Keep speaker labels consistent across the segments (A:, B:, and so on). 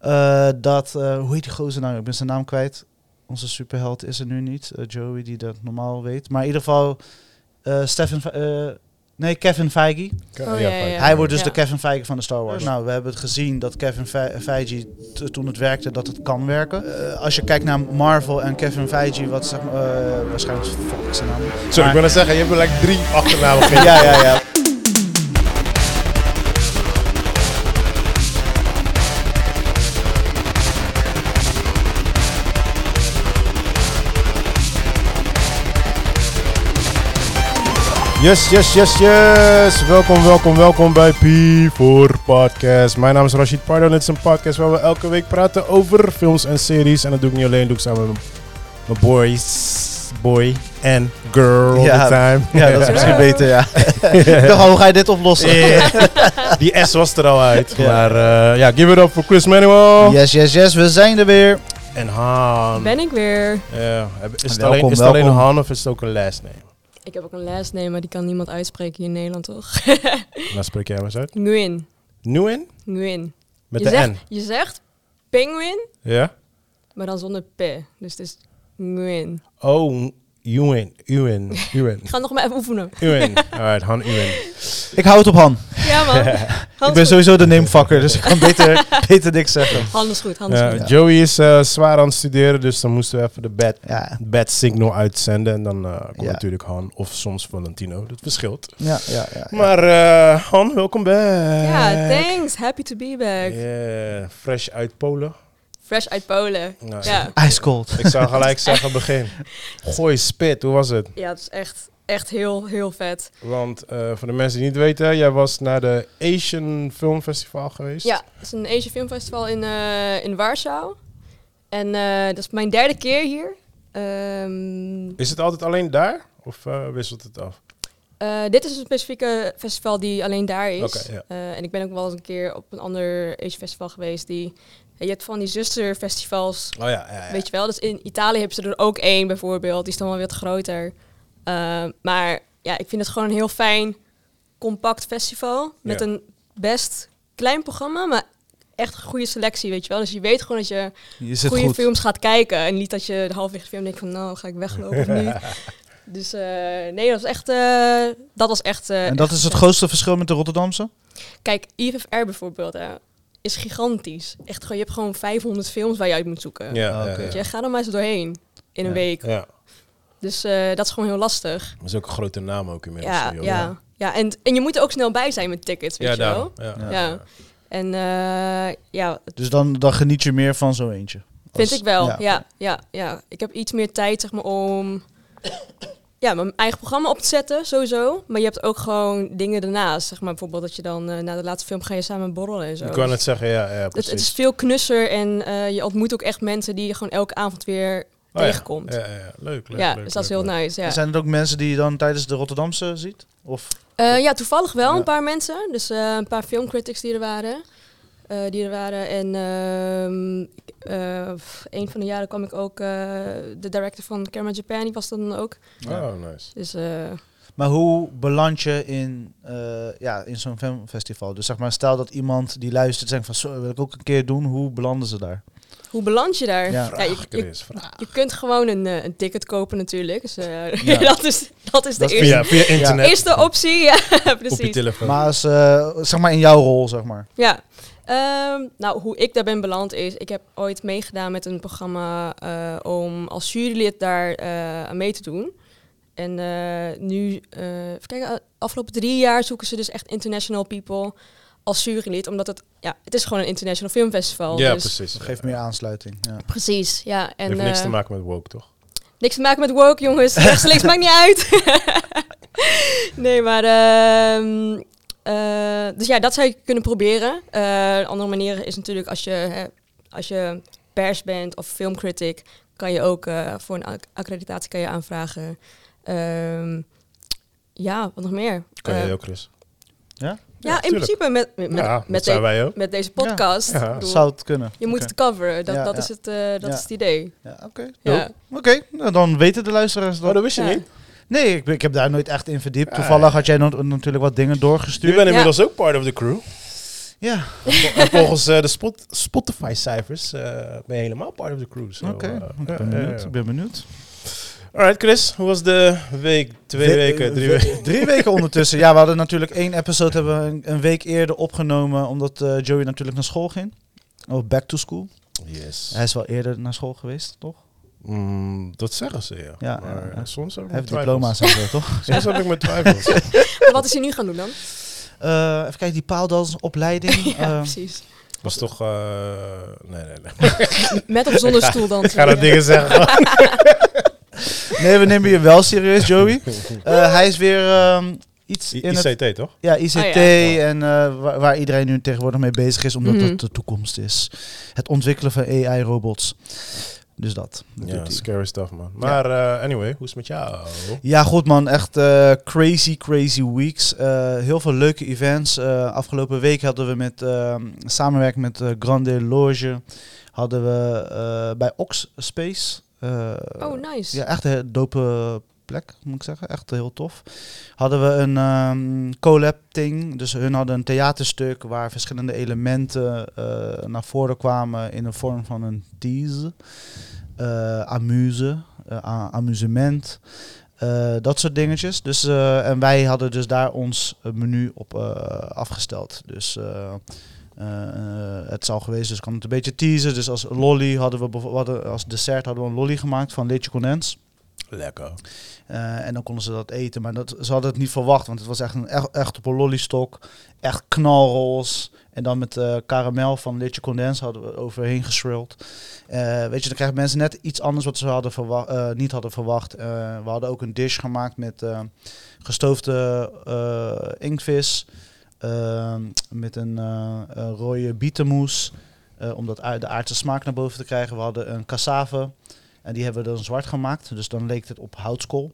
A: Eh, dat, eh, hoe heet die gozer nou? Ik ben zijn naam kwijt. Onze superheld is er nu niet. Eh, Joey, die dat normaal weet. Maar in ieder geval, eh Stefan, Fe- eh, nee, Kevin Feige.
B: Ke-
C: Oh, ja, ja, ja.
A: Hij wordt dus
C: Ja.
A: de Kevin Feige van de Star Wars.
B: Ja.
A: Nou, we hebben het gezien dat Kevin Fe- Feige, t- toen het werkte, dat het kan werken. Eh, als je kijkt naar Marvel en Kevin Feige, wat zeg maar, eh, waarschijnlijk is fuck is zijn naam.
B: Zo, ik
A: Maar-
B: wilde zeggen, je hebt er like drie achternamen gegeven.
A: ja, ja, ja.
B: Yes, yes, yes, yes. Welkom, welkom, welkom bij P4 Podcast. Mijn naam is Rashid Pardo en dit is een podcast waar we elke week praten over films en series. En dat doe ik niet alleen, doe ik samen met mijn boys, boy en girl all
A: Ja,
B: the time.
A: Ja, dat is misschien beter, ja. Ik dacht al, hoe ga je dit oplossen?
B: Ja. Die S was er al uit.
A: Ja.
B: Maar eh, ja, give it up voor Chris Manuel
A: Yes, yes, yes, we zijn er weer.
B: en Han.
C: Ben ik weer.
B: Ja, heb- is het,
A: Welkom,
B: alleen, is het alleen
A: welkom.
B: Han of is het ook een last name?
C: Ik heb ook een last name, maar die kan niemand uitspreken hier in Nederland, toch?
B: Dan spreek jij maar eens uit.
C: Nguyen.
B: Nguyen
C: Nguyen.
B: met
C: je
B: de
C: zegt,
B: N.
C: Je zegt penguin,
B: Ja?
C: maar dan zonder p. Dus het is Nguyen.
B: Oh, Nguyen, Nguyen, Nguyen.
C: Ik ga nog maar even oefenen.
B: Uwen. Alright, Han Uwen.
A: Ik hou het op Han.
C: Ja man. Hans
A: Ik ben
C: goed.
A: sowieso de namefucker, dus ik kan beter, beter niks zeggen.
C: Hans is goed, Hans is
B: Ja,
C: goed.
B: Joey is eh, zwaar aan het studeren, dus dan moesten we even de bad,
A: Ja,
B: bad signal uitzenden. En dan eh komt
A: Ja.
B: natuurlijk Han of soms Valentino. Dat verschilt.
A: ja, ja. ja, ja.
B: Maar eh, Han, welkom back.
C: Ja, thanks. Happy to be back.
B: Yeah, fresh uit Polen.
C: Fresh uit Polen.
B: Nou,
C: Ja.
A: Ice cold.
B: Ik zou gelijk zeggen, begin. Gooi spit, hoe was het?
C: Ja, het is echt, echt heel, heel vet.
B: Want eh, voor de mensen die niet weten, jij was naar de Asian Film Festival geweest.
C: Ja, het is een Asian Film Festival in, eh, in Warschau. En eh, dat is mijn derde keer hier. Ehm,
B: Is het altijd alleen daar? Of eh, wisselt het af?
C: eh, dit is een specifieke festival die alleen daar is.
B: Oké, ja.
C: Eh, en ik ben ook wel eens een keer op een ander Asian festival geweest. Die, je hebt van die zusterfestivals,
B: Oh ja, ja, ja.
C: weet je wel. Dus in Italië hebben ze er ook één bijvoorbeeld. Die is dan wel weer wat groter. Eh, maar ja, ik vind het gewoon een heel fijn, compact festival. Met
B: Ja.
C: een best klein programma, maar echt een goede selectie, weet je wel. Dus je weet gewoon dat je
A: Je zit
C: goede
A: goed.
C: films gaat kijken. En niet dat je de halfweg de film denkt van nou ga ik weglopen of niet. Dus eh, nee, dat was echt. eh, dat was echt. eh,
A: En dat is het grootste verschil met de Rotterdamse?
C: Kijk, IFFR bijvoorbeeld hè, is gigantisch. Echt gewoon, je hebt gewoon 500 films waar je uit moet zoeken.
B: Ja,
A: Oké.
B: ja, ja.
C: Weet je, ga er maar eens doorheen in een
A: Ja.
C: week.
B: Ja,
C: Dus eh, dat is gewoon heel lastig.
B: dat is ook een grote naam ook inmiddels.
C: Ja,
B: hè,
C: ja,
B: joh.
C: ja. en, en je moet er ook snel bij zijn met tickets, weet
B: ja,
C: je wel.
B: daarom. Ja.
A: Ja.
C: Ja. En eh, ja,
A: Dus dan, dan geniet je meer van zo eentje.
C: Vind
A: Als-
C: ik wel,
A: ja.
C: ja, ja, ja, Ik heb iets meer tijd zeg maar, om ja, mijn eigen programma op te zetten, sowieso. Maar je hebt ook gewoon dingen daarnaast. Zeg maar, bijvoorbeeld dat je dan eh, na de laatste film ga je samen borrelen en zo.
B: Ik kan het zeggen, ja, ja
C: het,
B: precies.
C: het is veel knusser en eh, je ontmoet ook echt mensen die je gewoon elke avond weer
B: Oh, ja.
C: tegenkomt. Ja,
B: Ja, ja, ja. Leuk, leuk. leuk,
C: dus dat is
B: leuk,
C: heel
B: leuk.
C: nice. Ja.
A: Zijn het ook mensen die je dan tijdens de Rotterdamse ziet? Of
C: Eh, ja, toevallig wel
A: Ja.
C: een paar mensen. Dus eh, een paar filmcritics die er waren. Eh, die er waren. En ehm, ik- eh, pff, een van de jaren kwam ik ook... eh, de director van Camera Japan, die was er dan ook.
A: Ja.
B: Oh, nice.
C: Dus eh,
A: Maar hoe beland je in, eh, ja, in zo'n filmfestival? Dus zeg maar, stel dat iemand die luistert zegt van, zo wil ik ook een keer doen. Hoe belanden ze daar?
C: hoe beland je daar?
A: Ja.
C: je,
B: Vraag,
C: je,
B: Chris. Vraag.
C: je kunt gewoon een, eh, een ticket kopen natuurlijk. Dus, eh,
A: Ja.
C: dat, is, dat is de
A: Dat is
B: Via,
C: eerste,
B: via internet.
C: eerste optie. Ja,
B: op je
C: precies.
B: telefoon.
A: Maar als, eh, zeg maar in jouw rol, zeg maar.
C: Ja. Ehm, nou, hoe ik daar ben beland is, ik heb ooit meegedaan met een programma eh, om als jurylid daar eh, aan mee te doen. En eh, nu, eh even kijken, afgelopen drie jaar zoeken ze dus echt international people als jurylid, omdat het, ja, het is gewoon een international filmfestival.
B: ja,
C: dus
B: precies.
A: Dat geeft meer aansluiting. Ja.
C: precies. Ja, en
B: heeft niks te
C: eh,
B: maken met woke, toch?
C: Niks te maken met woke, jongens. Rechts, links, maakt niet uit. nee, maar... ehm, eh, dus ja, dat zou je kunnen proberen. Eh, een andere manier is natuurlijk als je, hè, als je pers bent of filmcritic... kan je ook eh, voor een acc- accreditatie kan je aanvragen. Ehm, ja, wat nog meer?
B: Kan
C: Eh,
B: jij ook, Chris?
C: ja,
B: Ja,
C: in
B: tuurlijk.
C: principe met, met, met,
B: ja, dat
C: met, de-
B: zijn wij ook.
C: met deze podcast.
B: Ja.
C: Ik
A: Dat
C: bedoel,
A: zou het kunnen.
C: je moet
A: Oké.
C: het coveren. Dat,
A: Ja,
C: dat,
A: ja.
C: Is, het, eh, dat
A: Ja.
C: is het idee.
A: Ja, oké.
C: Ja.
A: Oké, nou, dan weten de luisteraars
B: Oh,
A: dat.
B: dat wist je
C: Ja.
B: niet?
A: Nee, ik, ben- ik heb daar nooit echt in verdiept.
B: Ah,
A: Toevallig
B: ja.
A: had jij no- natuurlijk wat dingen
B: Je
A: doorgestuurd.
B: bent inmiddels ook part of the crew.
A: Ja,
B: En volgens eh, de spot Spotify-cijfers eh, ben je helemaal part of the crew. so,
A: oké.
B: eh,
A: Ik ben
B: ja, ja,
A: benieuwd.
B: ja.
A: Ik ben benieuwd.
B: Alright, Chris, hoe was de week? Twee
A: We-
B: weken, drie
A: we-
B: weken.
A: Drie weken ondertussen. Ja, we hadden natuurlijk één episode hebben we een, een week eerder opgenomen. Omdat eh, Joey natuurlijk naar school ging. Oh, back to school.
B: Yes.
A: Hij is wel eerder naar school geweest, toch?
B: Mm, dat zeggen ze, ja.
A: Ja,
B: maar
A: ja, ja.
B: soms heb ik
A: Hij
B: mijn
A: heeft
B: twijfels.
A: diploma's en zo, toch?
B: Soms heb ik mijn twijfels.
C: Maar wat is hij nu gaan doen dan?
A: Eh, even kijken, die paaldansopleiding.
C: Ja,
A: eh,
C: precies.
B: was toch... eh, nee, nee, nee.
C: Met of zonder stoel dan.
B: Ik ga dat dingen zeggen.
A: nee, we nemen je wel serieus, Joey. Eh, hij is weer ehm, iets
B: I-
A: in het...
B: ICT, toch?
A: Ja, ICT
C: Oh,
A: en eh, waar, waar iedereen nu tegenwoordig mee bezig is, omdat
C: Mhm.
A: dat de toekomst is. Het ontwikkelen van AI-robots. Dus dat. dat
B: Ja,
A: doet hij.
B: scary stuff, man. Maar eh, anyway, hoe is het met jou?
A: Ja, goed man. Echt eh, crazy, crazy weeks. Eh, heel veel leuke events. Eh, afgelopen week hadden we met ehm, samenwerking met eh, Grande Loge. Hadden we eh, bij Ox Space. eh,
C: Oh, nice.
A: ja, echt een heel dope plek, moet ik zeggen. Echt heel tof. Hadden we een ehm collab thing. Dus hun hadden een theaterstuk waar verschillende elementen eh, naar voren kwamen in de vorm van een tease. eh, amuse, eh, a- amusement. eh, dat soort dingetjes. Dus, eh, en wij hadden dus daar ons eh, menu op eh, afgesteld. Dus eh, eh, het zal geweest, dus ik kan het een beetje teasen. Dus als lolly hadden we, bijvo- we hadden, als dessert hadden we een lolly gemaakt van Leche Condens.
B: Lekker.
A: Eh, en dan konden ze dat eten. Maar dat, ze hadden het niet verwacht, want het was echt, een, echt, echt op een lollystok. Echt knalroze. En dan met eh karamel van Leche Condens hadden we overheen geschrild. Eh, weet je, dan krijgen mensen net iets anders wat ze hadden verwa- eh, niet hadden verwacht. Eh, we hadden ook een dish gemaakt met eh, gestoofde eh inktvis. eh, met een eh, een rode bietenmoes. eh, om dat aard- de aardse smaak naar boven te krijgen. We hadden een cassave. En die hebben we dan zwart gemaakt. Dus dan leek het op houtskool.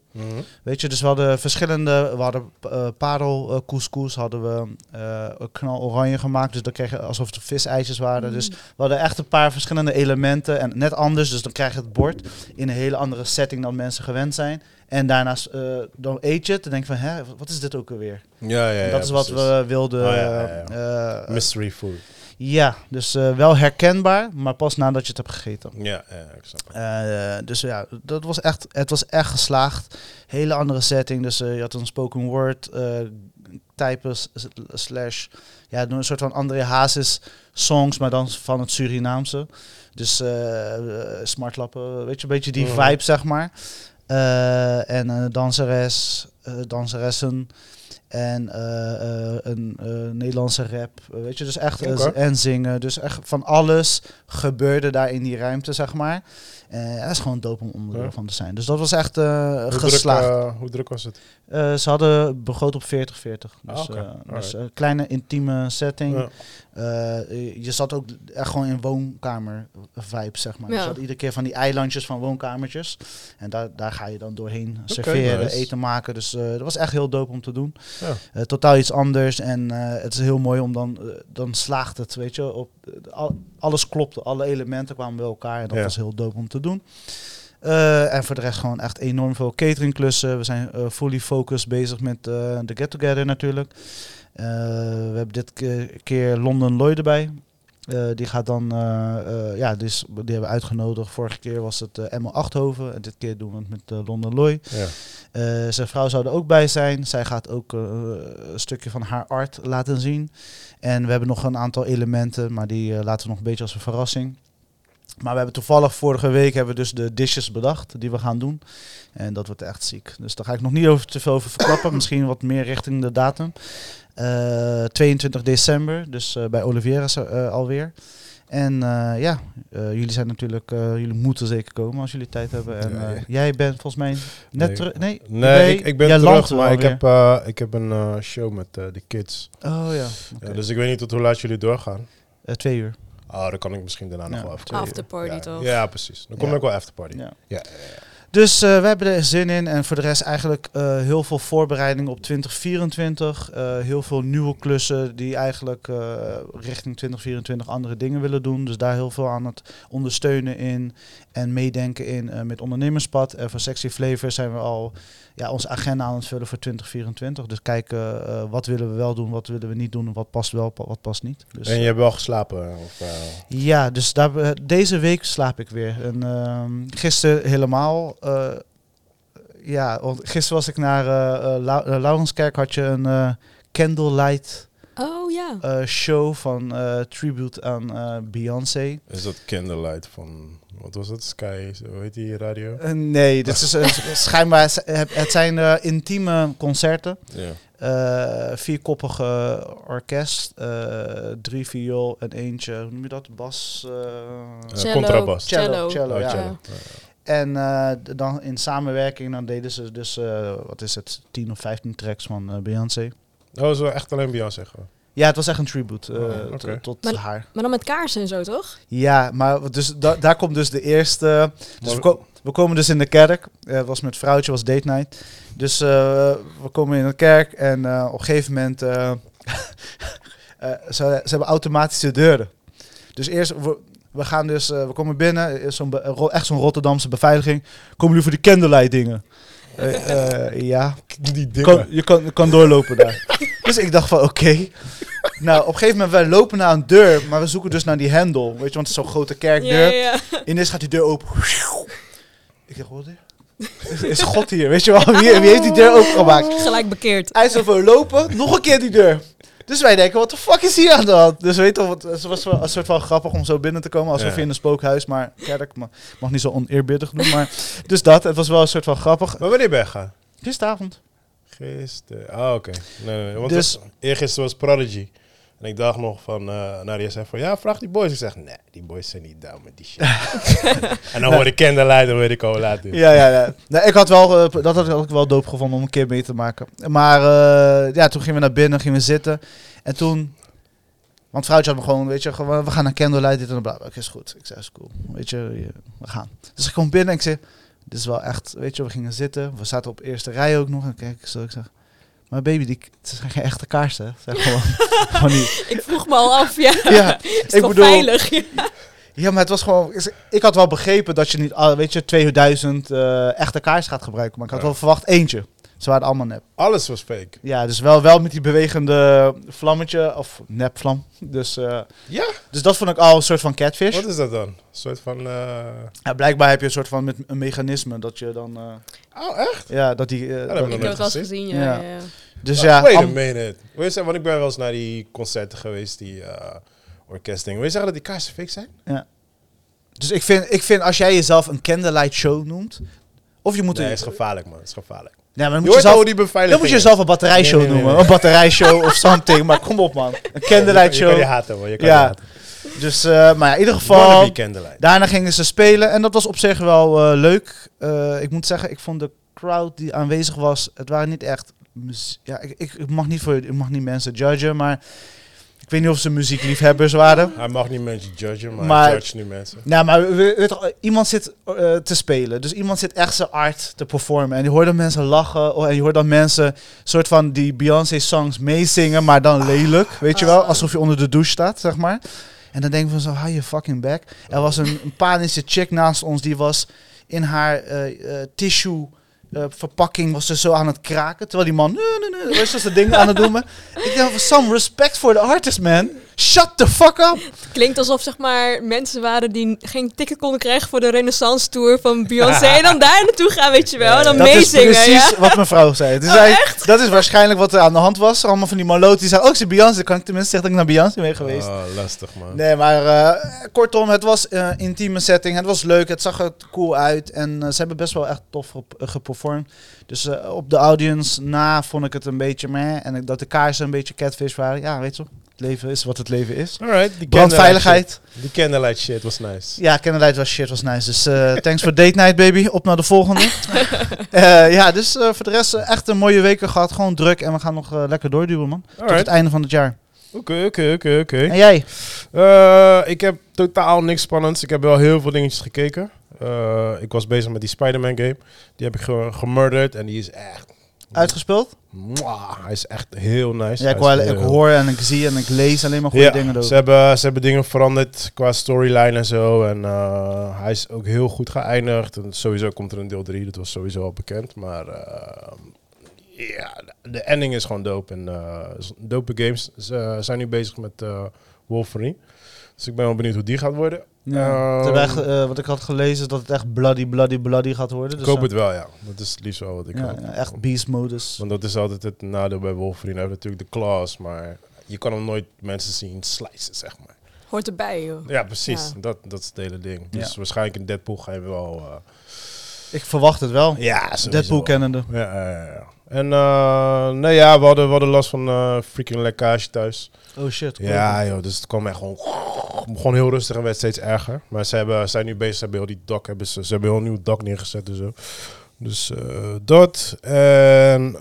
A: Weet je, dus we hadden verschillende. We hadden eh parel eh, couscous, hadden we eh knal oranje gemaakt. Dus dan kreeg je alsof het visijsjes
B: Mm.
A: waren. Dus we hadden echt een paar verschillende elementen. En net anders, dus dan krijg je het bord in een hele andere setting dan mensen gewend zijn. En daarnaast, eh, dan eet je het en denk je van, hè, wat is dit ook alweer?
B: Ja, ja, ja.
A: En dat is wat
B: precies.
A: we wilden.
B: Oh, ja, ja,
A: eh,
B: Mystery food.
A: ja, dus eh, wel herkenbaar, maar pas nadat je het hebt gegeten.
B: Ja, ja, ik snap het.
A: Eh, dus ja, dat was echt, het was echt geslaagd. Hele andere setting. Dus eh, je had een spoken word, eh typen s- s- slash, ja, een soort van André Hazes songs, maar dan van het Surinaamse. Dus eh, eh, smartlappen, weet je, een beetje die
B: Mhm.
A: vibe, zeg maar. Eh, en een danseres, eh, danseressen. En eh, eh, een eh, Nederlandse rap, eh, weet je, dus echt. eh,
B: Oké.
A: en zingen, dus echt van alles gebeurde daar in die ruimte, zeg maar. Eh dat is gewoon dope om onderdeel
B: Ja.
A: van te zijn. Dus dat was echt eh,
B: Hoe druk,
A: geslaagd.
B: eh, hoe druk was het?
A: Eh, ze hadden begroot op 40-40. Dus,
B: Ah, oké.
A: eh,
B: Alright.
A: dus een kleine intieme setting.
B: Ja.
A: Eh, je zat ook echt gewoon in woonkamer-vibe, zeg maar.
C: Ja.
A: Je zat iedere keer van die eilandjes van woonkamertjes. En daar, daar ga je dan doorheen serveren,
B: nice.
A: eten maken. Dus eh, dat was echt heel dope om te doen.
B: Ja.
A: Eh, totaal iets anders. En eh, het is heel mooi om dan... eh, dan slaagt het, weet je. Op, eh, al- alles klopte, alle elementen kwamen bij elkaar. En dat
B: Ja.
A: was heel dope om te doen. Eh, en voor de rest gewoon echt enorm veel cateringklussen. We zijn eh, fully focused bezig met eh, de Get Together natuurlijk. Eh, we hebben dit ke- keer London Lloyd erbij. Eh, die gaat dan, eh, eh, ja, dus die hebben we uitgenodigd. Vorige keer was het eh Emma Achthoven. En dit keer doen we het met eh, London Lloyd.
B: Ja.
A: Eh, zijn vrouw zou er ook bij zijn. Zij gaat ook eh, een stukje van haar art laten zien. En we hebben nog een aantal elementen, maar die eh, laten we nog een beetje als een verrassing. Maar we hebben toevallig vorige week hebben we dus de dishes bedacht die we gaan doen. En dat wordt echt ziek. Dus daar ga ik nog niet over te veel over verklappen. Misschien wat meer richting de datum. Eh, 22 december, dus eh, bij Oliveira eh, alweer. En eh, ja, eh, jullie zijn natuurlijk, eh, jullie moeten zeker komen als jullie tijd hebben. En
B: Ja,
A: eh,
B: ja.
A: jij bent volgens mij net
B: Nee.
A: terug. Nee,
B: Nee,
A: Nee,
B: ik, ik ben
A: jij landt
B: terug,
A: er
B: maar ik
A: alweer.
B: heb, eh, ik heb een eh, show met eh, de kids.
A: Oh ja,
B: Ja,
A: Oké.
B: dus ik weet niet tot hoe laat jullie doorgaan.
A: Eh, twee uur.
B: Ah, dan kan ik misschien daarna nog
A: Ja,
B: wel even.
A: twee uur.
C: Afterparty
B: ja.
C: toch?
B: Ja, precies. Dan kom
A: Ja.
B: ik wel afterparty.
A: Ja.
B: Ja.
A: Dus eh, we hebben er zin in. En voor de rest eigenlijk eh, heel veel voorbereiding op 2024. Eh, heel veel nieuwe klussen die eigenlijk eh, richting 2024 andere dingen willen doen. Dus daar heel veel aan het ondersteunen in. En meedenken in eh, met ondernemerspad. En voor Sexy Flavor zijn we al ja, onze agenda aan het vullen voor 2024. Dus kijken eh, wat willen we wel doen, wat willen we niet doen. Wat past wel, pa- wat past niet. Dus,
B: En je hebt wel geslapen? Of, eh,
A: ja, dus daar, eh, deze week slaap ik weer. En, ehm, gisteren helemaal. eh, ja, want gisteren was ik naar eh eh, Lau- eh, Laurenskerk. Had je een eh, candlelight
C: Oh ja.
A: eh, show van eh, tribute aan eh, Beyoncé.
B: is dat Candlelight van... Wat was dat? Sky? Hoe heet die radio?
A: Eh, nee, dit is eh, schijnbaar. Het zijn eh, intieme concerten.
B: Ja.
A: eh vierkoppige orkest. eh, drie viool en eentje. Hoe noem je dat? Bas. eh,
B: Eh, contrabas.
A: cello, cello,
B: Oh,
A: ja.
B: cello.
A: En eh, d- dan in samenwerking dan deden ze dus, eh, wat is het, 10 of 15 tracks van eh, Beyoncé.
B: Oh, is wel echt alleen Beyoncé gewoon.
A: Ja, het was echt een tribute eh,
B: Oh, oké.
A: t- tot
C: Maar-
A: haar.
C: Maar dan met kaarsen en zo, toch?
A: Ja, maar wat- dus da- daar komt dus de eerste. Dus
B: Maar-
A: we, ko- we komen dus in de kerk. Eh, Het was met vrouwtje, was date night. Dus eh, we komen in de kerk en eh, op een gegeven moment. eh, eh, ze, ze hebben automatische deuren. Dus eerst. We, we gaan dus, eh, we komen binnen, is zo'n be- eh, ro- echt zo'n Rotterdamse beveiliging. Komen jullie voor die candlelight dingen? Eh, eh, ja,
B: Die
A: kan,
B: dingen.
A: je kan, kan doorlopen daar. dus ik dacht van oké. Nou, op een gegeven moment, wij lopen naar een deur, maar we zoeken dus naar die hendel. Weet je, want het is zo'n grote kerkdeur.
C: ja.
A: Ineens gaat die deur open. Ik dacht, wat is dit? Is God hier, weet je wel? Wie, wie heeft die deur opengemaakt?
C: Gelijk bekeerd.
A: Hij is zo voor lopen, nog een keer die deur. Dus wij denken, wat de fuck is hier aan de hand? Dus weet je wel, het was wel een soort van grappig om zo binnen te komen. Alsof
B: Ja.
A: je in een spookhuis, maar kerk ma- mag niet zo oneerbiedig doen. Maar dus dat, het was wel een soort van grappig.
B: Maar wanneer ben je gaan?
A: Gisteravond.
B: Gisteren. Ah, oké. Nee, nee, nee. Want
A: Dus-
B: dat- eergisteren was Prodigy. En ik dacht nog van, eh Nadia zei van, ja, vraag die boys. Ik zeg, nee, die boys zijn niet down met die shit. en dan hoor ik Candlelight, dan weet ik al hoe laat het is.
A: Ja, ja, ja. Nee, ik had wel, eh, dat had ik ook wel doop gevonden om een keer mee te maken. Maar eh, ja, toen gingen we naar binnen, gingen we zitten. En toen, want vrouwtje had me gewoon, weet je, gewoon, we gaan naar Candlelight, dit en bla. bla. Oké, is goed. Ik zei, is cool. Weet je, je- we gaan. Dus ik kom binnen en ik zei, dit is wel echt, weet je, we gingen zitten. We zaten op eerste rij ook nog. En kijk, ik zo, ik zeg, maar baby, die, het zijn geen echte kaarsen. hè. Zeg gewoon, gewoon niet.
C: Ik vroeg me al af, ja.
A: Ja,
C: Is het
A: ik
C: wel
A: bedoel-
C: veilig?
A: Ja, maar het was gewoon. ik- Ik had wel begrepen dat je niet, ah, weet je, 2000 eh, echte kaars gaat gebruiken. Maar ik had
B: Ja.
A: wel verwacht eentje. Ze waren allemaal nep.
B: Alles was fake.
A: Ja, dus wel, wel met die bewegende vlammetje. Of nepvlam. Dus, eh,
B: Ja?
A: dus dat vond ik al een soort van catfish.
B: Wat is dat dan? Een soort van, eh,
A: Ja, blijkbaar heb je een soort van met een mechanisme dat je dan. eh,
B: oh, echt?
A: ja, dat die. eh,
B: dat
A: dat-
B: heb
C: Ik heb het wel eens gezien, ja.
A: Ja.
C: ja, ja.
A: dus
B: Ah,
A: ja.
B: Wait a
A: am-
B: minute. Wil je zeggen, want ik ben wel eens naar die concerten geweest, die eh orkestdingen. Wil je zeggen dat die kaarsen fake zijn?
A: dus ik vind, ik vind als jij jezelf een candlelight show noemt. Of je moet.
B: Nee,
A: een-
B: is gevaarlijk, man. is gevaarlijk.
A: nee, maar dan
B: Je
A: moet je
B: hoort al
A: zelf
B: hoe die beveiliging
A: Dan moet je
B: is.
A: jezelf een batterijshow
B: Nee, nee, nee,
A: noemen.
B: nee.
A: Een batterijshow of something. Maar kom op, man. Een candlelight
B: Je kan je
A: show.
B: haten, hoor. Je kan je
A: Ja.
B: haten.
A: Dus, eh, maar ja, in ieder
B: Wannabe
A: geval.
B: Candlelight.
A: Daarna gingen ze spelen. En dat was op zich wel eh, leuk. Eh, ik moet zeggen, ik vond de crowd die aanwezig was. Het waren niet echt. muzie- Ja, ik, ik, ik mag niet voor, ik mag niet mensen judgen. Maar ik weet niet of ze muziekliefhebbers waren.
B: Hij mag niet mensen judgen, maar,
A: Maar-
B: hij judge nu mensen.
A: Nou, maar we- weet toch, iemand zit eh, te spelen. Dus iemand zit echt zijn art te performen. En je hoort dan mensen lachen. oh, En je hoort dan mensen soort van die Beyoncé-songs meezingen, maar dan lelijk. Weet je wel? Alsof je onder de douche staat, zeg maar. En dan denk ik van zo, hou je fucking back. Er was een, een panische chick naast ons, die was in haar eh, eh, tissue... eh, verpakking was ze zo aan het kraken. Terwijl die man. Nee, nee, nee. Weet je, dat ding aan het doen. man. Ik dacht van. Some respect for the artist, man. Shut the fuck up.
C: Klinkt alsof zeg maar, mensen waren die geen ticket konden krijgen voor de Renaissance Tour van Beyoncé. en dan daar naartoe gaan, weet je wel. En dan
A: Dat is
C: meezingen.
A: precies
C: Ja.
A: wat mijn vrouw zei. Dus Dat is waarschijnlijk wat er aan de hand was. Allemaal van die maloot die zeiden, oh, ik zie Beyoncé. Dan kan ik tenminste zeggen dat ik naar Beyoncé ben geweest.
B: Oh, lastig, man.
A: Nee, maar eh, kortom, het was een intieme setting. Het was leuk, het zag er cool uit. En eh, ze hebben best wel echt tof gep- geperformed. Dus eh, op de audience na vond ik het een beetje meh. En ik- dat de kaarsen een beetje catfish waren. Ja, weet je wel. Het leven is wat het leven is.
B: Alright, die
A: Brandveiligheid.
B: candlelight shit- Die candlelight shit was nice.
A: Ja, Candlelight was shit, was nice. Dus eh, thanks voor date night, baby. Op naar de volgende. Eh, ja, dus eh, voor de rest eh, echt een mooie weken gehad. Gewoon druk en we gaan nog eh, lekker doorduwen, man. Tot het
B: Alright.
A: einde van het jaar.
B: Oké, oké, oké, oké.
A: En jij?
B: Eh, Ik heb totaal niks spannends. Ik heb wel heel veel dingetjes gekeken. Eh, Eh, ik was bezig met die Spider-Man game. Die heb ik ge gemurderd en die is echt...
A: Uitgespeeld?
B: Mwah, hij is echt heel nice.
A: Ja, ik,
B: Hij
A: hoor,
B: is
A: ik
B: heel-
A: hoor en ik zie en ik lees alleen maar goede
B: Ja,
A: dingen dus,
B: ze
A: erover.
B: hebben, ze hebben dingen veranderd qua storyline en zo. En eh, hij is ook heel goed geëindigd. En sowieso komt er een deel 3, dat was sowieso al bekend. Maar eh, ja, de- de ending is gewoon dope. En eh, is een dope games. Ze eh, zijn nu bezig met eh Wolverine. Dus ik ben wel benieuwd hoe die gaat worden.
A: Dus, Ja.
B: Ehm,
A: Ze hebben echt, eh, wat ik had gelezen is dat het echt bloody, bloody, bloody gaat worden.
B: ik
A: Dus
B: hoop
A: dan-
B: het wel, ja. Dat is het liefst wel wat ik
A: ja,
B: hoop.
A: ja, echt beast modus.
B: Want dat is altijd het nadeel bij Wolverine. Hij heeft natuurlijk de claws, maar je kan hem nooit mensen zien slicen, zeg maar.
C: Hoort erbij, joh.
B: Ja, precies.
C: Ja.
B: Dat, dat is het hele ding. Dus
A: Ja.
B: waarschijnlijk in Deadpool ga je wel... eh,
A: Ik verwacht het wel.
B: ja, sowieso
A: Deadpool
B: wel.
A: kennende.
B: Ja, ja, ja, ja. En eh, nee, ja, we hadden, we hadden last van eh, freaking lekkage thuis.
A: Oh shit. cool.
B: Ja, joh, dus het kwam echt gewoon... Het begon heel rustig en werd steeds erger. Maar ze hebben, zijn nu bezig, ze hebben heel die dak... Hebben ze, ze hebben heel nieuw dak neergezet en zo. Dus eh, dat. En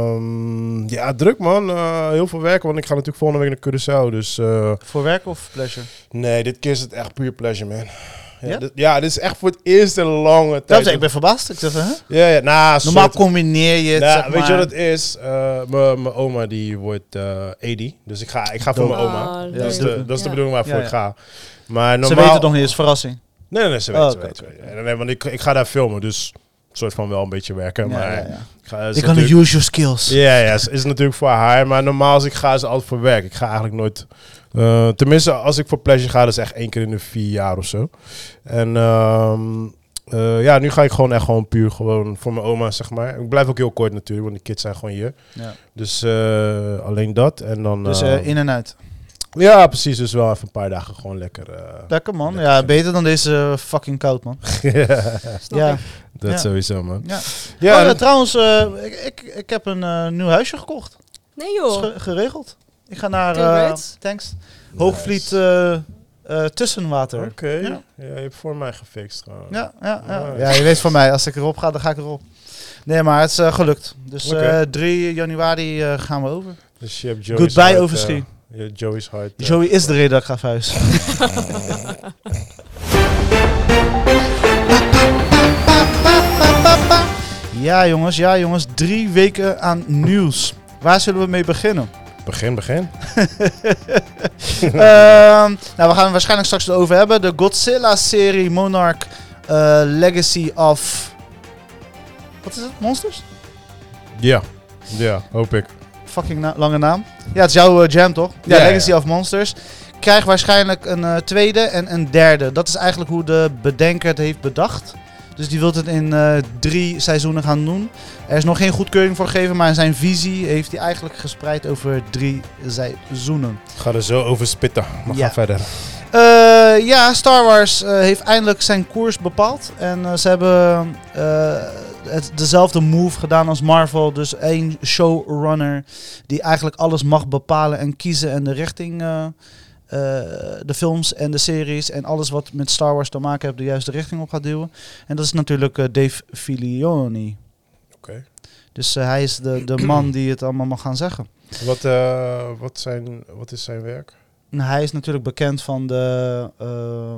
B: ehm, ja, druk man. Eh, heel veel werken, want ik ga natuurlijk volgende week naar Curaçao. Dus eh,
A: Voor werk of pleasure?
B: Nee, dit keer is het echt puur pleasure, man. Ja,
A: Ja?
B: dit, ja, dit is echt voor het eerst in lange tijd.
A: ik ben verbaasd. Ik zeg, hè?
B: Ja, ja, nou,
A: Normaal
B: soort-
A: combineer je het,
B: nou,
A: zeg
B: Weet je
A: maar.
B: wat het is? Eh, Mijn mijn oma die wordt eh 80, dus ik ga, ik ga voor
A: Dope.
B: mijn oma.
C: Ah,
A: Ja,
B: dat is,
A: Oh, leuk.
B: de, dat is de
C: Ja.
B: bedoeling waarvoor
A: Ja,
B: ik ga. Maar normaal...
A: Ze weten het nog niet eens, verrassing.
B: Nee, nee, nee, ze
A: Oh,
B: weten ze
A: oké,
B: weten, ze weten. Nee, nee, want ik, ik ga daar filmen, dus soort van wel een beetje werken.
A: Ja,
B: maar
A: ja, ja.
B: Ik, ga, is
A: Je kan
B: natuurlijk-
A: use your skills.
B: Ja, ja, is, is natuurlijk voor haar. Maar normaal als ik ga, is het altijd voor werk. Ik ga eigenlijk nooit... eh, tenminste, als ik voor pleasure ga, dat is echt één keer in de vier jaar of zo. En ehm, eh, ja, nu ga ik gewoon echt gewoon puur gewoon voor mijn oma, zeg maar. Ik blijf ook heel kort natuurlijk, want de kids zijn gewoon hier.
A: Ja.
B: Dus eh, alleen dat. En dan...
A: Dus
B: eh,
A: eh, in en uit.
B: ja, precies. Dus wel even een paar dagen gewoon lekker... eh,
A: Lekker man.
B: Lekker.
A: Ja, beter dan deze eh, fucking koud man.
C: Snap
A: Ja.
C: ik.
B: dat
A: Ja.
B: sowieso, man.
A: ja.
B: Ja,
A: Oh, ja,
B: en-
A: trouwens, eh, ik, ik, ik heb een eh, nieuw huisje gekocht.
C: Nee,
A: Dat is
C: joh.
A: ge- geregeld. Ik ga naar eh
C: Congrats.
A: thanks, Hoogvliet eh, eh, Tussenwater.
B: Oké.
A: Ja.
B: Ja, je hebt voor mij gefixt gewoon.
A: Ja, ja, ja.
B: Nice.
A: ja, je weet van mij, als ik erop ga, dan ga ik erop. Nee, maar het is eh, gelukt. Dus eh,
B: Oké.
A: 3 januari eh, gaan we over.
B: Dus je hebt Joey's
A: Goodbye,
B: hart,
A: Overschie.
B: eh, je- Joey's hart. eh,
A: Joey is de reden dat ik ga verhuizen. Ja jongens, ja jongens, drie weken aan nieuws. Waar zullen we mee beginnen?
B: Begin, begin.
A: Ehm, nou, we gaan het waarschijnlijk straks erover hebben. De Godzilla-serie Monarch eh, Legacy of... Wat is het? Monsters?
B: Ja, ja, hoop ik.
A: Fucking na- lange naam. Ja, het is jouw eh, jam toch? Ja,
B: Ja, ja.
A: Legacy of Monsters. Krijg waarschijnlijk een eh, tweede en een derde. Dat is eigenlijk hoe de bedenker het heeft bedacht. Dus die wil het in eh, drie seizoenen gaan doen. Er is nog geen goedkeuring voor gegeven, maar zijn visie heeft hij eigenlijk gespreid over drie seizoenen.
B: Ga er zo over spitten. Maar
A: Ja.
B: ga verder.
A: Eh, ja, Star Wars eh, heeft eindelijk zijn koers bepaald. En eh, ze hebben eh, het, dezelfde move gedaan als Marvel. Dus één showrunner die eigenlijk alles mag bepalen en kiezen. En de richting, eh, eh, de films en de series en alles wat met Star Wars te maken heeft, de juiste richting op gaat duwen. En dat is natuurlijk eh, Dave Filoni.
B: Oké.
A: Dus eh, hij is de, de man die het allemaal mag gaan zeggen.
B: Wat, eh, wat, zijn, wat is zijn werk?
A: En hij is natuurlijk bekend van de, eh,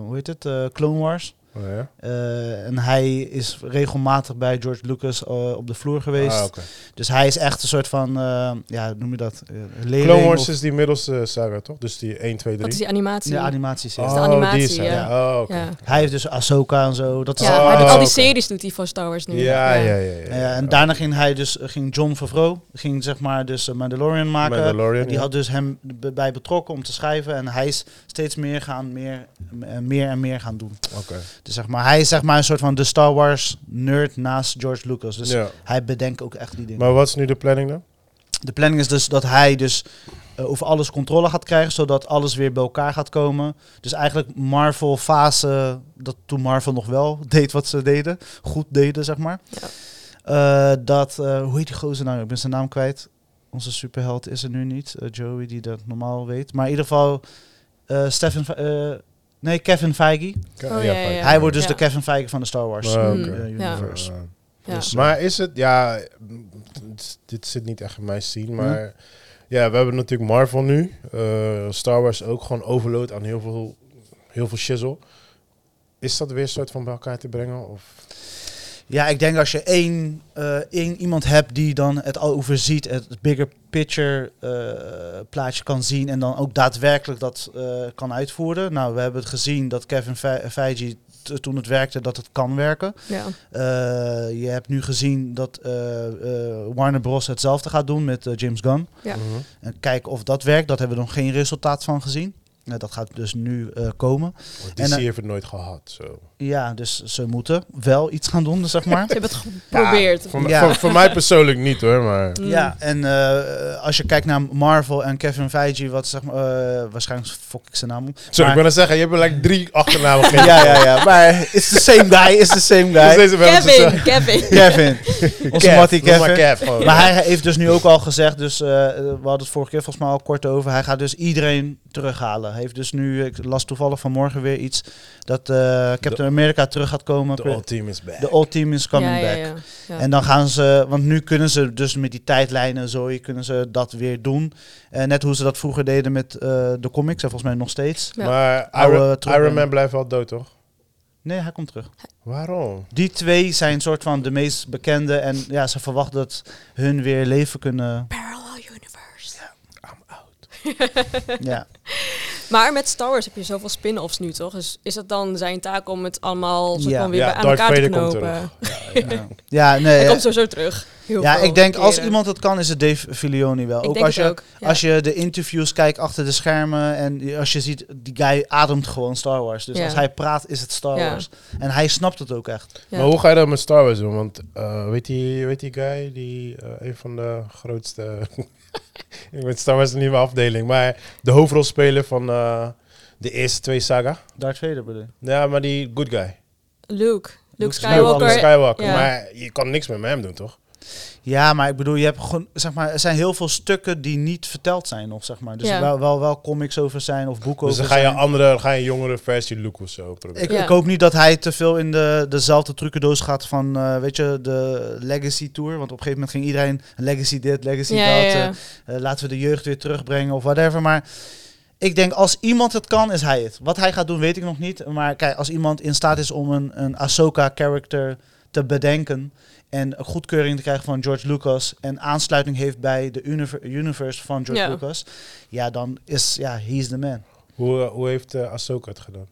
A: hoe heet het, eh, Clone Wars.
B: Oh, ja?
A: Eh, en hij is regelmatig bij George Lucas eh, op de vloer geweest.
B: Ah, oké.
A: Dus hij is echt een soort van, eh, ja, hoe noem je dat? Eh, leerling
B: Clone Wars
A: of-
B: is die middelste saga, toch? Dus die 1, 2, 3.
C: Dat is die animatie.
A: Ja, animaties. ja.
B: Ah,
C: is de animatie,
B: Oh, die
C: ja.
B: ja. Oh, oké.
C: Ja.
A: Hij heeft dus Ahsoka en zo. Dat is
C: Ja,
B: Oh,
C: hij doet al die
B: oké.
C: series doet hij van Star Wars nu.
B: Ja, ja, ja. ja, ja,
A: Eh, en daarna ging hij dus, ging John Favreau, ging zeg maar dus eh, Mandalorian maken.
B: Mandalorian,
A: En die
B: ja.
A: had dus hem b- bij betrokken om te schrijven. En hij is steeds meer, gaan, meer, m- meer en meer gaan doen.
B: Oké.
A: Dus zeg maar, hij is zeg maar een soort van de Star Wars nerd naast George Lucas. Dus
B: Ja.
A: hij bedenkt ook echt die dingen.
B: Maar wat is nu de planning dan?
A: De planning is dus dat hij dus eh, over alles controle gaat krijgen, zodat alles weer bij elkaar gaat komen. Dus eigenlijk Marvel fase, dat toen Marvel nog wel deed wat ze deden, goed deden zeg maar.
C: Ja.
A: Eh, dat, eh, hoe heet die gozer nou? Ik ben zijn naam kwijt. Onze superheld is er nu niet, eh, Joey die dat normaal weet. Maar in ieder geval, eh Stefan, Fe- eh, nee Kevin Feige.
C: Oh, ja, ja, ja.
A: Hij wordt dus
C: Ja.
A: de Kevin Feige van de Star Wars
B: Ah,
A: eh,
C: oké.
A: eh,
C: Ja.
A: universe.
B: Ah.
C: Ja.
A: Dus, eh,
B: Maar is het, ja, mm, dit- dit zit niet echt in mijn
C: Mhm.
B: scene, maar ja, we hebben natuurlijk Marvel nu, eh, Star Wars ook gewoon overload aan heel veel, heel veel shizzle. Is dat weer een soort van bij elkaar te brengen? Of?
A: Ja, ik denk als je één, eh, één iemand hebt die dan het al overziet, het bigger picture eh, plaatje kan zien en dan ook daadwerkelijk dat eh, kan uitvoeren. Nou, we hebben het gezien dat Kevin Fe- Feige t- toen het werkte, dat het kan werken.
C: Ja.
A: Eh, je hebt nu gezien dat eh, eh, Warner Bros. hetzelfde gaat doen met eh, James Gunn.
C: Ja.
B: Mhm.
A: En kijken of dat werkt, dat hebben we nog geen resultaat van gezien. Nou, dat gaat dus nu eh, komen.
B: Want
A: En,
B: DC
A: eh,
B: heeft het nooit gehad. Zo.
A: Ja, dus ze moeten wel iets gaan doen, zeg maar.
C: Ze hebben het geprobeerd.
B: Voor, m-
A: Ja.
B: voor, voor mij persoonlijk niet hoor, maar...
C: Mm.
A: Ja, en eh, als je kijkt naar Marvel en Kevin Feige, wat zeg maar, eh, waarschijnlijk fok ik zijn naam op.
B: Sorry, ik
A: Maar-
B: wil zeggen, je hebt er like drie achternamen gegeven.
A: ja, ja, ja, maar it's the same guy, it's the same
B: Dus
A: guy.
B: deze wel zo-
C: Kevin, Kevin.
A: Kevin, onze Mattie
B: noem maar
A: Kevin.
B: Kev gewoon.
A: Maar hij heeft dus nu ook al gezegd, dus eh, we hadden het vorige keer volgens mij al kort over. Hij gaat dus iedereen terughalen. Hij heeft dus nu, ik las toevallig vanmorgen weer iets, dat eh, Captain America terug gaat komen.
B: The all team is back.
A: De all team is coming
C: ja,
A: back.
C: Ja, ja, ja.
A: En dan gaan ze, want nu kunnen ze dus met die tijdlijnen en zo, kunnen ze dat weer doen. Eh, net hoe ze dat vroeger deden met eh, de comics, en volgens mij nog steeds.
C: Ja.
B: Maar
A: Oude eh.
B: Iron,
A: terug-
B: Iron Man blijft wel dood, toch?
A: Nee, hij komt terug.
B: Waarom?
A: Die twee zijn soort van de meest bekende en ja, ze verwachten dat hun weer leven kunnen.
C: Parallel universe.
A: ja.
C: Maar met Star Wars heb je zoveel spin-offs nu, toch? Dus is het dan zijn taak om het allemaal soort
A: Ja.
C: van weer bij- aan
B: Darth
C: elkaar te
B: Vader
C: knopen?
B: komt terug.
A: Ja, ja nee.
C: Hij
A: ja.
C: komt sowieso terug. Heel
A: Eh, Ja,
C: veel
A: ik denk als
C: keren.
A: iemand het kan, is het Dave Filoni wel.
C: Ik
A: ook
C: denk
A: als
C: het
A: je,
C: ook, ja.
A: als je de interviews kijkt achter de schermen en je- als je ziet, die guy ademt gewoon Star Wars. Dus
C: Ja.
A: als hij praat, is het Star
C: Ja.
A: Wars. En hij snapt het ook echt.
C: Ja.
B: Maar hoe ga je dat met Star Wars doen? Want eh, weet, die, weet die guy, die eh, een van de grootste... ik weet Star Wars een nieuwe afdeling. Maar de hoofdrolspeler van eh, de eerste twee saga.
A: Darth Vader bedoel ik.
B: Ja, maar die good guy.
C: Luke. Luke
A: Luke
C: Skywalker.
B: Skywalker.
C: Ja.
B: Maar je kan niks meer met hem doen, toch?
A: Ja, maar ik bedoel, je hebt gewoon, zeg maar, er zijn heel veel stukken die niet verteld zijn nog, zeg maar. Dus
C: Ja.
A: wel, wel, wel comics over zijn of boeken
B: Dus
A: over
B: dan ga je
A: zijn.
B: andere, dan ga je een jongere versie Luke of zo proberen.
A: Ik,
C: Ja.
A: ik hoop niet dat hij te veel in de, dezelfde trucendoos gaat van, eh, weet je, de Legacy Tour. Want op een gegeven moment ging iedereen Legacy dit, Legacy
C: Ja,
A: dat.
C: ja, ja.
A: eh, eh, laten we de jeugd weer terugbrengen of whatever. Maar ik denk, als iemand het kan, is hij het. Wat hij gaat doen, weet ik nog niet. Maar kijk, als iemand in staat is om een, een Ahsoka-character te bedenken... en een goedkeuring te krijgen van George Lucas... en aansluiting heeft bij de univer- universe van George
C: Ja.
A: Lucas... ja, dan is, ja, he's the man.
B: Hoe, eh, hoe heeft eh, Ahsoka het gedaan?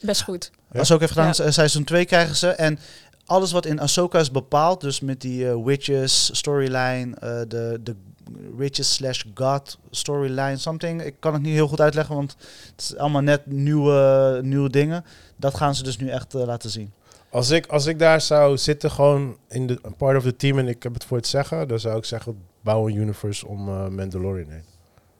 C: Best goed.
B: Ja.
A: Als ook even gedaan,
C: Ja.
A: se- seizoen 2 krijgen ze. En alles wat in Ahsoka is bepaald, dus met die eh, witches storyline, eh, de, de witches slash god storyline, something. Ik kan het niet heel goed uitleggen, want het is allemaal net nieuwe, nieuwe dingen. Dat gaan ze dus nu echt eh, laten zien.
B: Als ik, als ik daar zou zitten, gewoon in de een part of the team en ik heb het voor het zeggen, dan zou ik zeggen: bouw een universe om eh, Mandalorian heen.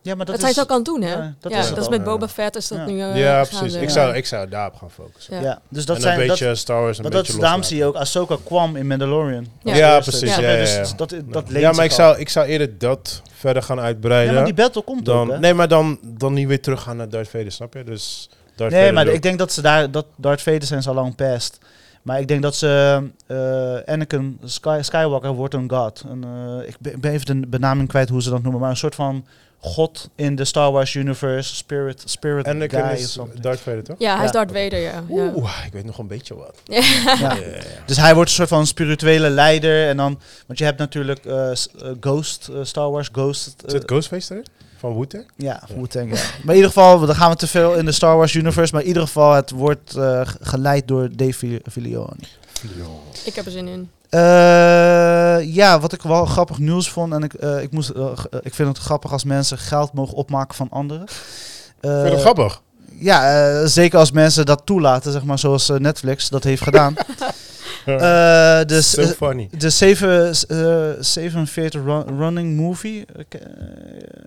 A: Ja, maar
C: Dat,
A: dat
C: hij
A: is...
C: zo kan doen, hè?
A: Ja, dat
C: ja,
A: is
B: het
C: dat is
B: al.
C: met Boba Fett is dat
A: Ja.
C: nu eh,
B: ja,
C: gaande.
B: precies.
C: Ja.
B: Ik zou, ik zou daarop gaan focussen.
C: Ja.
A: ja, dus dat
B: en
A: zijn...
B: een beetje
A: dat,
B: Star Wars een
A: maar dat
B: beetje
A: is, daarom zie
B: loslaten.
A: je ook, Ahsoka kwam in Mandalorian.
C: Ja.
B: Ja,
A: Eerste.
B: precies,
A: Dus,
B: ja, ja, ja.
A: Dus dat, dat
B: ja,
A: leent
B: maar ik
A: zich al.
B: zou, ik zou eerder dat verder gaan
A: Ja,
B: uitbreiden.
A: maar die battle komt
B: dan,
A: ook, hè?
B: nee, maar dan, dan niet weer teruggaan naar Darth Vader, snap je? Dus Darth
A: nee,
B: Vader
A: maar
B: doet-
A: ik denk dat ze daar dat Darth Vader zijn ze al lang past. Maar ik denk dat ze eh, Anakin Sky- Skywalker wordt een god. Een, eh, ik ben ik ben even de benaming kwijt hoe ze dat noemen, maar een soort van god in de Star Wars universe, spirit, spirit
B: En dan
A: guy
B: kunnen
A: of
B: ze
A: something.
B: Darth Vader toch?
C: Ja, hij is
A: Ja.
C: Darth Vader, ja. ja.
B: Oeh, ik weet nog een beetje wat.
A: Ja.
B: Ja, ja, ja.
A: Dus hij wordt een soort van spirituele leider en dan, want je hebt natuurlijk eh, s- eh, Ghost, eh, Star Wars Ghost. eh,
B: Zit Ghostface erin? Van Wu-Tang?
A: Ja, Wu-Tang, ja. Maar in ieder geval, dan gaan we te veel in de Star Wars universe. Maar in ieder geval, het wordt eh, g- geleid door Dave Fil- Filoni.
C: Ik heb er zin in.
A: Eh, ja, wat ik wel grappig nieuws vond. En ik, eh, ik, moest, eh, g- eh, ik vind het grappig als mensen geld mogen opmaken van anderen. Eh,
B: Vind je dat grappig?
A: ja, eh, zeker als mensen dat toelaten, zeg maar, zoals eh, Netflix dat heeft gedaan. Eh, dus,
B: so
A: eh,
B: funny.
A: de zeven, eh, 47 run- Running Movie. Ik, eh,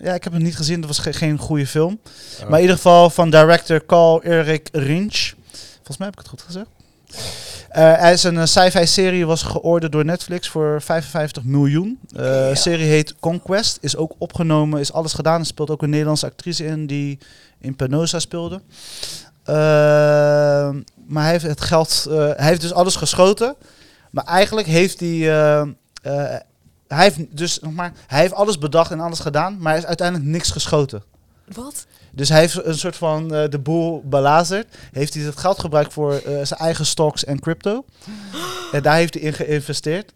A: ja, ik heb hem niet gezien. Dat was ge- geen goede film.
B: Oh.
A: Maar in ieder geval van director Carl Erik Rinch. Volgens mij heb ik het goed gezegd. Eh, hij is een eh, sci-fi serie, was georderd door Netflix voor 55 miljoen. Eh,
B: Ja.
A: serie heet Conquest, is ook opgenomen, is alles gedaan. Er speelt ook een Nederlandse actrice in die in Penosa speelde. Ehm, maar hij heeft het geld, eh, hij heeft dus alles geschoten. Maar eigenlijk heeft hij, eh, eh, hij heeft dus, zeg maar, hij heeft alles bedacht en alles gedaan, maar hij is uiteindelijk niks geschoten.
C: Wat?
A: Dus hij heeft een soort van eh, de boel belazerd. Heeft hij dat geld gebruikt voor eh, zijn eigen stocks en crypto. En daar heeft hij in geïnvesteerd.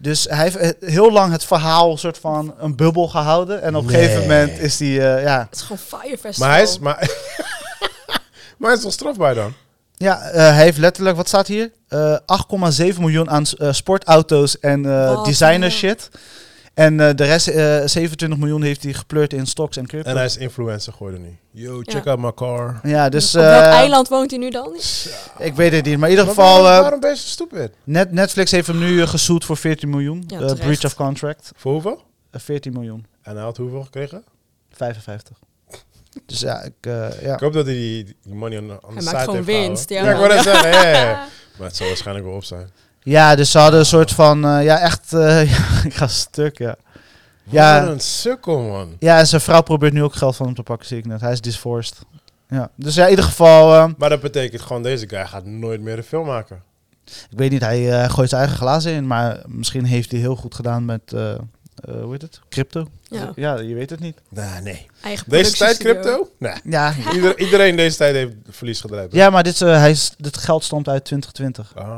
A: Dus hij heeft eh, heel lang het verhaal soort van een bubbel gehouden. En op een gegeven
B: Nee.
A: moment is hij, eh, ja,
C: Het is gewoon Fire Festival.
B: Maar hij is... Maar, maar hij is wel strafbaar dan?
A: ja eh, hij heeft letterlijk, wat staat hier? Eh, 8,7 miljoen aan eh, sportauto's en eh
C: Wat?
A: designer shit. En eh, de rest, eh, 27 miljoen, heeft hij gepleurd in stocks en crypto.
B: En hij is influencer geworden nu. Yo,
C: Ja.
B: check out my car.
A: ja, dus
C: Op welk
A: eh,
C: eiland woont hij nu dan?
A: ik weet het niet. Maar in ieder
B: Maar
A: geval,
B: waarom,
A: eh,
B: waarom ben je zo stupid?
A: Net, Netflix heeft hem nu eh, gesued voor 14 miljoen.
C: Ja,
A: Eh,
C: terecht.
A: breach of contract.
B: Voor hoeveel?
A: Eh, 14 miljoen.
B: En hij had hoeveel gekregen?
A: 55. dus ja, ik, eh, ja.
B: Ik hoop dat hij die, die money aan, aan de
C: maakt
B: side
C: gewoon
B: heeft gehouden.
C: winst, ja,
B: Ja, ik
C: man.
B: wou dat zeggen. ja, ja, ja. Maar het zal waarschijnlijk wel op zijn.
A: ja, dus ze hadden een soort van... eh, ja, echt... eh, ja, ik ga stuk, ja. Ja.
B: Wat een sukkel, man.
A: Ja, en zijn vrouw probeert nu ook geld van hem te pakken, zie ik net. Hij is disforced. Ja, dus ja, in ieder geval... eh,
B: Maar dat betekent gewoon, deze guy gaat nooit meer een film maken.
A: ik weet niet, hij eh, gooit zijn eigen glazen in. Maar misschien heeft hij heel goed gedaan met... eh, eh, hoe heet het? Crypto?
C: Ja,
A: ja, je weet het niet.
B: Nah, nee.
C: eigen
B: Deze tijd
C: productiestudio.
B: crypto? Nee.
A: Ja,
B: Ieder, iedereen deze tijd heeft verlies gedraaid.
A: ja maar dit, eh, hij is, dit geld stamt uit 2020.
B: Ah,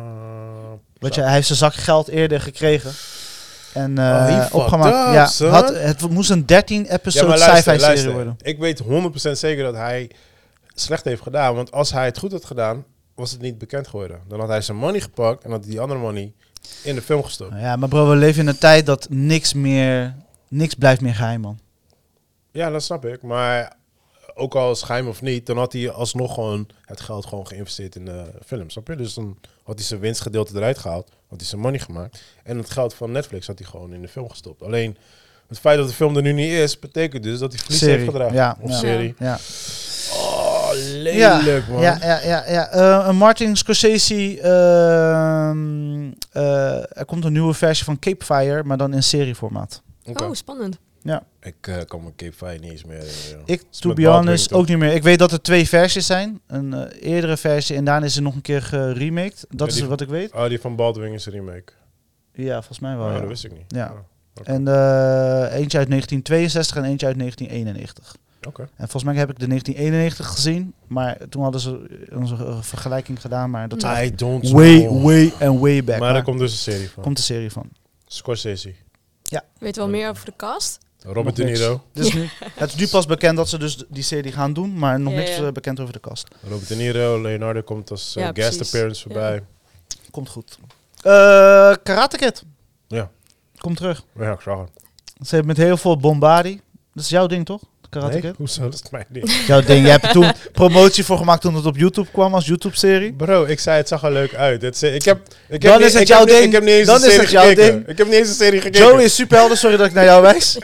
A: Weet
B: Zo.
A: je, hij heeft zijn zak geld eerder gekregen. En eh
B: Oh, he fucked up,
A: opgemaakt.
B: son.
A: ja, had, het moest een 13
B: ja,
A: episode
B: maar
A: sci-fi
B: luister,
A: serie
B: luister.
A: worden.
B: Ik weet 100% zeker dat hij slecht heeft gedaan. Want als hij het goed had gedaan, was het niet bekend geworden. Dan had hij zijn money gepakt en had hij die andere money in de film gestopt.
A: Nou Ja, maar bro, we leven in een tijd dat niks meer, niks blijft meer geheim, man.
B: Ja, dat snap ik. Maar ook al is het geheim of niet, dan had hij alsnog gewoon het geld gewoon geïnvesteerd in de film. Snap je? Dus dan had hij zijn winstgedeelte eruit gehaald. Had hij zijn money gemaakt. En het geld van Netflix had hij gewoon in de film gestopt. Alleen het feit dat de film er nu niet is, betekent dus dat hij verlies
A: Serie,
B: heeft gedragen.
A: ja,
B: of
A: ja.
B: serie.
A: Ja,
B: Oh, lelijk man.
A: ja, ja, ja. ja. Eh, een Martin Scorsese, ehm, eh, er komt een nieuwe versie van Cape Fire, maar dan in serieformaat.
B: Oké.
C: Oh, spannend.
B: Ik eh, kan mijn Cape Fire niet eens meer. herinneren, joh.
A: Ik,
B: is
A: to
B: met
A: be
B: Baldwin,
A: honest,
B: toch?
A: ook niet meer. Ik weet dat er twee versies zijn. Een eh, eerdere versie en daarna is er nog een keer geremaked. Dat is
B: Ja, die-
A: wat ik weet.
B: Oh, die van Baldwin is een remake.
A: Ja, volgens mij wel.
B: Oh,
A: ja.
B: dat wist ik niet.
A: Ja.
B: Oh, oké.
A: En eh, eentje uit 1962 en eentje uit 1991.
B: Oké.
A: En volgens mij heb ik de 1991 gezien, maar toen hadden ze onze eh, vergelijking gedaan, maar dat
B: I don't
A: is way,
B: know.
A: way en way back.
B: Maar
A: Maar
B: daar
A: komt,
B: komt dus een serie van.
A: de serie van.
B: Scorsese.
C: Weet
B: Oh.
C: je wel meer over de cast?
A: Nog
B: Robert De
A: niks.
B: Niro.
A: Dus nu, het is nu pas bekend dat ze dus die serie gaan doen, maar nog
C: Ja,
A: niks
C: ja.
A: eh, bekend over de kast.
B: Robert De Niro. Leonardo komt als eh,
C: Ja,
B: guest
C: precies.
B: appearance voorbij.
A: Komt goed. Eh Karate Kid.
B: Ja.
A: Komt terug.
B: Ja, ik zag hem.
A: Ze heeft met heel veel bombardie. Dat is jouw ding toch? Karate
B: Nee?
A: Kid?
B: Hoezo? Dat is mijn ding.
A: Jouw ding. Je hebt er toen promotie voor gemaakt toen het op YouTube kwam als YouTube-serie.
B: Bro, ik zei het zag er leuk uit. Het, is- ik heb, ik heb
A: Dan
B: niet-
A: is het
B: ik
A: jouw
B: heb niet-
A: ding.
B: Ik heb niet eens
A: Dan
B: een
A: is
B: serie
A: het jouw
B: gekeken.
A: ding.
B: Ik heb niet eens een serie gekeken.
A: Joe is superhelder, sorry dat ik naar jou wijs.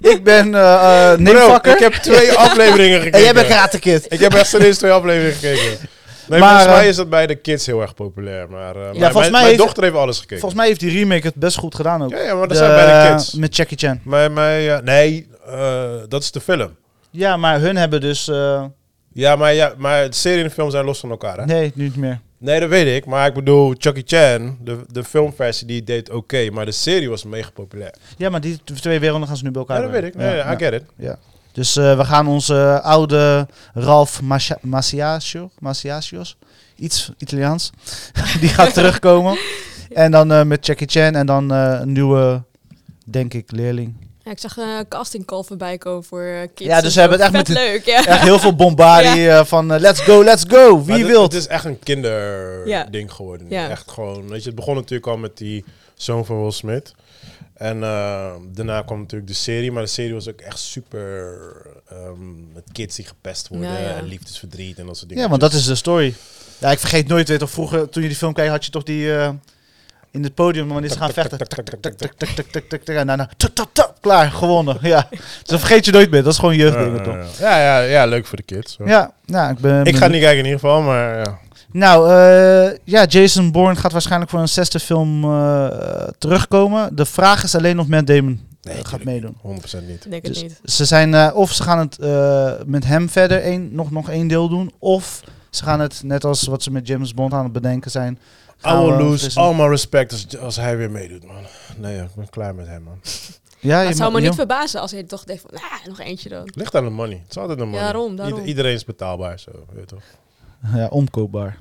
A: Ik ben eh eh
B: Bro,
A: neemvakker.
B: ik heb twee afleveringen gekeken.
A: En Oh, jij bent Karate Kid.
B: Ik heb echt serieus twee afleveringen gekeken. Nee,
A: Maar,
B: volgens mij
A: eh,
B: is dat bij de kids heel erg populair. Maar eh, mijn,
A: volgens
B: mijn-
A: mij
B: mijn
A: heeft-
B: dochter heeft alles gekeken.
A: Volgens mij heeft die remake het best goed gedaan ook.
B: Ja, ja, maar dat zijn bij de kids.
A: Met Jackie Chan.
B: Mijn, mijn, eh, nee, eh, dat is de film.
A: Ja, maar hun hebben dus... eh,
B: Ja maar, ja, maar de serie en de film zijn los van elkaar. Hè? Nee.
A: nee, nu niet meer.
B: dat weet ik. Maar ik bedoel, Chucky Chan, de, de filmversie, die deed oké. maar de serie was mega populair.
A: Ja, maar die t- twee werelden gaan ze nu bij elkaar
B: Ja, dat weet
A: brengen.
B: ik. Nee,
A: Ja,
B: I
A: ja.
B: get it.
A: Ja. Dus eh, we gaan onze eh, oude Ralf Macia- Maciasio, Maciasios, iets Italiaans, die gaat terugkomen. En dan eh, met Jackie Chan en dan eh, een nieuwe, denk ik, leerling.
C: Ja, ik zag een casting call voorbij komen voor eh, kids.
A: Ja,
C: en
A: dus ze
C: zo.
A: hebben het echt
C: Vet
A: met
C: leuk, ja.
A: Echt heel veel bombardie eh, van eh, let's go, let's go,
B: Maar
A: wie
B: dit-
A: wilt.
B: Het is echt een
C: Ja.
B: kinderding geworden. nu.
C: Ja.
B: Echt gewoon, weet je, het begon natuurlijk al met die zoon van Will Smith. En eh, daarna kwam natuurlijk de serie, maar de serie was ook echt super ehm, met kids die gepest worden
C: Ja, ja.
B: en liefdesverdriet en dat soort dingen.
A: Ja, want dat is de story. Ja, ik vergeet nooit, weet of vroeger, toen je die film keek, had je toch die eh, in het podium, wanneer ze gaan vechten. Tik, tik, tik, tik, tik, tik, tik, tik, En daarna, tuk, tuk, tuk, klaar, gewonnen. Ja, dus dat vergeet je nooit meer. Dat is gewoon jeugddingen, toch?
B: ja, ja, ja, leuk voor de kids. hoor.
A: Ja, nou, ik ben...
B: Ik ga niet kijken in ieder geval, maar ja.
A: Nou, eh, ja, Jason Bourne gaat waarschijnlijk voor een zesde film eh, terugkomen. De vraag is alleen of Matt Damon eh, gaat
B: tuurlijk.
A: meedoen.
B: 100% niet.
C: Ik denk het
A: Dus
C: niet.
A: Ze zijn, eh, of ze gaan het eh, met hem verder één, nog, nog één deel doen, of ze gaan het, net als wat ze met James Bond aan het bedenken zijn...
B: I
A: gaan
B: will
A: we-
B: lose
A: dus-
B: all my respect als, als hij weer meedoet, man. Nee, ja, ik ben klaar met hem, man.
A: Ja,
C: Maar het zou
A: ma-
C: me niet verbazen als hij toch denkt van, nou, nog eentje dan.
B: Ligt aan de money. Het is altijd een money.
C: daarom, daarom.
B: Ieder- iedereen is betaalbaar, zo. Weet je toch?
A: Ja, omkoopbaar.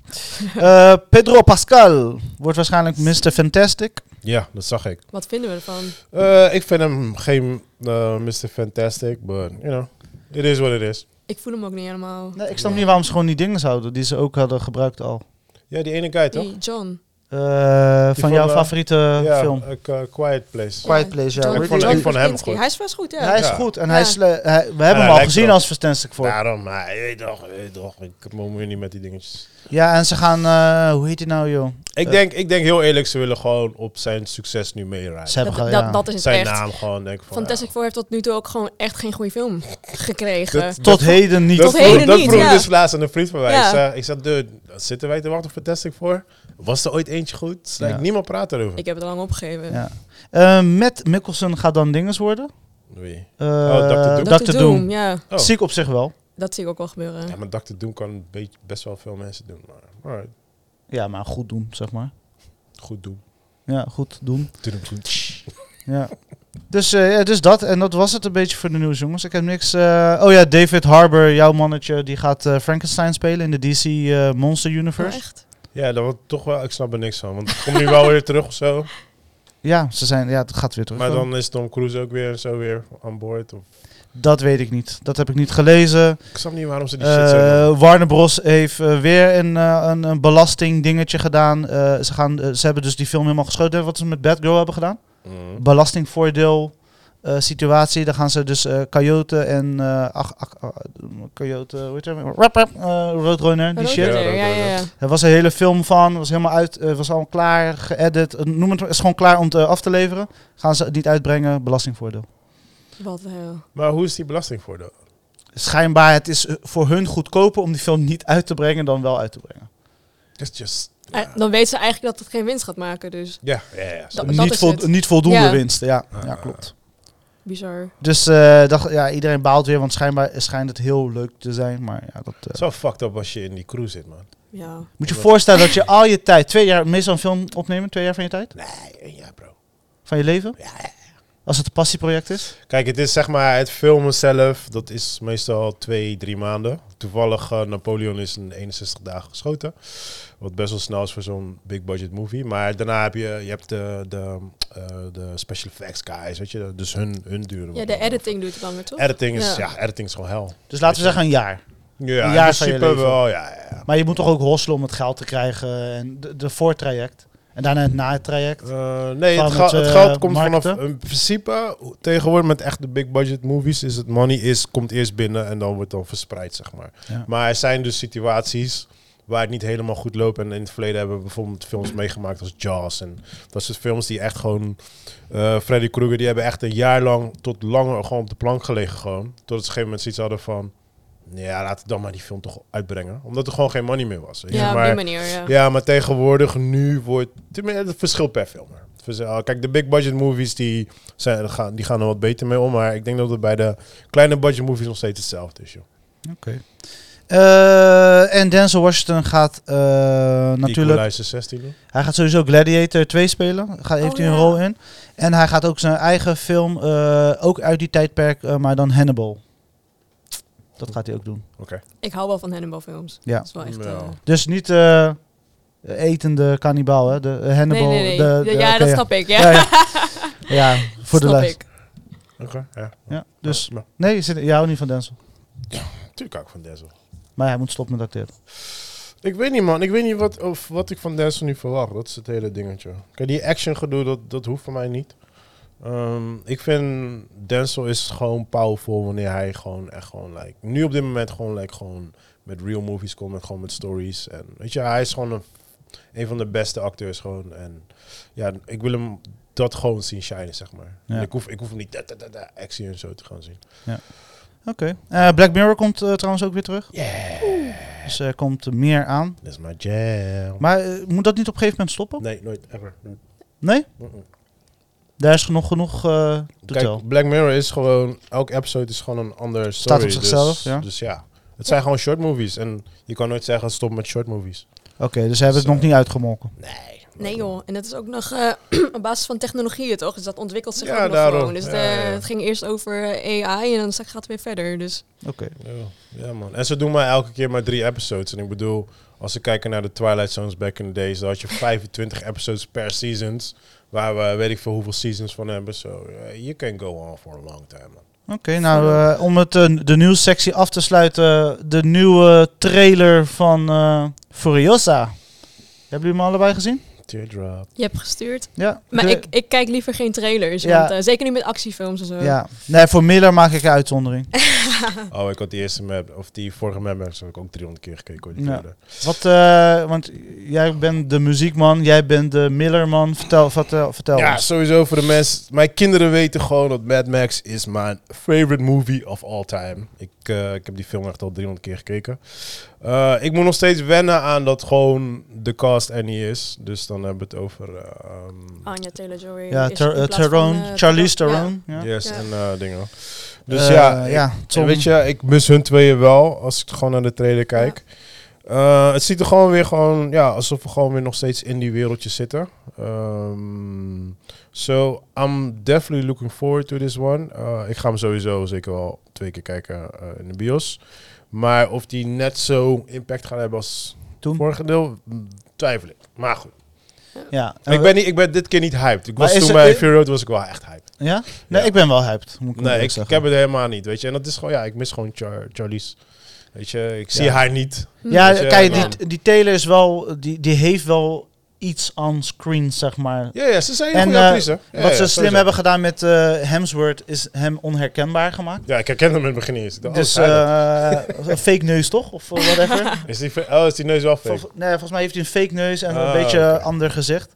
A: Eh, Pedro Pascal wordt waarschijnlijk Mr. Fantastic.
B: Ja, dat zag ik.
C: Wat vinden we ervan?
B: Eh, ik vind hem geen eh, Mr. Fantastic, but you know, it is what it is.
C: Ik voel hem ook niet helemaal.
A: Nee, ik snap niet waarom ze gewoon die dingen zouden die ze ook hadden gebruikt al.
B: Ja, die ene guy toch?
C: Die John.
A: Eh, van
B: van,
A: jouw
B: eh,
A: favoriete
B: ja,
A: film.
B: eh, Qu- Quiet Place.
A: Quiet Place, ja.
C: John-
B: Ik vond-
C: John
B: ik vond hem
C: Krasinski.
B: goed.
C: Hij is best goed, ja.
A: hij is
B: Ja.
A: goed en
C: Ja.
A: hij is le- hij- we
B: hij
A: hebben hem al
B: lijkt
A: gezien
B: erop.
A: als Fantastic voor. Ja.
B: Daarom, maar je weet toch, je weet toch, ik moet niet met die dingetjes.
A: en ze gaan, eh, hoe heet hij nou joh?
B: Ik,
A: Eh.
B: denk, ik denk heel eerlijk, ze willen gewoon op zijn succes nu meerijden.
A: Ze hebben
C: dat,
A: gewoon,
C: dat,
A: ja.
C: dat is het
B: Zijn
C: echt.
B: naam gewoon, denk ik van...
C: Fantastic Four heeft tot nu toe ook gewoon echt geen goede film gekregen.
B: Dat-
A: Tot heden niet.
B: Dat
C: Tot
B: vroeg,
C: heden
B: dat
C: niet,
B: vroeg
C: ja.
B: dus laatst aan een vriend van mij.
C: Ja.
B: Ik zei, ik zei, dude, zitten wij te wachten op Fantastic Four? Was er ooit eentje goed? Ze zei,
A: Ja.
B: Niemand praat erover.
C: Ik heb het al lang opgegeven.
A: Ja. Eh, Matt Mikkelsen gaat dan dinges worden.
B: Wie?
A: Eh,
B: Oh, Dr. Doom.
A: Dr. Doom.
C: Ja,
B: Oh.
A: Zie ik op zich wel.
C: dat zie ik ook wel gebeuren.
B: Ja, maar Dr. Doom kan een beetje, best wel veel mensen doen. Maar alright,
A: Ja, maar goed doen, zeg maar.
B: goed doen.
A: Ja, goed doen.
B: Doe hem goed.
A: Ja. Dus, eh, ja, dus dat. En dat was het een beetje voor de nieuws, jongens. Ik heb niks... eh, oh ja, David Harbour, jouw mannetje, die gaat eh, Frankenstein spelen in de DC eh, Monster
C: Oh,
A: Universe.
C: echt?
B: Ja, dat wordt toch wel, ik snap er niks van. Want ik kom nu wel weer terug of zo.
A: Ja, ze zijn, ja, het gaat weer terug.
B: Maar dan is Tom Cruise ook weer zo weer aan boord. Of,
A: Dat weet ik niet. Dat heb ik niet gelezen.
B: ik snap niet waarom ze die shit zo doen.
A: Eh Warner Bros. heeft eh, weer een, eh, een, een belastingdingetje gedaan. Eh, ze, gaan, eh, ze hebben dus die film helemaal geschoten. Wat ze met Batgirl hebben gedaan.
B: Mm.
A: Belastingvoordeel eh, situatie. Daar gaan ze dus eh coyote en... eh ach, ach, ah, coyote, hoe heet het? Rap, rap, eh, Roadrunner, die
C: Oh,
A: shit.
B: Ja,
C: dat-
B: dat-
C: ja, ja, ja.
B: dat-
A: Er was een hele film van, was helemaal uit, eh, was al klaar, geëdit. eh, noem het, maar, is gewoon klaar om te, af te leveren. Gaan ze het niet uitbrengen, belastingvoordeel.
C: Wat de hel.
B: Maar hoe is die belastingvoordeel?
A: Schijnbaar, het is eh, voor hun goedkoper om die film niet uit te brengen dan wel uit te brengen.
B: That's just...
C: Eh, Dan weten ze eigenlijk dat het geen winst gaat maken, dus
B: Ja, ja, ja.
C: Dat-
B: sorry.
A: niet,
C: is
A: vol-
C: het.
A: niet voldoende
C: Ja.
A: winst, ja.
B: Ah.
A: ja, klopt.
C: bizar.
A: Dus eh, dacht, ja, iedereen baalt weer, want schijnbaar eh, schijnt het heel leuk te zijn. Maar ja, dat, eh,
B: Het is wel fucked up als je in die crew zit, man.
C: Ja.
A: moet je voorstellen dat je al je tijd, twee jaar, meestal een film opnemen, twee jaar van je tijd,
B: Nee, een jaar, bro.
A: van je leven. Als het een passieproject is.
B: Kijk, het is zeg maar het filmen zelf, dat is meestal twee, drie maanden. Toevallig eh, Napoleon is in 61 dagen geschoten. Wat best wel snel is voor zo'n big budget movie. Maar daarna heb je, je hebt de, de, eh, de special effects guys, weet je. Dus hun, hun duren.
C: ja,
B: wat
C: de
B: langer.
C: editing doet het langer, toch?
B: Editing is,
C: Ja.
B: ja. editing is gewoon hel.
A: Dus laten we zeggen een jaar.
B: Ja,
A: Een
B: in
A: jaar van je
B: principe
A: leven.
B: wel, ja, ja. ja.
A: Maar je moet toch ook hosselen om het geld te krijgen en de, de voortraject. En daarna het na-traject.
B: Eh, nee,
A: Van
B: het, geld-
A: het,
B: het
A: eh,
B: geld komt vanaf...
A: markten?
B: In principe, hoe- tegenwoordig met echt de big budget movies... is het money is, komt eerst binnen en dan wordt dan verspreid, zeg maar.
A: Ja.
B: Maar er zijn dus situaties waar het niet helemaal goed loopt. En in het verleden hebben we bijvoorbeeld films meegemaakt als Jaws. En dat soort films die echt gewoon... eh, Freddy Krueger, die hebben echt een jaar lang tot langer gewoon op de plank gelegen gewoon. Tot ze op een gegeven moment zoiets hadden van... Ja, laten we dan maar die film toch uitbrengen. Omdat er gewoon geen money meer was. weet je.
C: Ja, op
B: maar,
C: die manier, ja.
B: ja, maar tegenwoordig nu wordt... tenminste, Het verschilt per film. Dus, eh, Kijk, de big budget movies die, zijn, gaan, die gaan er wat beter mee om. Maar ik denk dat het bij de kleine budget movies nog steeds hetzelfde is. Joh.
A: Eh, en Denzel Washington gaat eh, natuurlijk...
B: Equalizer 16. hè?
A: Hij gaat sowieso Gladiator 2 spelen. Ga, heeft
C: Oh,
A: hij een
C: ja.
A: rol in. En hij gaat ook zijn eigen film, eh, ook uit die tijdperk, eh, maar dan Hannibal. Dat gaat hij ook doen.
C: Ik hou wel van Hannibal films.
A: Ja.
C: Dat is wel echt...
B: Ja.
C: eh,
A: Dus niet eh, etende kannibaal, hè? De eh,
C: Nee,
A: Hannibal.
C: nee, nee.
A: De, de-
C: ja,
A: oké,
C: dat snap ik,
A: Ja,
C: ja.
A: ja. Ja, voor de
C: Snap
A: lijst.
C: ik.
B: Oké, ja.
A: Ja, dus
B: Maar,
A: nee, je, zit, je houdt niet van Denzel.
B: natuurlijk ook van Denzel.
A: Maar hij moet stoppen met acteren.
B: Ik weet niet, man. Ik weet niet wat, of, wat ik van Denzel nu verwacht. Dat is het hele dingetje. Kijk, die action gedoe, dat, dat hoeft voor mij niet. Ehm, ik vind Denzel is gewoon powerful wanneer hij gewoon echt gewoon like, nu op dit moment gewoon like, gewoon met real movies komt en gewoon met stories en weet je, hij is gewoon een, een van de beste acteurs gewoon en ja, ik wil hem dat gewoon zien shinen zeg maar.
A: Ja.
B: Ik hoef ik hoef hem niet da, da, da, da, actie en zo te gaan zien.
A: Oké. Eh, Black Mirror komt eh, trouwens ook weer terug.
B: Yeah,
A: Dus er komt meer aan.
B: that's my jam.
A: Maar eh, moet dat niet op een gegeven moment stoppen?
B: Nee, nooit ever.
A: Nee?
B: Mm-mm.
A: Daar is genoeg genoeg eh te tellen.
B: Kijk, Black Mirror is gewoon, elk episode is gewoon een ander story.
A: Staat op zichzelf,
B: dus,
A: ja.
B: Dus ja, het zijn gewoon short movies. En je kan nooit zeggen, stop met short movies.
A: Oké, dus ze hebben het
B: Zo.
A: nog niet uitgemolken.
B: Nee.
C: Nee joh, en dat is ook nog eh, op basis van technologieën toch? Dus dat ontwikkelt zich
B: Ja,
C: ook nog
B: daarom.
C: gewoon. Dus
B: Ja,
C: de-
B: ja.
C: het ging eerst over eh, AI en dan gaat het weer verder. Dus
A: Oké.
B: Ja, ja, man. En ze doen maar elke keer maar drie episodes. En ik bedoel, als we kijken naar de Twilight Zones back in the days, dan had je 25 episodes per seasons. Waar we weet ik veel hoeveel seasons van hebben. So, eh, you can go on for a long time, man.
A: Oké, nou eh, om het, eh, de nieuwssectie af te sluiten, de nieuwe trailer van eh, Furiosa. Hebben jullie hem allebei gezien?
B: Teardrop.
C: je hebt gestuurd.
A: Ja.
C: Maar
A: De-
C: ik, ik kijk liever geen trailers.
A: Ja.
C: Want, eh, zeker niet met actiefilms en zo.
A: Ja. Nee, voor Miller maak ik een uitzondering.
B: Oh, ik had die eerste map, of die vorige map, heb ik ook 300 keer gekeken. Hoor, die
A: Ja.
B: trailer.
A: Wat, eh, want jij bent de muziekman, jij bent de Millerman. Vertel, vertel, vertel
B: Ja,
A: ons.
B: sowieso voor de mensen. Mijn kinderen weten gewoon dat Mad Max is mijn favorite movie of all time. Ik, eh, ik heb die film echt al 300 keer gekeken. Eh, ik moet nog steeds wennen aan dat gewoon de cast er niet is. Dus dan hebben we het over... eh, ehm,
C: Anya Taylor-Joy.
A: Ja,
C: is
A: Ter-
C: in
A: eh,
C: plaats van,
A: Theron,
C: eh,
A: Charlize
C: Theron. Ja.
A: Theron. Ja.
B: Yes,
C: Ja.
B: en eh, dingen. Dus
A: Eh,
B: ja, ik-
A: ja
B: en
A: Tom.
B: weet je, ik mis hun tweeën wel als ik gewoon naar de trailer kijk. Eh, het ziet er gewoon weer gewoon, ja, alsof we gewoon weer nog steeds in die wereldjes zitten. Ehm, so, I'm definitely looking forward to this one. Eh, ik ga hem sowieso zeker wel twee keer kijken eh, in de bios. Maar of die net zo impact gaan hebben als
A: Toen?
B: vorige deel, twijfel ik. Maar goed,
A: Ja.
B: ik, ben niet, ik ben dit keer niet hyped.
A: Nou,
B: Ik
A: Maar
B: was
A: is
B: toen
A: er-
B: bij Fury Road was ik wel echt hyped.
A: Ja? Nee,
B: Ja.
A: ik ben wel hyped. Moet ik
B: Nee,
A: eerlijk
B: ik, ik
A: zeggen.
B: heb het helemaal niet, weet je. En dat is gewoon, ja, ik mis gewoon Char Charlies. Weet je, ik zie
A: Ja.
B: haar niet.
C: Mm. Hm.
A: Ja,
B: Dus, eh,
A: kijk,
C: ja.
A: die, die Taylor is wel, die, die heeft wel iets on screen, zeg maar.
B: Ja, ja ze zijn een
A: En,
B: goede
A: eh,
B: actrice. Ja, ja,
A: Wat ze slim
B: sowieso.
A: hebben gedaan met eh, Hemsworth is hem onherkenbaar gemaakt.
B: Ja, ik herkende hem in het begin niet eens. Ik dacht, oh,
A: dus
B: zij dat.
A: eh, een fake neus toch? Of eh, whatever.
B: is die, fe- oh, is die neus wel fake?
A: Vol- nee, volgens mij heeft hij een fake neus en
B: Ah,
A: een beetje
B: oké.
A: eh, ander gezicht.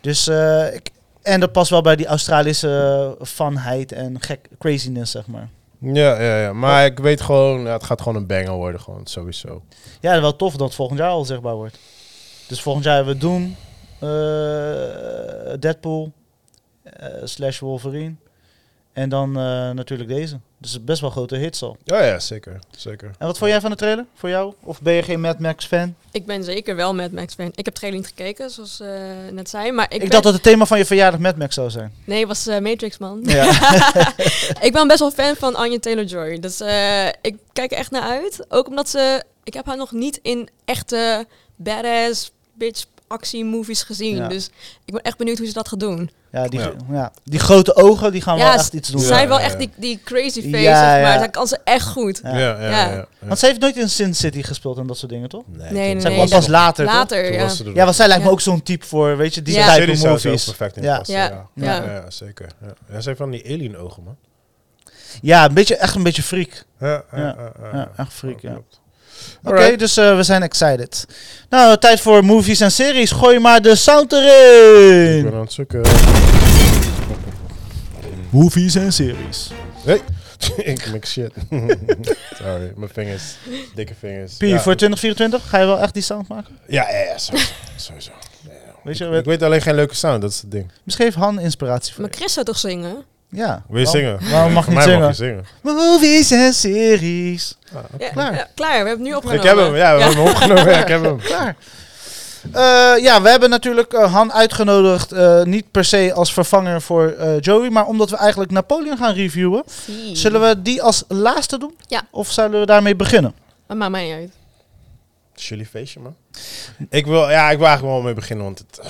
A: Dus eh, ik, en dat past wel bij die Australische fanheid en gek craziness, zeg maar.
B: Ja, ja, ja. Maar ik weet gewoon, ja, het gaat gewoon een banger worden, gewoon, sowieso.
A: Ja, wel tof dat het volgend jaar al zichtbaar wordt. Dus volgend jaar hebben we Doom, eh, Deadpool, eh, slash Wolverine. En dan eh, natuurlijk deze. Dus best wel grote hits al.
B: Ja, ja, zeker. Zeker.
A: En wat vond jij van de trailer? Voor jou? Of ben je geen Mad Max fan?
C: Ik ben zeker wel Mad Max fan. Ik heb trailer niet gekeken, zoals eh net zei. Maar ik,
A: Ik,
C: ben-
A: dacht dat het thema van je verjaardag Mad Max zou zijn.
C: Nee, was eh, Matrix, man.
A: Ja.
C: ik ben best wel fan van Anya Taylor-Joy. Dus eh, ik kijk er echt naar uit. Ook omdat ze... Ik heb haar nog niet in echte badass bitch actiemovies gezien.
A: Ja.
C: Dus ik ben echt benieuwd hoe ze dat gaat doen.
A: Ja, die,
B: Ja.
A: ja, die grote ogen, die gaan
C: Ja,
A: wel
C: ze-
A: echt iets doen.
C: Zij
B: Ja,
C: wel
B: ja,
C: echt
B: ja.
C: die, die crazy face,
A: Ja,
C: zeg maar.
A: ja.
C: Dat kan ze echt goed.
A: Ja.
B: Ja, ja, ja.
C: Ja.
B: ja, ja.
A: Want ze heeft nooit in Sin City gespeeld en dat soort dingen, toch?
B: Nee,
C: Nee,
B: toen-
A: Zij
C: nee,
A: kwam
C: dat-
A: pas later, toch?
C: Later,
B: toen
C: ja.
B: was ze er nog
A: Ja, want zij lijkt me
C: Ja.
A: ook zo'n type voor, weet je, die
C: Ja.
A: type
B: Serie zou ze ook
A: movies.
B: perfect in
A: Ja.
B: passen,
C: Ja.
B: ja.
C: Ja.
B: Ja, ja, zeker. Ja. Ja, ze heeft van die alien ogen, man.
A: Ja, een beetje, echt een beetje freak.
B: Ja, ja,
A: Ja.
B: ja, ja,
A: Ja, echt freak, ja.
B: Klopt.
A: Oké, dus eh, we zijn excited. Nou, tijd voor movies en series. Gooi maar de sound erin.
B: Ik ben aan het zoeken.
A: Movies en series.
B: Nee, ik mix shit. Sorry, mijn vingers. Dikke vingers.
A: P,
B: ja.
A: voor 2024 ga je wel echt die sound maken?
B: Ja, ja, ja, sowieso. sowieso.
A: Weet je,
B: Ik weet alleen geen leuke sound, dat is het ding.
A: misschien heeft Han inspiratie voor
C: Maar Chris zou toch zingen?
A: je. Ja.
B: Wil je
A: Waarom-
B: zingen?
A: Waarom mag je
B: Voor
A: niet
B: mij mag je
A: zingen?
B: zingen.
A: Movies en series.
C: Ja,
A: Klaar.
C: ja, klaar, we hebben het nu opgenomen.
B: Ik heb hem, ja, we hebben hem opgenomen. Ja, ik heb hem.
A: Klaar. Eh, ja, we hebben natuurlijk eh, Han uitgenodigd, eh, niet per se als vervanger voor eh, Joey, maar omdat we eigenlijk Napoleon gaan reviewen.
C: Zie.
A: Zullen we die als laatste doen?
C: Ja.
A: Of zouden we daarmee beginnen?
C: Maar maakt mij niet uit.
B: Het is jullie feestje, man. Ik wil, ja, ik wil eigenlijk wel mee beginnen, want het...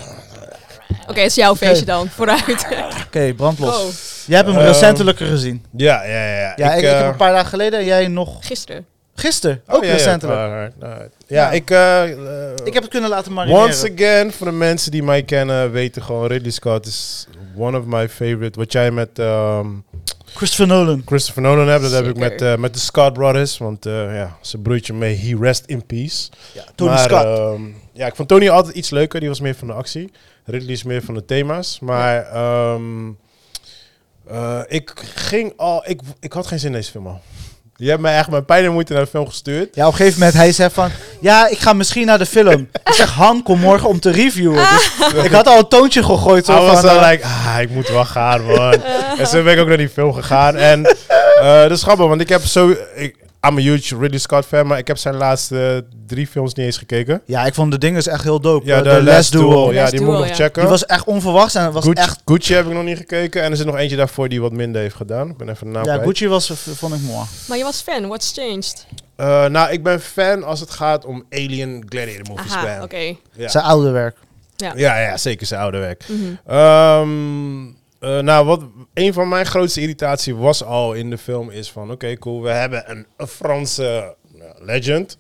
C: Oké, het is jouw
A: Oké.
C: feestje dan. Vooruit.
A: Oké, brandlos.
C: Oh,
A: Jij hebt hem
B: Ehm,
A: recentelijk gezien.
B: Ja, ja, ja.
A: Ja, ik, ik
B: eh,
A: heb een paar dagen geleden en jij nog
C: gisteren.
A: gisteren.
B: oh,
A: Ook
B: ja, ja,
A: recentelijk.
B: alright, alright.
A: Ja.
B: Ja, ik... eh, eh,
A: ik heb het kunnen laten marineren.
B: Once again, voor de mensen die mij kennen, weten gewoon Ridley Scott is one of my favorite. Wat jij met ehm,
A: Christopher Nolan.
B: Christopher Nolan hebt, dat heb ik
C: Zeker.
B: met, eh, met de Scott Brothers. Want eh, ja, zijn broertje mee, he rest in peace.
A: Tony
B: Maar,
A: Scott.
B: ehm, ja, ik vond Tony altijd iets leuker. Die was meer van de actie. Ridley is meer van de thema's. Maar ehm, eh, ik ging al... Ik, ik had geen zin in deze film al. Je hebt mij echt mijn pijn en moeite naar de film gestuurd.
A: ja, op een gegeven moment hij zei van... Ja, ik ga misschien naar de film. ik zeg, Han, kom morgen om te reviewen. Dus ik had al een toontje gegooid. Zo
B: Ah. Hij was
A: van,
B: dan
A: eh,
B: like, ah, ik moet wel gaan, man. en zo ben ik ook naar die film gegaan. En eh dat is grappig, want ik heb zo... Ik, I'm a huge Ridley Scott fan, maar ik heb zijn laatste drie films niet eens gekeken.
A: Ja, ik vond de ding is echt heel dope.
B: Ja,
A: Eh,
B: de,
A: de Les
B: Last Duel.
A: Duel.
B: Ja,
C: Last
B: die
C: Duel,
B: moet ik nog
C: ja.
B: checken.
A: Die was echt onverwacht en het was
B: Gucci,
A: echt...
B: Gucci heb ik nog niet gekeken. En er zit nog eentje daarvoor die wat minder heeft gedaan. Ik ben even de naam
A: Ja,
B: kwijt.
A: Gucci was, v- vond ik mooi.
C: Maar je was fan, what's changed?
B: Eh, nou, ik ben fan als het gaat om Alien Gladiator movies.
C: Aha,
B: man.
C: oké.
B: Ja.
A: Zijn oude werk.
B: Ja, ja, zeker zijn oude werk.
C: Mhm.
B: Ehm, eh, nou, wat een van mijn grootste irritatie was al in de film is van... Oké, cool, we hebben een, een Franse nou, legend.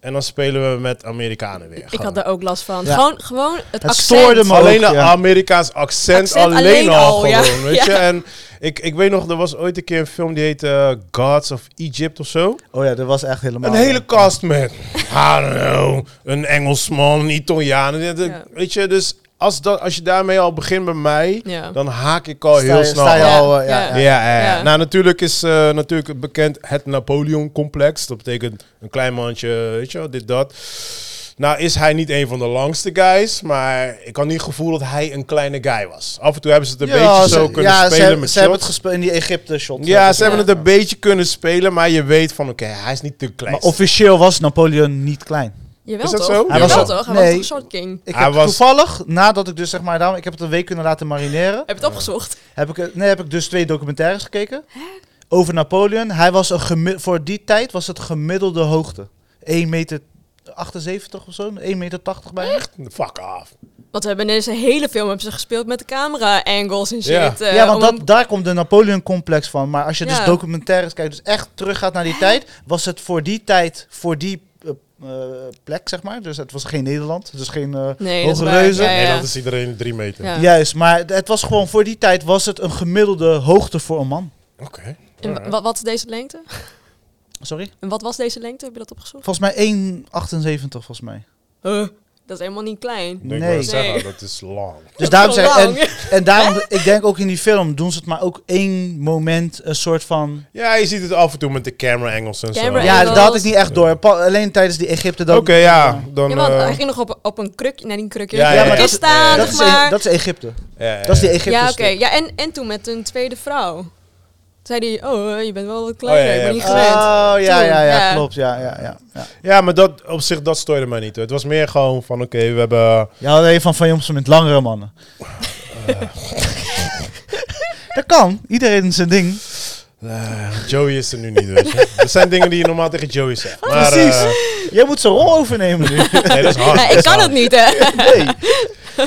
B: En dan spelen we met Amerikanen weer.
C: Ik
B: Gewoon.
C: had daar ook last van.
A: Ja.
C: Gewoon, gewoon het,
A: Het
C: accent.
A: stoorde me. Maar
B: alleen
A: ook,
B: een
A: ja.
B: Amerikaans accent,
C: Accent
B: alleen,
C: alleen
B: al
C: al,
B: gewoon,
C: ja.
B: weet je. En ik, ik weet nog, er was ooit een keer een film die heette eh, Gods of Egypt of zo.
A: Oh ja, dat was echt helemaal...
B: Een hele cast met, hallo, een Engelsman, een Italiaan. en dat-
C: Ja.
B: Weet je, dus als, dat, als je daarmee al begint bij mij,
C: Ja.
B: dan haak ik al
A: Sta je-
B: heel snel
A: sta je
B: af.
A: al, eh, ja,
B: Ja, ja, ja.
C: Ja.
B: nou natuurlijk is eh, natuurlijk bekend het Napoleon-complex. Dat betekent een klein mandje, weet je wel, dit, dat. Nou is hij niet een van de langste guys, maar ik had niet het gevoel dat hij een kleine guy was. Af en toe hebben ze het een beetje zo
A: ze,
B: kunnen
A: ja, ze,
B: spelen
A: hebben-
B: met
A: ze hebben het
B: shots.
A: gespeeld in die Egypte-shot.
B: Ja, ze
C: Ja.
B: hebben het een beetje kunnen spelen, maar je weet van oké, hij is niet te klein.
A: Maar officieel was Napoleon niet klein.
C: Jawel
B: Is dat
C: toch?
B: zo?
C: Hij
B: Ja.
C: was wel
A: Jawel.
C: toch? Hij
A: Nee.
C: was toch Short King?
A: Ik
B: Hij
A: heb
B: was-
A: toevallig, nadat ik dus zeg maar, daarom, ik heb het een week kunnen laten marineren,
C: Heb je het opgezocht?
A: heb ik, eh, nee, heb ik dus twee documentaires gekeken over Napoleon. Hij was een gemi- voor die tijd was het gemiddelde hoogte. 1 meter 78 of zo, 1 meter 80 bijna.
B: Fuck off.
C: Want we hebben in deze hele film hebben ze gespeeld met de camera angles en shit.
B: Ja.
C: eh,
A: ja, want
C: om-
A: dat, daar komt de Napoleon-complex van. Maar als je dus
C: Ja.
A: documentaires kijkt, dus echt teruggaat naar die tijd, was het voor die tijd, voor die eh, eh, plek, zeg maar. Dus het was geen Nederland, dus geen eh,
C: Nee, dat is
A: hoge
C: waar.
A: reuzen.
C: Ja, ja.
B: Nederland is iedereen drie meter.
C: Ja.
A: Juist, maar het- het was gewoon voor die tijd was het een gemiddelde hoogte voor een man.
B: Oké.
C: En wa- wat, wat is deze lengte?
A: Sorry?
C: En wat was deze lengte? Heb je dat opgezocht?
A: Volgens mij 1,78 volgens mij.
C: Huh? Dat is helemaal niet klein.
B: Nee. Ik
A: Nee.
B: wou zeggen,
C: Nee.
B: dat is lang.
A: Dus daarom
C: is
A: zeg
C: wel
A: en,
C: lang.
A: en daarom, ik denk ook in die film doen ze het maar ook één moment een soort van.
B: Ja, je ziet het af en toe met de camera angles en
C: Camera
B: zo.
A: Ja,
C: Engels.
A: dat had ik niet echt door. Pa- alleen tijdens die Egypte
B: Oké,
A: dan.
B: ja. Dan,
C: Ja, want
B: eh,
C: hij ging nog op, op een krukje, nee, niet een krukje,
B: Ja,
C: ja,
B: ja,
A: ja.
C: maar
A: Dat-
C: staan,
A: Dat
C: zeg
A: is, E-
C: maar.
A: dat is Egypte.
B: ja, ja,
A: Dat is die
B: ja.
A: Egypte.
C: ja, oké. Ja, en, en toen met een tweede vrouw. Toen zei hij, oh, eh, je bent wel wat
B: Oh, ja,
C: kleiner,
B: ja,
C: ik ben niet
A: Oh
B: precies.
C: gewend.
A: ja, ja, ja,
C: Ja.
A: klopt. Ja, ja, ja. ja.
B: Ja, maar dat, op zich, dat stoorde mij niet. hoor. Het was meer gewoon van, oké, we hebben...
A: Je had een van Van Jomsen met langere mannen. dat kan. Iedereen zijn ding.
B: eh, Joey is er nu niet, weet je. Dat zijn dingen die je normaal tegen Joey zegt. Maar,
A: Precies.
B: eh,
A: Jij moet zijn rol overnemen nu.
B: nee, dat is hard.
C: Ja,
B: dat
C: ik
B: is
C: kan
B: hard.
C: het niet, hè.
A: Nee.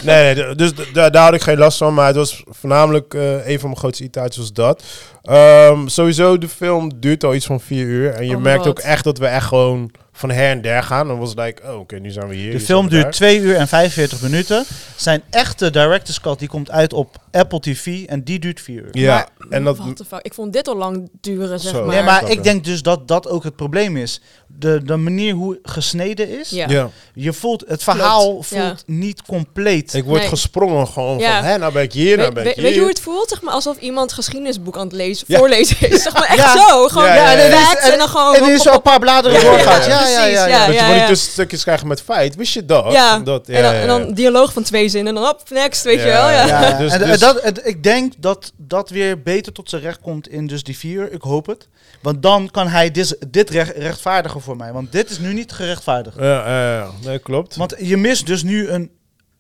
B: Nee, nee, d- dus d- daar daar had ik geen last van. Maar het was voornamelijk eh, een van mijn grootste irritaties was dat. Ehm, sowieso, de film duurt al iets van vier uur. En je
C: Oh my
B: merkt
C: God.
B: ook echt dat we echt gewoon van her en der gaan. Dan was het like, oh, oké, nu zijn we hier.
A: De
B: nu
A: film
B: zijn we
A: duurt 2 uur en 45 minuten. Zijn echte director's cut die komt uit op Apple TV en die duurt 4 uur.
B: daar. Ja, en dat...
C: What the fuck? Ik vond dit al lang duren, zeg
B: Zo.
C: maar.
A: Nee, maar
B: Snap je.
A: ik denk dus dat dat ook het probleem is. De, de manier hoe gesneden is.
C: Ja.
B: Ja.
A: Je voelt, het verhaal
C: Klopt, ja.
A: voelt niet compleet.
B: Ik word
C: Nee.
B: gesprongen gewoon
C: Ja.
B: van, hè, nou ben ik hier, nou
C: Weet,
B: ben
C: weet-
B: ik hier.
C: weet je hoe het voelt? Zeg maar alsof iemand geschiedenisboek aan het lezen,
B: Ja.
C: voorlezen is. Zeg maar echt
A: Ja.
C: zo. Gewoon
B: Ja,
C: ja,
B: ja, ja.
A: En-
C: en dan gewoon...
A: en er is zo een paar bladeren
B: Ja,
A: doorgaat.
B: ja,
A: Ja, ja,
C: Oh, precies,
A: ja.
C: ja.
A: ja.
B: Dat je van die tussenstukjes krijgt met feit, wist je dat?
C: Ja.
B: dat
C: en, dan, en dan dialoog van twee zinnen en dan op, next, weet
B: Ja,
C: je wel. Ja.
B: ja.
A: Ja,
B: Dus-
A: en, en
B: dus-
A: dat, het- ik denk dat dat weer beter tot zijn recht komt in dus die vier. Ik hoop het. Want dan kan hij dis- dit recht, rechtvaardigen voor mij. Want dit is nu niet gerechtvaardigd.
B: Ja, ja, ja. nee, klopt.
A: Want je mist dus nu een,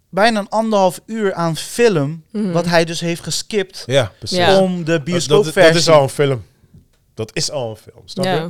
A: bijna een anderhalf uur aan film...
C: Mhm.
A: wat hij dus heeft geskipt
B: ja, precies.
C: Ja.
A: om de
B: Dat- Dat,
A: bioscoopversie.
B: dat is al een film. Dat is al een film, snap
C: Ja.
B: je?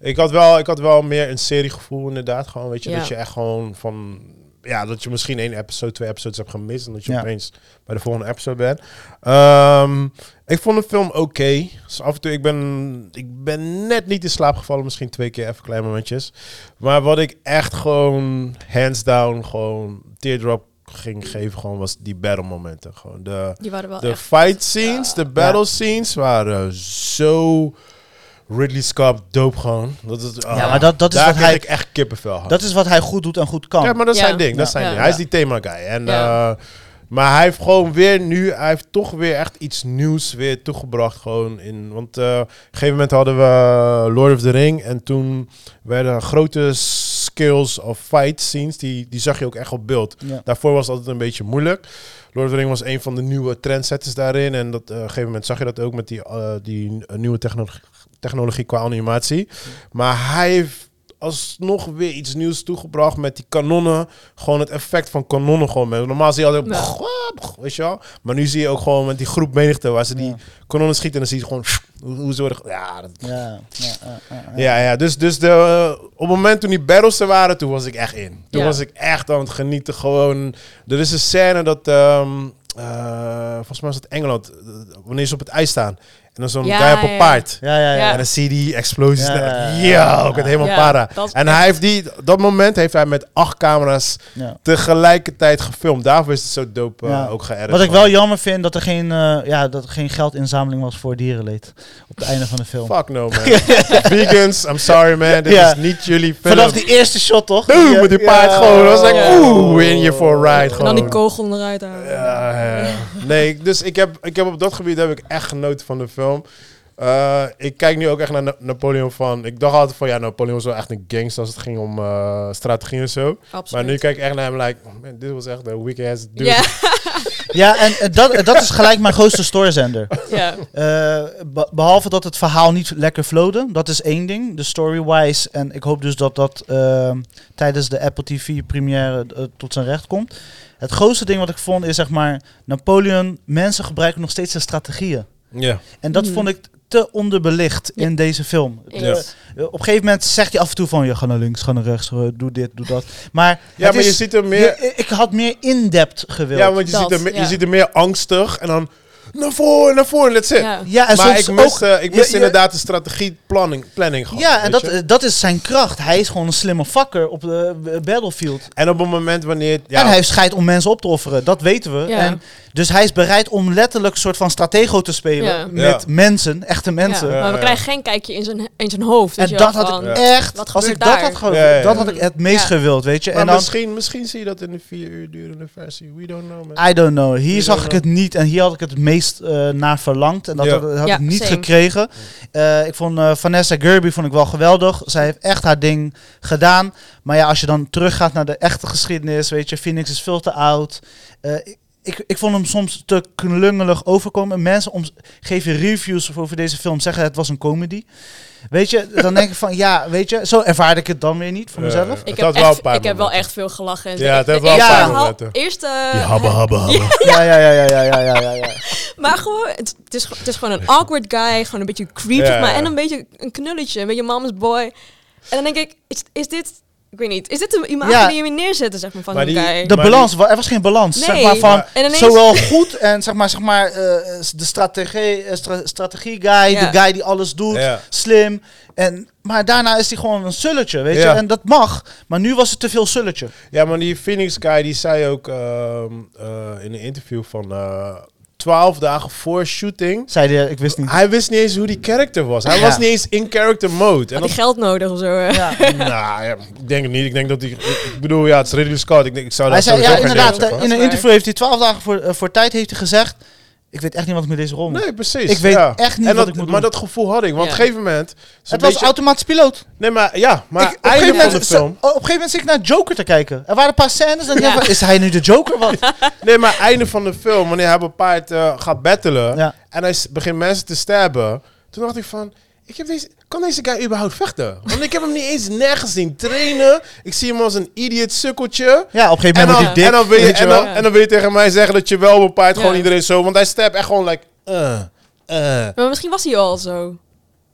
B: Ik had, wel, ik had wel meer een seriegevoel inderdaad. Gewoon, weet je,
C: Ja.
B: dat je echt gewoon van... Ja, dat je misschien één episode, twee episodes hebt gemist. En dat je
A: Ja.
B: opeens bij de volgende episode bent. Ehm, ik vond de film oké. Dus af en toe, ik ben, ik ben net niet in slaap gevallen. Misschien twee keer, even klein momentjes. Maar wat ik echt gewoon, hands down, gewoon teardrop ging geven... gewoon was die battle momenten. Gewoon de...
C: Die waren wel
A: Oh,
B: De
C: echt...
B: fight scenes, de battle scenes waren zo Ridley Scott dope gewoon. Dat is, ah,
A: Ja, maar dat- dat is
B: daar
A: wat
B: kreeg
A: hij-
B: ik echt kippenvel van.
A: Dat is wat hij goed doet en goed kan.
B: Ja, maar dat is
C: Ja.
B: zijn ding. Dat is
A: Ja.
B: zijn
C: Ja.
B: ding. Hij is
A: Ja.
B: die thema guy. En,
C: Ja.
B: eh, maar hij heeft gewoon weer nu, hij heeft toch weer echt iets nieuws weer toegebracht gewoon in. Want eh, op een gegeven moment hadden we eh, Lord of the Ring en toen werden grote skills of fight scenes, die, die zag je ook echt op beeld.
A: Ja.
B: Daarvoor was het altijd een beetje moeilijk. Lord of the Ring was een van de nieuwe trendsetters daarin. En dat, eh, op een gegeven moment zag je dat ook met die, eh, die eh, nieuwe technologie, technologie qua animatie. Maar hij heeft alsnog weer iets nieuws toegebracht met die kanonnen. Gewoon het effect van kanonnen gewoon. met- Normaal zie je altijd...
C: Ja.
B: weet je wel? Maar nu zie je ook gewoon met die groep menigte waar ze die
A: Ja.
B: kanonnen schieten. En dan zie je gewoon... Hoe, hoe ze worden... ge- Ja, dat,
A: Ja, ja, ja, ja, ja.
B: ja, ja. Dus, dus de, op het moment toen die battles er waren, toen was ik echt in. Toen
C: Ja.
B: was ik echt aan het genieten. Gewoon, er is een scène dat, ehm, eh, volgens mij is het Engeland, eh, wanneer ze op het ijs staan. En dan zo'n
C: Ja,
B: guy op
C: ja,
B: een
C: ja.
B: paard.
A: Ja, ja, ja.
B: En dan zie je die explosies.
A: Ja,
B: Ja,
A: ja, ja.
B: ik werd helemaal
C: Ja,
B: para.
C: dat is
B: En hij heeft die, dat moment heeft hij met acht camera's
A: ja.
B: tegelijkertijd gefilmd. Daarvoor is het zo dope eh,
A: Ja.
B: ook geërfd.
A: Wat ik
B: gewoon.
A: wel jammer vind, dat er geen, eh, ja, dat er geen geldinzameling was voor dierenleed. Op het einde van de film.
B: Fuck no, man. Vegans, I'm sorry, man. Dit
A: Ja.
B: is niet jullie film.
A: Vanaf die eh, eerste shot, toch?
B: Boom, met die paard gewoon. Dat was like,
C: Ja.
B: oeh, in je for a ride
C: En dan
B: gewoon.
C: die kogel eruit halen.
B: Oh. Ja, ja. Nee, ik- dus ik heb, ik heb op dat gebied heb ik echt genoten van de film. Eh, ik kijk nu ook echt naar Na- Napoleon van... Ik dacht altijd van, ja, Napoleon was wel echt een gangster als het ging om eh, strategie en zo. Maar
C: Absoluut.
B: nu kijk ik echt naar hem, like, man, dit was echt een weak-ass dude.
C: Ja,
A: Ja, en eh, dat, eh, dat is gelijk mijn grootste stoorzender.
C: ja.
A: Eh, be- behalve dat het verhaal niet lekker flowde, dat is één ding, de story-wise. En ik hoop dus dat dat ehm, tijdens de Apple TV-première eh, tot zijn recht komt. Het grootste ding wat ik vond is, zeg maar, Napoleon, mensen gebruiken nog steeds zijn strategieën.
B: Ja.
A: En dat
C: Mhm.
A: vond ik te onderbelicht in deze film.
C: Ja.
A: Eh, eh, op een gegeven moment zegt hij af en toe van, je ga naar links, ga naar rechts, eh, doe dit, doe dat. Maar,
B: Ja,
A: het
B: maar je
A: is-
B: ziet hem meer...
A: je- ik had meer in-depth gewild.
B: Ja, want je,
C: Dat,
B: ziet hem,
C: ja.
B: je ziet hem meer angstig en dan... Naar voren, naar voren, let's it.
C: ja.
A: Ja, en
B: maar
A: soms
B: ik mis,
A: ook,
B: eh, ik
A: je-
B: mis
A: je-
B: inderdaad de strategie planning, planning gewoon.
A: Ja, en
B: weet
A: dat,
B: je?
A: eh, dat is zijn kracht. Hij is gewoon een slimme fakker op de eh, battlefield.
B: En op het moment wanneer... Ja,
A: En hij heeft scheid om mensen op te offeren, dat weten we.
C: Ja.
A: En dus hij is bereid om letterlijk een soort van stratego te spelen
C: Ja.
A: met
B: Ja.
A: mensen, echte mensen.
C: Ja, maar we
B: Ja.
C: krijgen geen kijkje in zijn, in zijn hoofd. weet
A: En
C: je
A: dat
C: wel,
A: had ik
C: van-
A: echt,
C: wat
A: als ik
C: gebeurt
A: dat
C: daar?
A: had gehoord,
B: Ja, ja, ja.
A: dat had ik het meest
C: Ja.
A: gewild, weet je.
B: Maar
A: En dan,
B: misschien, misschien zie je dat in de vier uur durende versie. We don't know, man.
A: I don't know, hier
B: Ja.
A: zag ik het niet en hier had ik het meest eh, naar verlangd. En dat
B: Ja.
A: had, had
C: Ja,
A: ik niet
C: same.
A: gekregen. Eh, ik vond eh, Vanessa Kirby vond ik wel geweldig. Zij heeft echt haar ding gedaan. Maar ja, als je dan teruggaat naar de echte geschiedenis, weet je, Phoenix is veel te oud. Eh, ik, ik vond hem soms te klungelig overkomen. Mensen om, geven reviews over deze film, zeggen het was een comedy. Weet je, dan denk ik van ja, weet je, zo ervaarde ik het dan weer niet voor
B: Ja,
A: mezelf.
B: ja.
C: Ik,
B: Het
C: heb
B: had wel
C: echt,
B: een paar
C: ik heb wel
B: momenten.
C: echt veel gelachen. En zo.
B: Ja, het heeft
C: de
B: wel
A: een
C: eerste
A: paar
C: verhaal-
B: momenten.
C: Eerste,
B: Die habbe, habbe, habbe.
A: Ja, ja, ja, ja, ja, ja, ja, ja.
C: maar gewoon, het, het is, het is gewoon een awkward guy, gewoon een beetje creepy,
B: Ja,
C: maar
B: ja.
C: en een beetje een knulletje, een beetje mama's boy. En dan denk ik, is, is dit, ik weet niet, is dit een imago
A: Ja.
C: die je weer neerzetten, zeg maar, van
B: Maar
C: een
B: die-
C: guy?
A: De
B: Maar
A: balans, wa- er was geen balans.
C: Nee.
A: Zeg maar van
C: Ja. En ineens-
A: zowel goed en zeg maar, zeg maar eh, s- de strategie, eh, stra- strategie guy,
C: Ja.
A: de guy die alles doet,
B: Ja.
A: slim. En, maar daarna is hij gewoon een sulletje, weet
B: Ja.
A: je. En dat mag, maar nu was het te veel sulletje.
B: Ja, maar die Phoenix guy die zei ook ehm, eh, in een interview van eh, twaalf dagen voor shooting.
A: Zei hij, ik wist niet.
B: Hij wist niet eens hoe die character was. Hij
A: Ja.
B: was niet eens in character mode. En dat,
C: Had hij geld nodig of zo? eh?
A: Ja.
B: nou, ja, ik denk het niet. Ik denk dat hij. Ik bedoel, ja, het is Ridley Scott. Ik, denk, ik zou
A: Hij
B: daar
A: zei,
B: sowieso
A: ja,
B: geen
A: inderdaad,
B: neerzetten,
A: eh,
B: hoor.
A: in een
C: waar.
A: interview heeft hij twaalf dagen voor, eh, voor tijd heeft hij gezegd, ik weet echt niet wat ik met deze rol moet.
B: Nee, precies.
A: Ik weet
B: ja.
A: echt niet
B: En
A: wat
B: dat,
A: ik moet
B: Maar
A: doen.
B: dat gevoel had ik. Want
C: Ja.
B: op een gegeven moment... zo'n
A: Het was
B: beetje-
A: automatisch piloot.
B: Nee, maar ja. Maar
A: Ik-
B: het einde van de
A: moment,
B: film...
A: zo- op een gegeven moment zit ik naar Joker te kijken. Er waren een paar scènes en ik dacht, is hij nu de Joker? Wat?
B: Nee, maar einde van de film, wanneer hij op een paard eh, gaat battelen
A: Ja.
B: en hij s- begint mensen te stabben, toen dacht ik van, ik heb deze, kan deze guy überhaupt vechten? Want ik heb hem niet eens nergens zien trainen. Ik zie hem als een idiot sukkeltje.
A: Ja, op een gegeven
B: En
A: moment
B: dan,
A: wordt hij
B: en,
A: dik.
B: dan wil je,
A: weet
B: en,
A: wel.
B: dan, en dan wil je tegen mij zeggen dat je wel op een paard
C: Ja.
B: gewoon iedereen zo, want hij stapt echt gewoon like, eh, eh.
C: Maar misschien was hij al zo.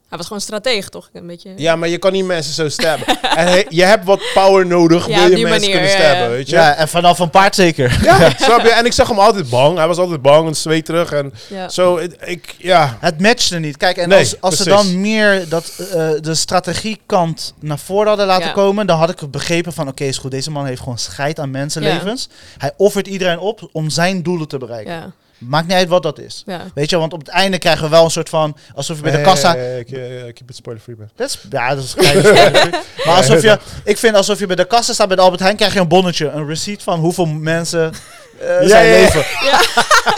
C: Hij was gewoon strateeg, toch? Een beetje.
B: Ja, maar je kan niet mensen zo stabben. en he- je hebt wat power nodig,
C: Ja,
B: wil
C: op
B: je
C: die
B: mensen
C: manier,
B: kunnen
C: ja,
B: stabben,
C: ja.
B: weet je?
A: Ja, en vanaf een paard zeker.
B: Ja, snap je? En ik zag hem altijd bang. Hij was altijd bang en zweterig. En
C: Ja.
B: zo, ik- ik, ja,
A: Het matchte niet. Kijk, en
B: Nee,
A: als, als ze
B: precies.
A: dan meer dat, eh, de strategiekant naar voren hadden laten
C: Ja.
A: komen, dan had ik begrepen van oké, is goed, deze man heeft gewoon scheid aan mensenlevens. Hij offert iedereen op om zijn doelen te bereiken.
C: Ja.
A: Maakt niet uit wat dat is.
C: ja.
A: Weet je, want op het einde krijgen we wel een soort van alsof je bij de kassa.
B: Ja, ja, ja, ik, ja, ja, keep it spoiler free, man.
A: Dat is, ja, dat is een kleine spoiler. Maar alsof je, ik vind alsof je bij de kassa staat bij de Albert Heijn, krijg je een bonnetje, een receipt van hoeveel mensen eh,
D: Ja,
A: zijn
D: ja, ja.
A: leven.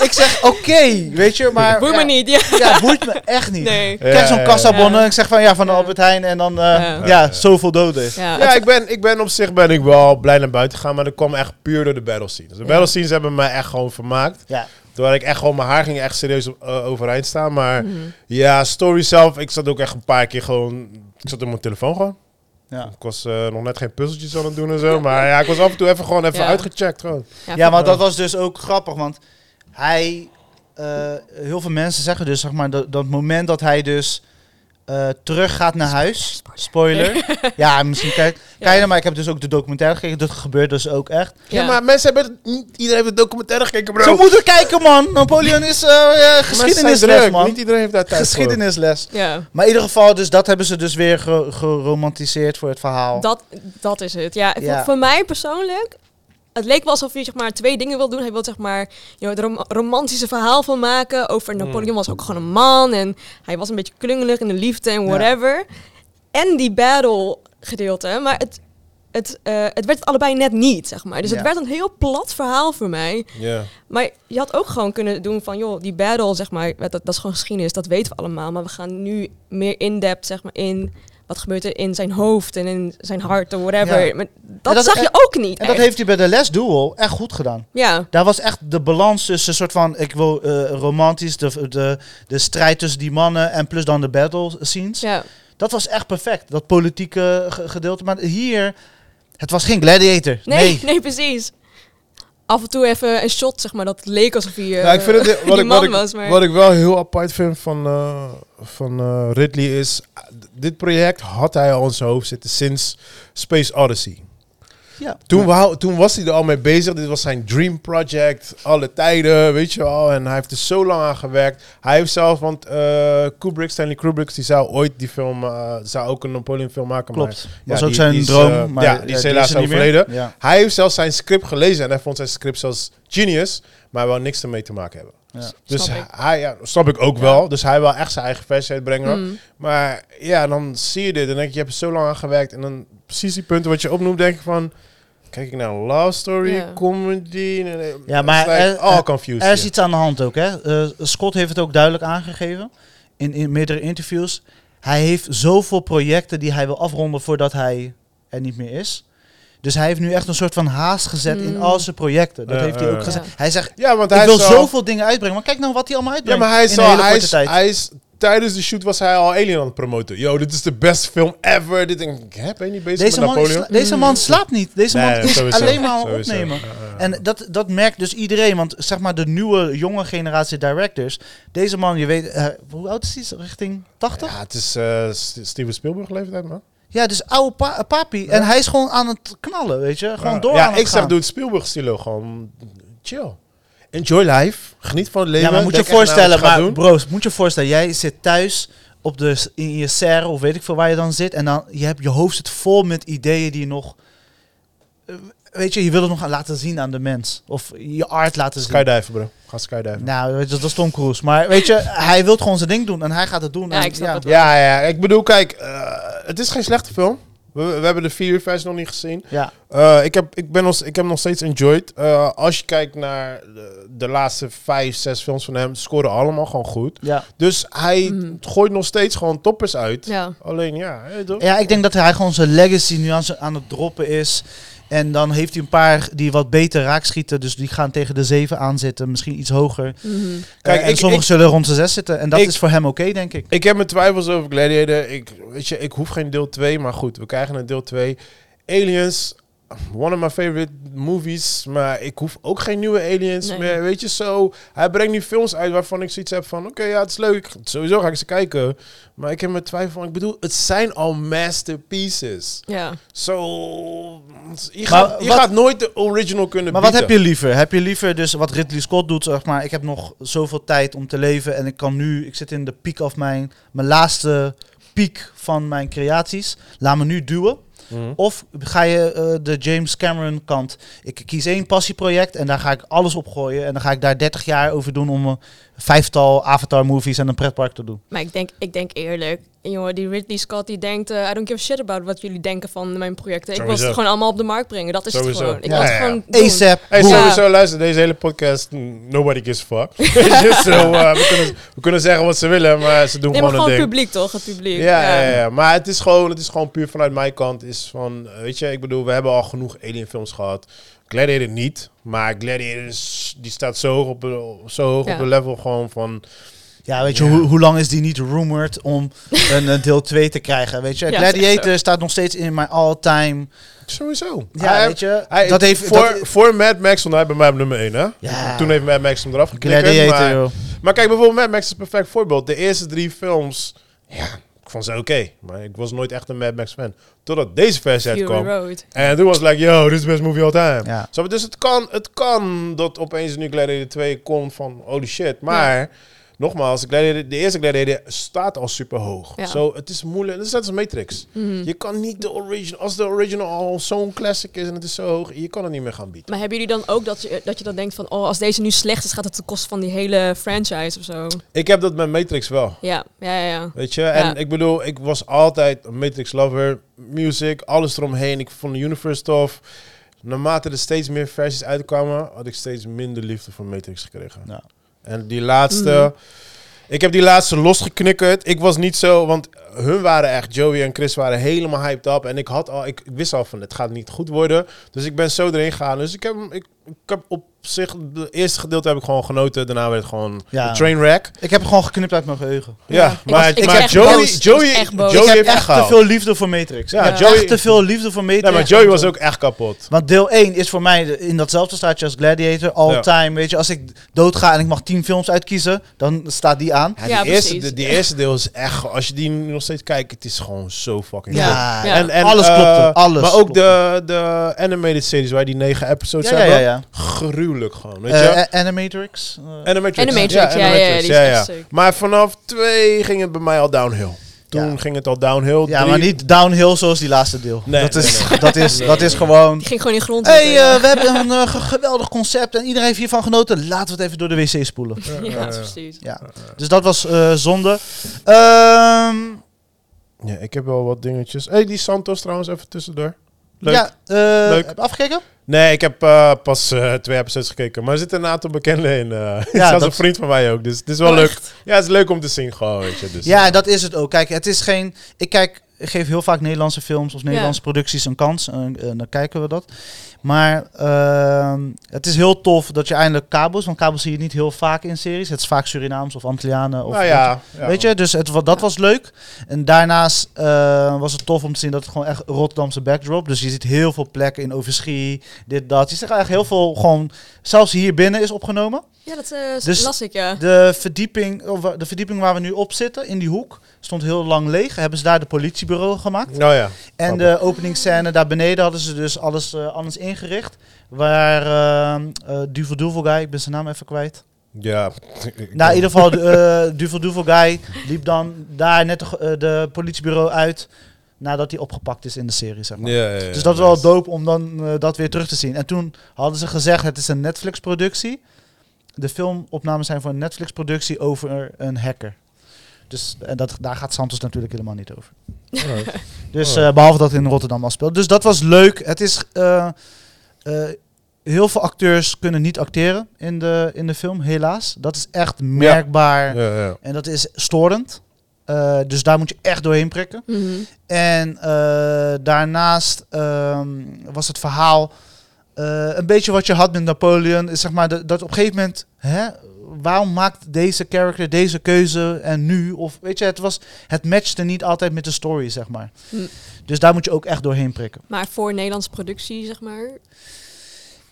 A: ik zeg, oké, weet je, maar...
C: Boeit
A: ja,
C: me niet, ja.
A: Ja, het boeit me echt niet.
C: Nee.
A: Ik krijg zo'n
B: Ja, ja, ja.
A: kassabonnen
C: Ja.
A: en ik zeg van, ja, van de
C: Ja.
A: Albert Heijn en dan, eh,
C: Ja.
A: ja. zoveel doden.
C: Ja,
B: Ja, ik ben, ik ben op zich ben ik wel blij naar buiten gegaan, maar dat kwam echt puur door de battle scenes. De battle scenes hebben mij echt gewoon vermaakt.
A: Ja.
B: Terwijl ik echt gewoon mijn haar ging echt serieus op- eh, overeind staan. Maar
C: Mhm.
B: ja, story zelf, ik zat ook echt een paar keer gewoon... Ik zat op mijn telefoon gewoon.
A: Ja.
B: Ik was eh, nog net geen puzzeltjes aan het doen en zo. Maar ja, ik was af en toe even gewoon even
C: Ja.
B: uitgecheckt gewoon.
A: Ja, maar
B: Ja.
A: dat was dus ook grappig, want hij... eh, heel veel mensen zeggen dus, zeg maar, dat, dat moment dat hij dus eh terug gaat naar huis... Spoiler. ja, misschien kijk, kijk je maar ik heb dus ook de documentaire gekeken. Dat gebeurt dus ook echt.
B: Ja, maar mensen hebben... het Niet iedereen heeft de documentaire gekeken, bro.
A: Zo moeten we kijken, man. Napoleon is eh, eh,
B: Mensen zijn
A: geschiedenisles,
B: druk.
A: man.
B: Niet iedereen heeft daar tijd voor.
A: Geschiedenisles.
C: Ja.
A: Maar in ieder geval, dus dat hebben ze dus weer ge- geromantiseerd voor het verhaal.
C: Dat, dat is het. Ja,
A: Ja.
C: Voor, voor mij persoonlijk. Het leek wel alsof hij zeg maar, twee dingen wil doen. Hij wil zeg maar, je weet, het rom- romantische verhaal van maken. Over Napoleon was ook gewoon een man. En hij was een beetje klungelig in de liefde en whatever. En die battle gedeelte. Maar het, het, eh, het werd het allebei net niet, zeg maar. Dus
A: Ja.
C: het werd een heel plat verhaal voor mij.
B: Ja.
C: Maar je had ook gewoon kunnen doen van, joh, die battle, zeg maar, dat, dat is gewoon geschiedenis, dat weten we allemaal. Maar we gaan nu meer in-depth, zeg maar, in wat gebeurt er in zijn hoofd en in zijn hart of whatever.
A: Ja.
C: Maar dat,
A: En dat-
C: zag
A: en-
C: je ook niet.
A: En dat
C: echt.
A: heeft hij bij de Les Duel echt goed gedaan.
C: Ja,
A: Daar was echt de balans tussen een soort van, ik wil eh, romantisch, de, de, de strijd tussen die mannen en plus dan de battle scenes.
C: ja,
A: Dat was echt perfect, dat politieke ge- gedeelte. Maar hier, het was geen gladiator.
C: nee,
A: Nee.
C: nee, precies. Af en toe even een shot, zeg maar, dat leek alsof hij eh,
B: Ja, Nou, ik vind het, wat,
C: die
B: ik,
C: man
B: wat, ik,
C: was. Maar
B: wat ik wel heel apart vind van, eh, van eh, Ridley is... ah, d- dit project had hij al in zijn hoofd zitten sinds Space Odyssey.
A: Ja.
B: Toen, wou- toen was hij er al mee bezig. Dit was zijn dream project. Alle tijden, weet je wel. En hij heeft er zo lang aan gewerkt. Hij heeft zelf, want eh, Kubrick, Stanley Kubrick, die zou ooit die film... eh, zou ook een Napoleon film maken. maar
A: Klopt. Was
B: die-
A: ook zijn
B: die is,
A: droom.
B: eh,
A: maar
B: ja, die is helaas
A: er niet meer.
B: overleden.
A: Ja.
B: Hij heeft zelfs zijn script gelezen en hij vond zijn script zelfs genius, maar hij wou niks ermee te maken hebben.
A: Ja.
B: Dus
C: Snap ik.
B: hij, ja, snap ik ook wel. Dus hij wil echt zijn eigen versie uitbrengen.
C: Mm.
B: Maar ja, dan zie je dit en denk je, je hebt er zo lang aan gewerkt. En dan precies die punten wat je opnoemt, denk ik van, kijk ik naar een love story,
C: Ja.
B: comedy. en- en-
A: Ja, maar eh,
B: it's like oh,
A: er-
B: all
A: er-
B: confused
A: Er is
B: here.
A: iets aan de hand ook. Hè? Eh, Scott heeft het ook duidelijk aangegeven in, in meerdere interviews. Hij heeft zoveel projecten die hij wil afronden voordat hij er niet meer is. Dus hij heeft nu echt een soort van haast gezet in
C: Mm.
A: al zijn projecten. Dat
B: Ja,
A: heeft hij
B: ja,
A: ook
B: ja.
A: gezegd.
C: Ja.
A: Hij zegt,
B: Ja, want
A: ik
B: hij
A: wil
B: is al-
A: zoveel dingen uitbrengen. Maar kijk nou wat hij allemaal
B: Ja,
A: uitbrengt
B: maar hij is,
A: in een
B: al,
A: hele
B: hij,
A: korte
B: is,
A: tijd.
B: hij is- Tijdens de shoot was hij al Alien aan het promoten. Yo, dit is de beste film ever. Dit denk ik, hè, ben je niet bezig
A: Deze
B: met
A: man,
B: Napoleon? Hmm.
A: sla- deze man slaapt niet. Deze man
B: Nee,
A: is
B: sowieso,
A: alleen maar aan het
B: sowieso.
A: opnemen.
B: Ja, ja, ja.
A: En dat, dat merkt dus iedereen. Want zeg maar de nieuwe, jonge generatie directors. Deze man, je weet, eh, hoe oud is hij? Richting 80?
B: Ja, het is eh, S- Steven Spielberg leeftijd, man.
A: Ja, dus oude pa- papi. En hij is gewoon aan het knallen, weet je. Gewoon door
B: Ja,
A: aan het
B: ik zeg
A: gaan.
B: doe het Spielberg stilo gewoon chill. Enjoy life, geniet van het leven.
A: Ja, maar moet je
B: Denk echt na
A: voorstellen,
B: wat je gaat
A: maar
B: doen.
A: broos, moet je voorstellen. Jij zit thuis op de, in je serre of weet ik veel waar je dan zit. En dan, je, hebt, je hoofd zit vol met ideeën die je nog... eh, Weet je, je wil het nog aan laten zien aan de mens. Of je art laten zien.
B: Skydiven, bro. Ga skydiven.
A: Nou, weet je, dat is Tom Cruise. Maar weet je, hij wil gewoon zijn ding doen en hij gaat het doen.
C: Ja,
A: en,
C: ik snap het wel.
B: Ja, ja, ik bedoel, kijk, eh, het is geen slechte film. We, we hebben de 4 uur versie nog niet gezien.
A: Ja,
B: Eh, ik, heb, ik, ben nog, ik heb nog steeds enjoyed. Eh, als je kijkt naar de, de laatste 5, 6 films van hem, scoren allemaal gewoon goed.
A: ja.
B: Dus hij
C: Mhm.
B: gooit nog steeds gewoon toppers uit.
C: ja.
B: Alleen ja, hè, toch?
A: ja, ik denk dat hij gewoon zijn legacy nu aan, zijn- aan het droppen is. En dan heeft hij een paar die wat beter raakschieten. Dus die gaan tegen de 7 aanzitten, misschien iets hoger.
C: Mhm.
B: Kijk,
A: Kijk, en
B: ik-
A: sommigen
B: ik-
A: zullen rond de 6 zitten. En dat
B: ik-
A: is voor hem oké, denk ik.
B: Ik heb mijn twijfels over Gladiator. Ik, weet je, ik hoef geen deel 2, maar goed, we krijgen een deel 2. Aliens, one of my favorite movies, maar ik hoef ook geen nieuwe Aliens
C: Nee.
B: meer. Weet je, zo. Hij brengt nu films uit waarvan ik zoiets heb van, oké, ja, het is leuk. Sowieso ga ik ze kijken. Maar ik heb mijn twijfel. Ik bedoel, het zijn al masterpieces.
C: ja.
B: Zo, je,
A: Maar
B: gaat, je
A: wat-
B: gaat nooit de original kunnen
A: Maar wat
B: bieden.
A: heb je liever? Heb je liever dus wat Ridley Scott doet, zeg maar, ik heb nog zoveel tijd om te leven en ik kan nu, ik zit in de piek of mijn, mijn laatste piek van mijn creaties. Laat me nu duwen.
B: Mhm.
A: Of ga je eh, de James Cameron kant? Ik kies één passieproject en daar ga ik alles op gooien. En dan ga ik daar 30 jaar over doen om een vijftal Avatar-movies en een pretpark te doen.
C: Maar ik denk, ik denk eerlijk, jongen, die Ridley Scott die denkt, eh, I don't give a shit about wat jullie denken van mijn projecten. Ik wil het
B: Sowieso.
C: gewoon allemaal op de markt brengen. Dat is het
B: Sowieso.
C: gewoon. Ik
A: Ja,
C: wil
B: ja,
C: het
B: ja.
C: gewoon doen.
A: ASAP.
B: Hey,
A: boom.
C: Ja.
B: sowieso, luister, deze hele podcast, mm, nobody gives a fuck. Just so, eh, we, kunnen, we kunnen zeggen wat ze willen, maar ze doen
C: Nee, maar
B: gewoon een
C: gewoon
B: ding.
C: het publiek toch? Het publiek.
B: Ja, ja. ja, maar het is, gewoon, het is gewoon puur vanuit mijn kant. Is van, eh, weet je, ik bedoel, we hebben al genoeg Alien films gehad. Gladiator niet, maar Gladiator is, die staat zo hoog op, een- zo hoog
C: Ja.
B: op een level gewoon van...
A: Ja, weet je,
B: Ja.
A: hoe, hoe lang is die niet rumored om een, eh, deel 2 te krijgen? Weet je,
C: Ja,
A: Gladiator
C: zeker.
A: staat nog steeds in mijn all-time.
B: Sowieso.
A: Ja,
B: Hij-
A: weet je,
B: hij-
A: dat heeft...
B: voor,
A: dat-
B: voor Mad Max stond hij bij mij op nummer 1, hè?
A: Ja.
B: Toen heeft Mad Max hem eraf geknikkerd.
A: Gladiator,
B: maar,
A: joh.
B: maar kijk, bijvoorbeeld Mad Max is een perfect voorbeeld. De eerste drie films, ja, ik vond ze oké. maar ik was nooit echt een Mad Max fan. Totdat deze versie
C: Fury
B: uitkwam.
C: Road.
B: En toen was het like, yo, dit is best movie all time.
A: Ja.
B: Snap je? Dus het kan, het kan dat opeens nu Gladiator 2 komt van holy shit. Maar nogmaals, Gladiator, de eerste Gladiator staat al super hoog. Zo,
C: Ja. Mhm.
B: het is moeilijk. Het is net als Matrix. Je kan niet de original, als de original al zo'n classic is en het is zo hoog, je kan het niet meer gaan bieden.
C: Maar hebben jullie dan ook dat je, dat je dan denkt van, oh, als deze nu slecht is, gaat het ten koste van die hele franchise of zo?
B: Ik heb dat met Matrix wel.
C: Ja, ja, ja. ja.
B: Weet je, en
C: Ja.
B: ik bedoel, ik was altijd een Matrix lover. Music, alles eromheen. Ik vond de universe tof. Naarmate er steeds meer versies uitkwamen, had ik steeds minder liefde voor Matrix gekregen.
A: Ja.
B: En die laatste,
C: Mhm.
B: ik heb die laatste losgeknikkerd. Ik was niet zo, want hun waren echt, Joey en Chris waren helemaal hyped up. En ik had al, ik, ik wist al van, het gaat niet goed worden. Dus ik ben zo erin gegaan. Dus ik heb, hem- ik, ik heb op zich, het eerste gedeelte heb ik gewoon genoten. Daarna werd het gewoon
A: Ja.
B: een trainwreck.
A: Ik heb gewoon geknipt uit mijn geheugen.
B: Ja,
C: Ik was-
B: maar,
C: ik was
B: maar
C: echt
B: Joey,
C: boos. Ik was
B: Joey,
C: echt boos.
B: Joey
A: ik heb
B: heeft
A: echt
B: echt gehaald.
A: te veel liefde voor Matrix.
B: Ja,
A: Ja,
B: Joey-
A: Echt te veel liefde voor Matrix.
B: Nee, maar Joey was ook echt kapot.
A: Want deel 1 is voor mij de- in datzelfde staatje als Gladiator, all
B: Ja.
A: time. Weet je, als ik doodga en ik mag 10 films uitkiezen, dan staat die aan.
B: Ja,
C: Ja,
B: die, eerste,
C: precies.
B: de, die eerste deel is echt, als je die nu nog steeds kijkt, het is gewoon zo fucking
A: Ja,
B: goed.
C: Ja.
A: Alles
B: eh,
A: klopte, alles
B: Maar ook
A: klopte.
B: de, de animated series waar die negen episodes
A: Ja, ja,
B: hebben.
A: ja, ja.
B: Gruwelijk gewoon, weet je.
A: Eh, A- Animatrix. eh,
B: Animatrix.
C: Animatrix, ja, ja, die is echt sick.
B: Maar vanaf twee ging het bij mij al downhill. Toen
A: Ja.
B: ging het al downhill.
A: ja,
B: Drie-
A: maar niet downhill zoals die laatste deel.
B: Nee,
A: dat,
B: nee,
A: is,
B: nee.
A: dat is, dat is gewoon...
C: Die ging gewoon in grond.
A: Hé, hey,
C: zitten, ja.
A: eh, we hebben een eh, ge- geweldig concept en iedereen heeft hiervan genoten. Laten we het even door de wc spoelen.
C: ja,
B: ja, ja.
C: precies.
A: Ja. Dus dat was eh, zonde. Ehm,
B: Ja, ik heb wel wat dingetjes. hey, die Santos trouwens, even tussendoor. Leuk.
A: Ja, eh,
B: Leuk.
A: heb je afgekeken?
B: Nee, ik heb eh, pas eh, twee episodes gekeken. Maar er zitten een aantal bekenden in. eh
A: Ja,
B: zelfs
A: dat-
B: een vriend van mij ook. Dus het is wel
C: Oh,
B: leuk.
C: echt?
B: Ja, het is leuk om te zien gewoon, weet je. Dus,
A: Ja, dat is het ook. Kijk, het is geen. Ik kijk, ik geef heel vaak Nederlandse films of Nederlandse producties een kans. En, en dan kijken we dat. Maar ehm, het is heel tof dat je eindelijk kabels. Want kabels zie je niet heel vaak in series. Het is vaak Surinaams of Antillianen. Of
B: nou ja. ja.
A: Weet je, dus het, wa- dat was leuk. En daarnaast eh, was het tof om te zien dat het gewoon echt Rotterdamse backdrop. Dus je ziet heel veel plekken in Overschie, dit, dat. Je ziet echt heel veel gewoon, zelfs hier binnen is opgenomen.
C: Ja, dat eh,
A: Dus-
C: las ik, ja.
A: De verdieping, of, eh, de verdieping waar we nu op zitten, in die hoek, stond heel lang leeg. Hebben ze daar de politiebureau gemaakt.
B: Nou ja.
A: En de openingsscène daar beneden hadden ze dus alles eh, anders ingericht. Waar ehm eh Duvel Duvel Guy, ik ben zijn naam even kwijt.
B: Ja.
A: Nou, in ieder geval, eh Duvel Duvel Guy liep dan daar net de, ge- eh, de politiebureau uit nadat hij opgepakt is in de serie, zeg maar.
B: Ja, ja, ja,
A: Dus dat is wel
B: nice.
A: dope om dan eh, dat weer terug te zien. En toen hadden ze gezegd, het is een Netflix-productie. De filmopnames zijn voor een Netflix-productie over een hacker. Dus en dat, daar gaat Santos natuurlijk helemaal niet over.
B: Alright.
A: Dus
B: Oh.
A: eh, behalve dat het in Rotterdam afspeelt. Dus dat was leuk. Het is... eh, eh, heel veel acteurs kunnen niet acteren in de, in de film, helaas. Dat is echt merkbaar.
B: Ja, ja.
A: En dat is storend. Eh, dus daar moet je echt doorheen prikken.
C: Mhm.
A: En eh, daarnaast ehm, was het verhaal eh, een beetje wat je had met Napoleon. Is zeg maar dat, dat op een gegeven moment, hè, waarom maakt deze character deze keuze en nu? Of weet je, het, was, het matchte niet altijd met de story, zeg maar.
C: Hm.
A: Dus daar moet je ook echt doorheen prikken.
C: Maar voor Nederlandse productie, zeg maar.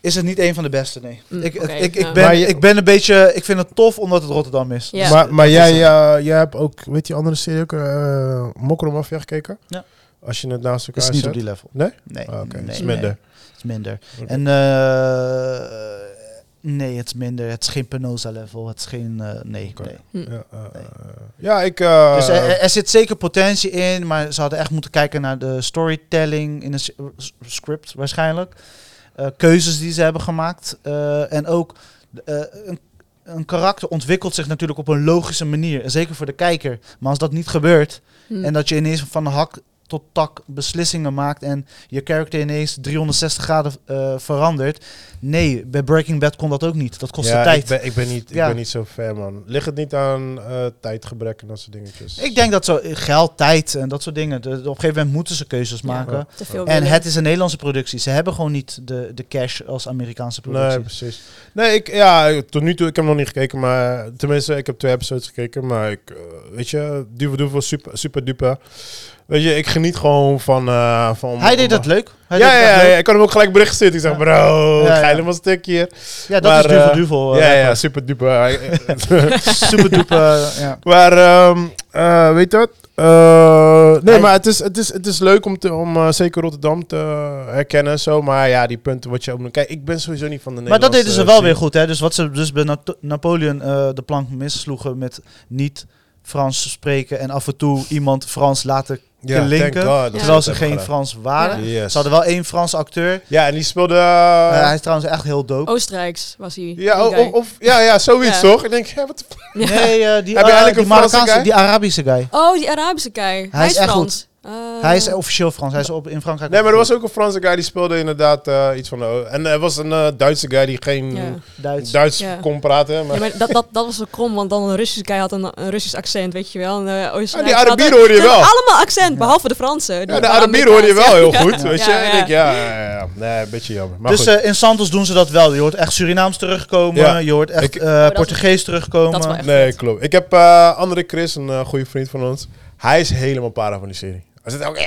A: Is het niet een van de beste, nee.
C: Hm,
A: ik,
C: oké,
A: ik, ik,
C: ja.
B: Maar
A: ben,
B: je-
A: ik ben een beetje, ik vind het tof omdat het Rotterdam is.
C: Ja.
B: Maar, maar
A: dat
B: jij,
A: is
B: eh, jij hebt ook, weet je andere serie ook, eh Mokro Mafia gekeken?
A: Ja.
B: Als je het naast elkaar
A: Is niet op
B: zet.
A: die level.
B: Nee?
A: Nee.
B: Ah, Oké,
A: nee,
B: dat is
A: nee.
B: minder.
A: Het is minder.
B: Oké.
A: En eh, nee, het is minder. Het is geen Penosa level. Het is geen. eh, nee.
B: Oké.
A: nee.
B: Ja, eh, eh, ja, ik... eh,
A: Dus er, er- er zit zeker potentie in, maar ze hadden echt moeten kijken naar de storytelling in een s- s- script waarschijnlijk. Eh, keuzes die ze hebben gemaakt. eh, en ook eh, een, een karakter ontwikkelt zich natuurlijk op een logische manier. En zeker voor de kijker. Maar als dat niet gebeurt
C: Hm.
A: en dat je ineens van hak tot tak beslissingen maakt en je karakter ineens 360 graden eh, verandert. Nee, bij Breaking Bad kon dat ook niet. Dat kostte
B: ja,
A: tijd.
B: Ik ben, ik, ben niet, ik
A: Ja.
B: ben niet zo ver, man. Ligt het niet aan eh, tijdgebrek en dat soort dingetjes?
A: Ik denk dat zo eh, geld, tijd en dat soort dingen. de- de- op een gegeven moment moeten ze keuzes
C: Ja.
A: maken.
B: Ja.
C: Te veel
A: En
C: willen.
A: het is een Nederlandse productie. Ze hebben gewoon niet de, de cash als Amerikaanse
B: Nee,
A: productie.
B: precies. Nee, ik, ja, tot nu toe, ik heb nog niet gekeken, maar tenminste, ik heb twee episodes gekeken, maar ik, eh, weet je, duvel duvel, super, super duper. Weet je, ik geniet gewoon van... eh, van
A: Hij deed dat leuk. Hij
B: ja,
A: deed dat
B: ja,
A: leuk.
B: ja, ik kan hem ook gelijk bericht sturen. Ik zeg,
A: Ja.
B: bro,
A: Ja,
B: ga
A: ja.
B: helemaal stuk hier.
A: Ja, dat
B: Maar,
A: is duvel
B: eh,
A: duvel. eh,
B: ja, ja,
A: rapper.
B: super duper.
A: Superdoep, eh, ja.
B: Maar, ehm, eh, weet je wat? Eh, nee,
A: Hij-
B: maar het is, het, is, het is leuk om, te, om eh, zeker Rotterdam te eh, herkennen en zo. Maar ja, die punten wat je ook... Kijk, ik ben sowieso niet van de
A: Maar dat deden ze
B: Nederlandse eh,
A: wel
B: scene.
A: weer goed, hè? Dus wat ze dus bij Nat- Napoleon eh, de plank missloegen met niet Frans spreken en af en toe iemand Frans laten,
B: Ja,
A: linken,
B: thank God dat
A: terwijl
B: dat
A: ze
B: hebben
A: geen
B: gedaan.
A: Frans waren.
B: Yes.
A: Ze hadden wel één Frans acteur.
B: Ja, en die speelde...
A: Eh, hij is trouwens echt heel
C: Oh,
A: dope.
C: Oostenrijks was hij.
B: ja,
C: die
B: o- of,
C: guy.
B: of, ja, ja, zoiets
C: Ja.
B: toch? Ik denk, ja, wat de f-
C: Ja.
A: Nee, eh, die,
B: Heb je
A: eh,
B: eigenlijk
A: die
B: een Franse
A: Marokkaanse,
B: guy?
A: die Arabische guy.
C: Oh, die Arabische guy. Hij,
A: is
C: is
A: echt
C: Frans. Eh,
A: Hij is officieel Frans. Hij is op, in Frankrijk.
B: Nee, maar er was
A: opgegroeid.
B: ook een Franse guy die speelde inderdaad eh, iets van... de- en er was een eh, Duitse guy die geen
C: Ja.
A: Duits.
B: Duits
C: Ja.
B: kon praten. Maar,
C: Ja, maar dat, dat, dat was zo krom, want dan een Russische guy had een, een Russisch accent, weet je wel. En, eh,
B: Ah,
C: Oostenrijks
B: die
C: hadden-
B: Arabieren hoor je
C: Ze hebben
B: wel.
C: allemaal accent, behalve de Fransen. Die
B: Ja, de
C: waren
B: Arabieren hoor je wel heel
C: Amerikaans, ja.
B: goed, weet je.
C: Ja,
B: Ik
C: ja.
B: denk, ja, ja, ja, ja. Nee, een beetje jammer. Maar
A: dus
B: goed.
A: eh, in Santos doen ze dat wel. Je hoort echt Surinaams terugkomen.
B: Ja.
A: Je hoort echt
B: Ik-
A: eh,
C: dat is-
A: Portugees terugkomen.
C: Dat is wel echt
B: Nee,
C: vet.
B: klopt. Ik heb eh andere Chris, een eh, goede vriend van ons. Hij is helemaal para van die serie. Hij zit ook...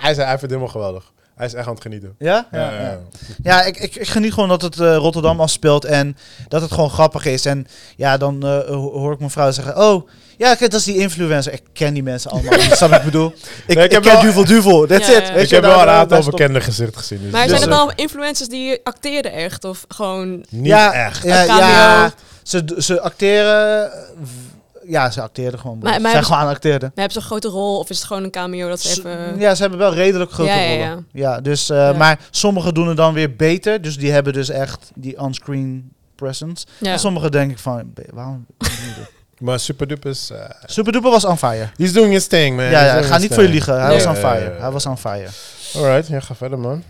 B: Hij, is, hij vindt het helemaal geweldig. Hij is echt aan het genieten.
A: Ja?
B: Ja, ja, ja.
A: Ja, ik, ik, ik geniet gewoon dat het eh, Rotterdam afspeelt en dat het gewoon grappig is. En ja, dan eh, ho- hoor ik mijn vrouw zeggen, oh, ja, kijk, dat is die influencer. Ik ken die mensen allemaal, niet, snap je wat ik bedoel? Ik,
B: Nee, ik
A: ik,
B: heb
A: ken
B: wel-
A: Duvel Duvel, that's
C: Ja,
A: it.
C: ja.
A: Weet
B: Ik
A: je, nou daar-
B: heb wel een
A: daar-
B: aantal
A: daar stopt-
B: bekende gezichten gezien. Dus
C: Maar
B: dat
C: zijn
B: is
C: het
A: Ja.
B: leuk.
C: dan influencers die acteren echt? Of gewoon...
B: Niet
A: ja,
B: echt.
A: Ja,
C: Cameo.
A: ja, ze, d- ze acteren... eh, w- Ja, ze acteerden gewoon.
C: Maar-
A: Maar,
C: maar
A: zijn
C: hebben
A: gewoon aan acteerden.
C: Hebben ze een grote rol of is het gewoon een cameo dat ze
A: Ze-
C: even...
A: Ja, ze hebben wel redelijk grote
C: Mm. Ja, ja, ja.
A: rollen. Ja, dus, eh,
C: Ja.
A: Maar sommigen doen het dan weer beter. Dus die hebben dus echt die onscreen presence.
C: Ja.
A: En sommigen denk ik van, "Be- waarom
B: Maar Superdupe is... eh,
A: Superduper was on fire.
B: he's doing his thing, man.
A: ja,
B: He's
A: ja,
B: doing
A: ga niet
B: his thing.
A: voor je liegen. Hij
C: Nee.
A: was on
B: Ja,
A: fire.
B: ja, ja, ja.
A: Hij was on fire.
B: Alright, ja, ga verder, man.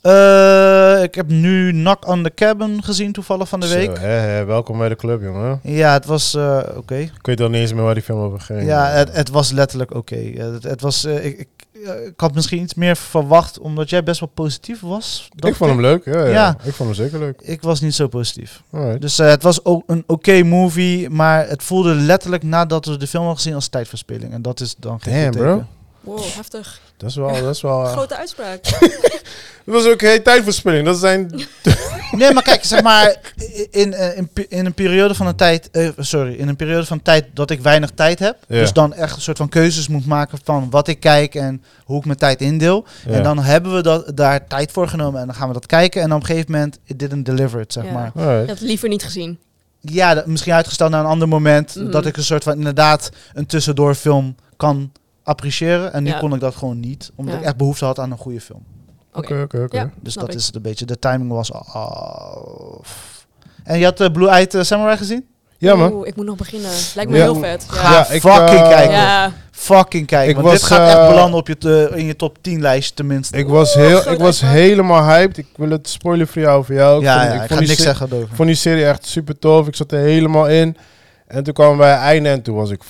A: Eh, ik heb nu Knock on the Cabin gezien toevallig van de
B: Zo,
A: week.
B: hè, hè, welkom bij de club, jongen.
A: Ja, het was eh, oké.
B: Ik weet al niet eens meer waar die film over ging.
A: Ja, het, het was letterlijk oké. Eh, Het, het was, eh, ik, ik, eh, ik had misschien iets meer verwacht, omdat jij best wel positief was.
B: ik
A: dacht
B: vond hem leuk, ja, ja.
A: Ja.
B: Ik vond hem zeker leuk.
A: Ik was niet zo positief.
B: Alright.
A: Dus eh, het was ook een oké movie, maar het voelde letterlijk nadat we de film hadden gezien als tijdverspilling. En dat is dan geen
B: Damn,
A: goed teken.
B: bro.
C: Wow, heftig.
B: Dat is wel... Dat is wel eh,
C: Grote uitspraak.
B: dat was ook geen tijdverspilling. Dat zijn...
A: Nee, maar kijk, zeg maar, in, eh, in, pe- in een periode van een tijd, eh, sorry, in een periode van tijd dat ik weinig tijd heb,
B: Ja.
A: dus dan echt een soort van keuzes moet maken van wat ik kijk en hoe ik mijn tijd indeel.
B: Ja.
A: En dan hebben we dat, daar tijd voor genomen en dan gaan we dat kijken en op een gegeven moment, it didn't deliver it, zeg
C: Ja.
A: maar.
B: Alright.
C: Ik had het liever niet gezien.
A: Ja, dat- misschien uitgesteld naar een ander moment,
C: Mhm.
A: dat ik een soort van inderdaad een tussendoor film kan appreciëren. En nu
C: Ja.
A: kon ik dat gewoon niet, omdat
C: Ja.
A: ik echt behoefte had aan een goede film.
C: Oké.
B: Oké, oké, oké.
C: Ja,
A: Dus
C: snap
A: dat
C: ik.
A: is het een beetje. De timing was off. En je had eh, Blue Eyed eh, Samurai gezien?
B: Ja, man.
C: Oeh, ik moet nog beginnen. Lijkt me
B: Ja.
C: heel vet.
A: Ga
C: Ja.
B: ik,
A: fucking
B: eh,
A: kijken.
C: Ja.
A: Fucking kijken.
B: Ik
A: want dit
B: was,
A: gaat
B: eh,
A: echt belanden op je te- in je top 10 lijstje tenminste.
B: Ik was,
C: groot
B: heel, ik was
C: uitspraak.
B: helemaal hyped. Ik wil het spoiler-free houden voor jou. Ik
A: ja,
B: vond-
A: ja,
B: ik
A: ik,
B: vond
A: ga
B: die
A: niks
B: se-
A: zeggen
B: Ik
A: over.
B: vond die serie echt super tof. Ik zat er helemaal in. En toen kwamen we bij het einde en toen was ik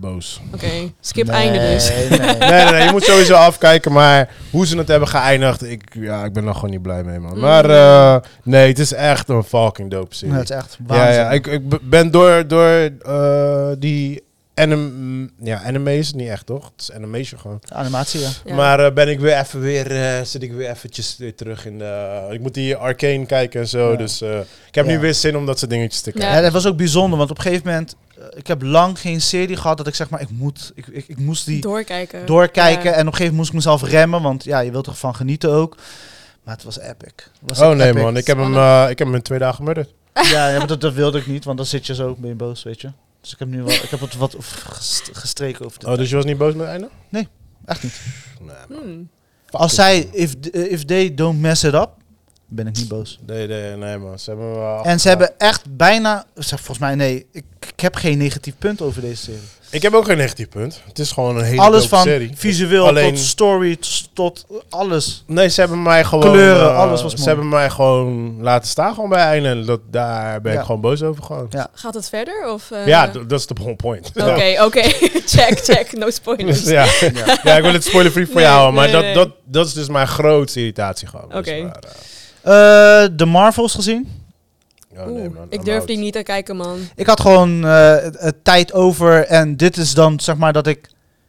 B: boos.
C: Oké. Skip einde dus.
A: Nee, nee.
B: Nee, nee, nee, je moet sowieso afkijken. Maar hoe ze het hebben geëindigd, ik, ja, ik ben er gewoon niet blij mee,
A: Mm.
B: man. Maar eh, nee, het is echt een fucking dope
A: Nee,
B: serie.
A: het is echt
B: Ja,
A: waanzin.
B: ja ik, ik b- ben door, door eh, die anim ja, anime's, niet echt toch? Het is animation gewoon.
A: Animatie, ja.
C: Ja.
B: Maar eh, ben ik weer even weer, eh, zit ik weer eventjes weer terug in de... eh, Ik moet die Arcane kijken en zo,
A: Ja.
B: dus eh, ik heb nu
A: Ja.
B: weer zin om dat soort dingetjes te kijken.
A: Ja. dat was ook bijzonder, want op een gegeven moment... eh, Ik heb lang geen serie gehad dat ik zeg maar, ik, moet, ik, ik, ik moest die
C: Doorkijken.
A: doorkijken.
C: Ja.
A: En op een gegeven moment moest ik mezelf remmen, want ja, je wilt toch van genieten ook. Maar het was epic. Het was
B: Oh
A: echt
B: nee
A: epic.
B: man, ik heb, hem, eh, ik heb hem in twee dagen gemurderd.
A: Ja, ja maar dat, dat wilde ik niet, want dan zit je zo, ben je boos, weet je. Dus ik heb nu wel, ik heb het wat gest- gestreken over dit.
B: Oh, dus je was niet boos met het einde?
A: Echt niet.
B: Nee,
C: Hmm.
A: Als zij, if, eh, if they don't mess it up, ben ik niet boos.
B: Nee, nee, nee, man. Ze hebben me
A: En ze hebben echt bijna, ze- volgens mij, nee, ik, ik heb geen negatief punt over deze serie.
B: Ik heb ook geen negatief punt. Het is gewoon een hele
A: Alles
B: dope
A: van
B: serie.
A: visueel
B: Alleen-
A: tot story t- tot alles.
B: Nee, ze hebben mij gewoon...
A: Kleuren,
B: eh,
A: alles was mooi.
B: Ze hebben mij gewoon laten staan gewoon bij einde. En dat, daar ben ik
A: Ja.
B: gewoon boos over gewoon.
A: Ja.
C: Gaat het verder? Of, eh,
B: Ja, d- dat is de whole point.
C: Oké, oké. check, check. No spoilers.
B: Dus ja. Ja. ik wil het spoiler-free voor
C: Nee,
B: jou, maar
C: nee,
B: dat,
C: nee.
B: Dat, dat is dus mijn grootste irritatie gewoon. Dus
C: Oké.
B: maar, eh,
A: Eh, de Marvels gezien.
B: ja,
C: Oeh,
B: nee, man,
C: ik
B: I'm
C: durf
B: out.
C: die niet te kijken, man.
A: Ik had gewoon eh, eh, tijd over en dit is dan zeg maar dat ik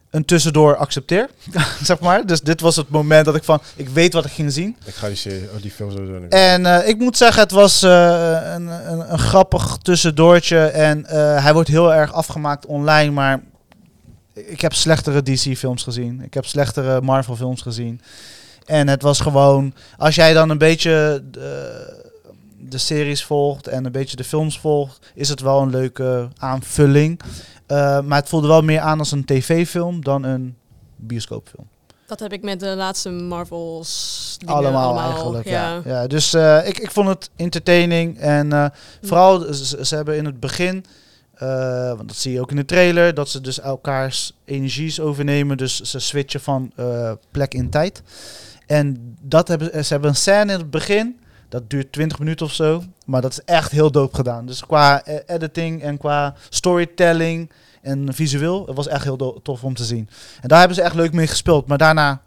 A: een tussendoor accepteer. zeg maar. Dus dit was het moment dat ik van, ik weet wat ik ging zien.
B: Ik ga die, serie- oh, die film sowieso niet
A: En eh, ik moet zeggen, het was eh, een, een, een grappig tussendoortje. En eh, hij wordt heel erg afgemaakt online, maar ik heb slechtere DC-films gezien. Ik heb slechtere Marvel-films gezien. En het was gewoon, als jij dan een beetje de, de series volgt en een beetje de films volgt, is het wel een leuke aanvulling. Eh, maar het voelde wel meer aan als een tv-film dan een bioscoopfilm.
C: Dat heb ik met de laatste Marvels. dingen
A: Allemaal, eigenlijk, ja.
C: ja.
A: ja. dus eh, ik, ik vond het entertaining. En eh, vooral, ze, ze hebben in het begin, eh, want dat zie je ook in de trailer, dat ze dus elkaars energies overnemen. Dus ze switchen van eh, plek in tijd. En dat hebben, ze hebben een scène in het begin, dat duurt 20 minuten of zo. Maar dat is echt heel dope gedaan. Dus qua eh, editing en qua storytelling en visueel, het was echt heel do- tof om te zien. En daar hebben ze echt leuk mee gespeeld. Maar daarna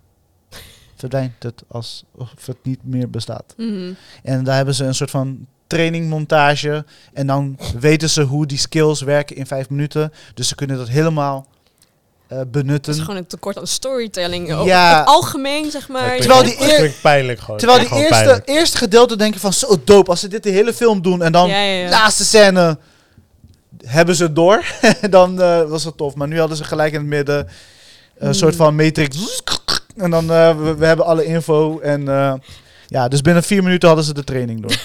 A: verdwijnt het alsof het niet meer bestaat.
C: Mhm.
A: En daar hebben ze een soort van trainingmontage. En dan weten ze hoe die skills werken in vijf minuten. Dus ze kunnen dat helemaal eh,
C: Het is
A: benutten.
C: gewoon een tekort aan storytelling. ook
A: Ja.
C: in het algemeen, zeg maar.
B: Maar
A: Terwijl
B: terwijl
A: die
B: die
A: eer-
B: klinkt pijnlijk gewoon.
A: Terwijl die
B: Gewoon
A: eerste,
B: pijnlijk.
A: eerste gedeelte denken van zo dope. Als ze dit de hele film doen en dan Nou.
C: Ja, ja, ja.
A: laatste scène hebben ze het door. dan eh, was het tof. Maar nu hadden ze gelijk in het midden een
C: Hmm.
A: soort van matrix. En dan eh, we, we hebben alle info. En eh, ja, dus binnen vier minuten hadden ze de training door.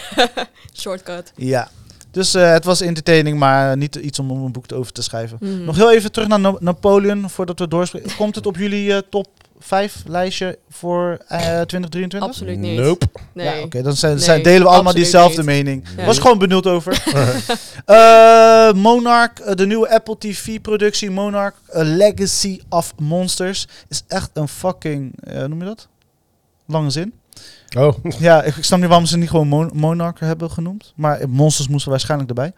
C: Shortcut.
A: Ja. Dus eh, het was entertaining, maar niet iets om een boek over te schrijven.
C: Mhm.
A: Nog heel even terug naar Na- Napoleon, voordat we doorspreken. Komt het op jullie eh, top 5 lijstje voor eh, 2023?
C: Absoluut niet.
B: Nope.
C: Nee.
A: Ja, oké, dan zijn,
C: Nee,
A: zijn, delen we allemaal
C: absoluut
A: diezelfde
C: niet.
A: mening.
C: Ja.
A: Was gewoon benieuwd over. Eh, Monarch, eh, de nieuwe Apple TV-productie Monarch, A Legacy of Monsters, is echt een fucking, eh, noem je dat? Lange zin.
B: Oh.
A: Ja, ik, ik snap niet waarom ze niet gewoon Mon- Monarch hebben genoemd. Maar Monsters moesten waarschijnlijk erbij.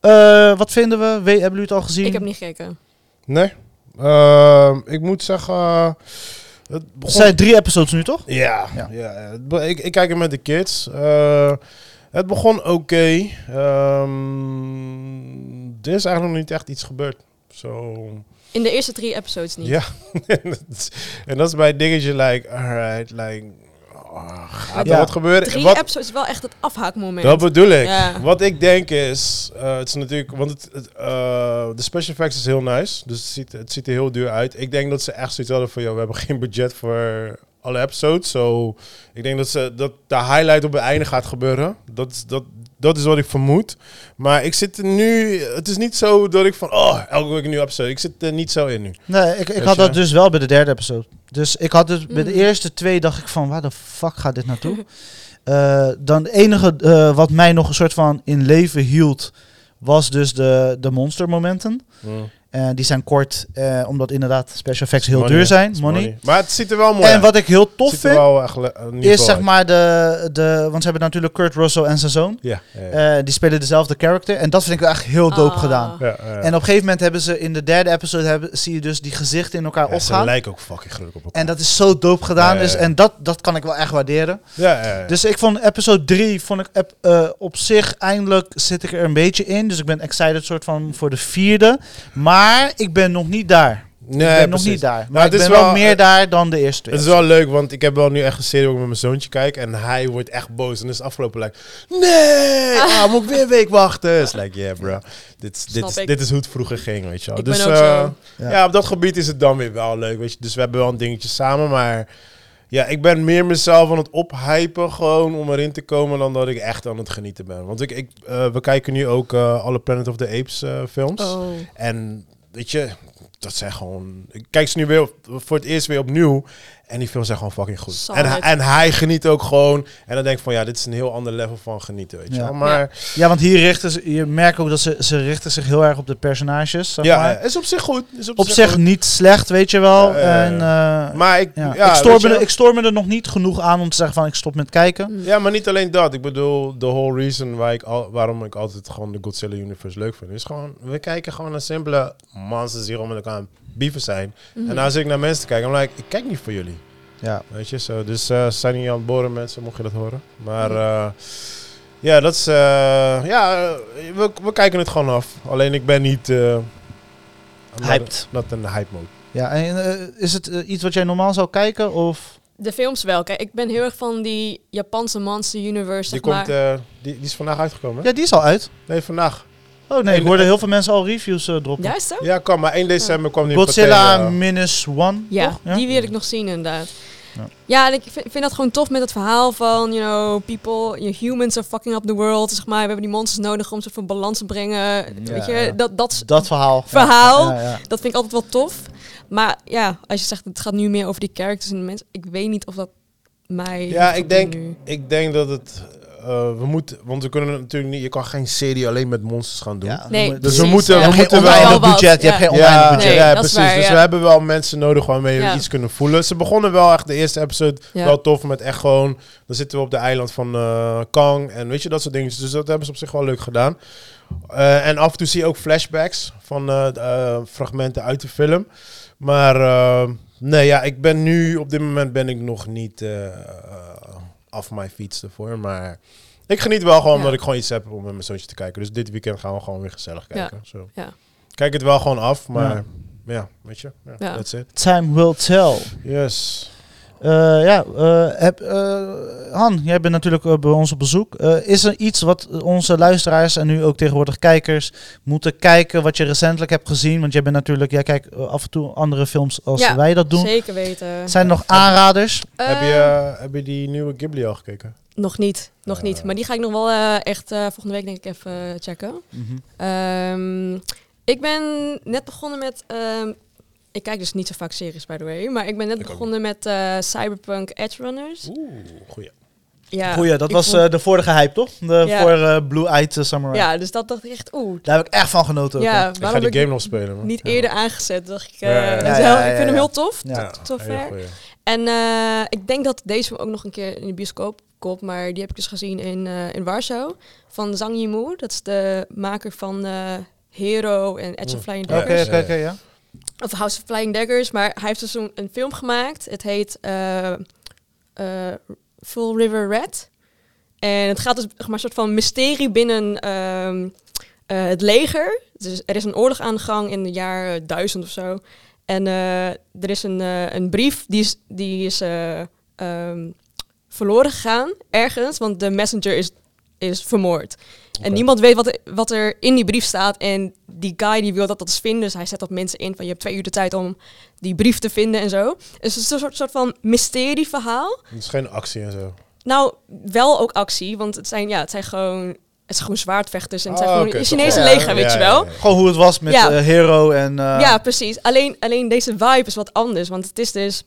A: Eh, wat vinden we? we? Hebben jullie het al gezien?
C: Ik heb niet gekeken.
B: Nee. Ehm, ik moet zeggen... eh, het
A: Er
B: begon...
A: zijn drie episodes nu, toch?
B: Ja,
A: Ja.
B: ja. Het be- Ik, ik kijk hem met de kids. Eh, het begon oké. Ehm, er is eigenlijk nog niet echt iets gebeurd. Zo...
C: In de eerste drie episodes niet.
B: Ja. en dat is bij dingetje like, alright, like... ah, gaat
A: Ja.
B: er wat gebeuren?
C: Drie
B: wat,
C: episodes is wel echt het afhaakmoment.
B: Dat bedoel ik.
C: Ja.
B: Wat ik denk is, eh, het is natuurlijk, want het, het, eh, de special effects is heel nice, dus het ziet, het ziet er heel duur uit. Ik denk dat ze echt zoiets hadden van, joh, we hebben geen budget voor alle episodes, so ik denk dat, ze, dat de highlight op het einde gaat gebeuren. Dat, is- dat, dat is wat ik vermoed. Maar ik zit er nu, het is niet zo dat ik van, oh, elke week een nieuwe episode. Ik zit er niet zo in nu.
A: Nee, ik, ik
B: Dus
A: had
B: ja.
A: dat dus wel bij de derde episode. Dus ik had het bij de
C: Mm.
A: eerste twee, dacht ik van, waar de fuck gaat dit naartoe? Eh, dan het enige eh, wat mij nog een soort van in leven hield, was dus de, de monster momenten. die zijn kort, eh, omdat inderdaad special effects heel
B: Money,
A: duur
B: hè?
A: zijn.
B: It's
A: Money.
B: Maar het ziet er wel mooi
A: En
B: uit.
A: wat ik heel tof
B: ziet er
A: vind,
B: wel echt le- een niveau
A: is zeg
B: uit.
A: maar de, de. Want ze hebben natuurlijk Kurt Russell en zijn zoon.
B: Ja, ja, ja.
A: Eh, die spelen dezelfde character. En dat vind ik echt heel dope
C: Ah.
A: gedaan.
B: Ja, ja, ja.
A: En op een gegeven moment hebben ze in de derde episode. Hebben, zie je dus die gezichten in elkaar
B: Ja, ze
A: opgaan.
B: lijken ook fucking gelukkig op elkaar.
A: en dat is zo dope gedaan.
B: Ja, ja, ja.
A: Dus, en dat, dat kan ik wel echt waarderen.
B: Ja, ja, ja.
A: Dus ik vond episode 3 vond ik ep- eh, op zich eindelijk zit ik er een beetje in. Dus ik ben excited soort van voor de vierde. Maar ik ben nog niet daar.
B: nee,
A: ik ben
B: precies.
A: nog niet daar. Maar
B: Nou,
A: ik
B: het is
A: ben wel,
B: wel-
A: meer daar dan de eerste twee.
B: Het is wel leuk, want ik heb wel nu echt een serie waar ik met mijn zoontje kijk. En hij wordt echt boos. En is afgelopen like, nee, ah, moet ik weer een week wachten. Is like, yeah bro, dit, is- dit,
C: Snap
B: is,
C: ik.
B: dit is hoe het vroeger ging, weet je wel.
C: Ik
B: dus
C: ben ook
B: eh,
C: zo.
A: Ja.
B: ja. op dat gebied is het dan weer wel leuk, weet je. Dus we hebben wel een dingetje samen, maar... Ja, ik ben meer mezelf aan het ophypen gewoon om erin te komen dan dat ik echt aan het genieten ben. Want ik, ik, eh, we kijken nu ook eh, alle Planet of the Apes eh, films.
C: Oh.
B: En weet je, dat zijn gewoon. Ik kijk ze nu weer op- voor het eerst weer opnieuw. En die films zijn gewoon fucking goed.
C: Zal
B: En, hij-
C: het.
B: en hij geniet ook gewoon. En dan denk ik van ja, dit is een heel ander level van genieten, weet je
A: Ja.
B: wel. Maar
A: Ja, want hier richten ze, je merkt ook dat ze, ze richten zich heel erg op de personages.
B: ja,
A: Zeg maar.
B: is op zich goed. Is op,
A: Op zich
B: goed.
A: niet slecht, weet je wel.
B: Ja, ja, ja.
A: En, eh,
B: Maar ik,
A: ja.
B: ja,
A: ik,
B: weet
A: stoor
B: je
A: me,
B: wel.
A: er- ik stoor me er nog niet genoeg aan om te zeggen van ik stop met kijken.
B: Ja, maar niet alleen dat. Ik bedoel, de whole reason waar ik al, waarom ik altijd gewoon de Godzilla universe leuk vind, is gewoon, we kijken gewoon naar simpele monsters die gewoon met elkaar aan het bieven zijn.
A: Mhm.
B: En als ik naar mensen kijk, dan like, ik kijk niet voor jullie.
A: Ja.
B: Weet je, zo. Dus eh zijn hier aan het boren mensen, mocht je dat horen. Maar eh, ja, dat is, eh, ja, eh, we, we kijken het gewoon af. Alleen ik ben niet... eh, I'm not-
A: Hyped.
B: Not in the hype mode.
A: Ja, en eh, is het eh, iets wat jij normaal zou kijken? Of?
C: De films wel. Kijk, ik ben heel erg van die Japanse Monster Universe,
B: Die,
C: zeg
B: komt,
C: maar.
B: eh, die, die is vandaag uitgekomen, hè?
A: Ja, die is al uit.
B: Nee, vandaag.
A: Oh nee, ik hoorde heel veel mensen al reviews eh, droppen.
C: Juist hè?
B: Ja, kwam, maar 1 december kwam die in
A: Godzilla
B: Pathé, eh,
A: minus one.
C: Ja,
A: toch? Ja?
C: die wil ik nog zien inderdaad.
A: Ja.
C: Ja, en ik vind, vind dat gewoon tof met het verhaal van, you know, people, you humans are fucking up the world, zeg maar. We hebben die monsters nodig om ze van balans te brengen.
A: Ja,
C: Weet
A: ja.
C: je, dat, dat, is-
A: Dat verhaal.
C: Verhaal.
A: Ja, ja, ja.
C: dat vind ik altijd wel tof. Maar ja, als je zegt, het gaat nu meer over die characters en de mensen. Ik weet niet of dat mij...
B: Ja, ik
C: voldoet
B: denk,
C: nu.
B: ik denk dat het. eh, we moeten, want we kunnen natuurlijk niet. Je kan geen serie alleen met monsters gaan doen.
A: Ja,
C: Nee,
A: dan moet-
B: dus
C: precies,
B: we moeten,
C: ja.
B: we moeten
C: Geen
B: wel.
A: oneindig
C: wel wat,
A: budget. Je hebt
C: ja.
A: geen oneindig
B: Ja,
A: budget.
C: Nee,
B: ja,
C: dat is
B: precies.
C: waar,
B: dus
C: ja.
B: we hebben wel mensen nodig waarmee we
C: Ja.
B: iets kunnen voelen. Ze begonnen wel echt de eerste episode
C: Ja.
B: wel tof met echt gewoon. Dan zitten we op de eiland van eh, Kang en weet je dat soort dingen. Dus dat hebben ze op zich wel leuk gedaan. Eh, en af en toe zie je ook flashbacks van eh, de, eh, fragmenten uit de film. Maar eh, nee, ja, ik ben nu op dit moment ben ik nog niet eh, eh, af mijn fiets ervoor. Maar ik geniet wel gewoon
C: Ja.
B: omdat ik gewoon iets heb om met mijn zoontje te kijken. Dus dit weekend gaan we gewoon weer gezellig
C: Ja.
B: kijken. Zo.
C: Ja.
B: Kijk het wel gewoon af, maar ja, weet je. Ja,
C: Ja.
B: That's it.
A: Time will tell.
B: Yes.
A: Eh, ja, eh, heb, eh, Han, jij bent natuurlijk eh, bij ons op bezoek. Eh, is er iets wat onze luisteraars en nu ook tegenwoordig kijkers moeten kijken wat je recentelijk hebt gezien? Want jij bent natuurlijk, jij kijkt eh, af en toe andere films als
C: Ja,
A: wij dat doen.
C: Zeker weten.
A: Zijn er nog aanraders?
B: heb, je,
C: Eh,
B: eh, heb je die nieuwe Ghibli al gekeken?
C: Nog niet, nog
B: Eh.
C: niet. Maar die ga ik nog wel eh, echt eh, volgende week denk ik even eh, checken.
A: Mhm.
C: Ehm, ik ben net begonnen met... ehm, ik kijk dus niet zo vaak series, by the way. Maar ik ben net
B: Ik ook
C: begonnen met eh, Cyberpunk Edge Runners.
B: Oeh, goeie.
C: Ja,
A: Goeie, dat
C: ik
A: was
C: vond-
A: eh, de vorige hype, toch? De,
C: Ja.
A: Voor eh, Blue Eyed eh, Samurai.
C: ja, dus dat dacht ik echt, oeh.
A: Daar heb ik echt van genoten. ook, hè.
C: Ja,
B: Ik ga
C: waarom
B: die
C: heb
B: game
C: ik
B: nog spelen. Man.
C: niet
B: Ja.
C: eerder aangezet? Dacht ik, eh,
B: Ja, ja,
C: dat
A: ja,
C: is heel-
A: ja,
C: ik vind
A: ja.
C: hem heel tof.
A: Ja.
B: Ja,
C: Tot zover.
B: hele goeie.
C: En eh, ik denk dat deze ook nog een keer in de bioscoop komt, maar die heb ik dus gezien in, eh, in Warschau van Zhang Yimou. Dat is de maker van eh, Hero en Edge of Flying
B: Ja,
A: Oké,
C: Daggers.
A: oké, oké, ja.
C: Of House of Flying Daggers, maar hij heeft dus een, een film gemaakt. Het heet eh, eh, Full River Red. En het gaat dus zeg maar, een soort van mysterie binnen ehm, eh, het leger. Dus er is een oorlog aan de gang in de jaar eh, 1000 of zo. En eh, er is een, eh, een brief die is, die is eh, ehm, verloren gegaan ergens, want de messenger is, is vermoord. En niemand weet wat er, wat er in die brief staat. En die guy die wil dat dat eens vinden. Dus hij zet dat mensen in van je hebt twee uur de tijd om die brief te vinden en zo. Dus het is een soort, soort van mysterieverhaal.
B: Het is geen actie en zo.
C: Nou, wel ook actie, want het zijn, ja, het zijn gewoon, het zijn gewoon zwaardvechters en het zijn
B: Ah,
C: gewoon
B: oké,
C: een
B: toch
C: Chinese
B: wel.
C: leger,
B: Ja,
C: weet
B: ja,
C: je
B: ja,
C: wel.
B: ja.
A: Gewoon hoe het was met
C: Ja.
A: eh, Hero en... eh,
C: Ja, precies. Alleen, alleen deze vibe is wat anders, want het is dus...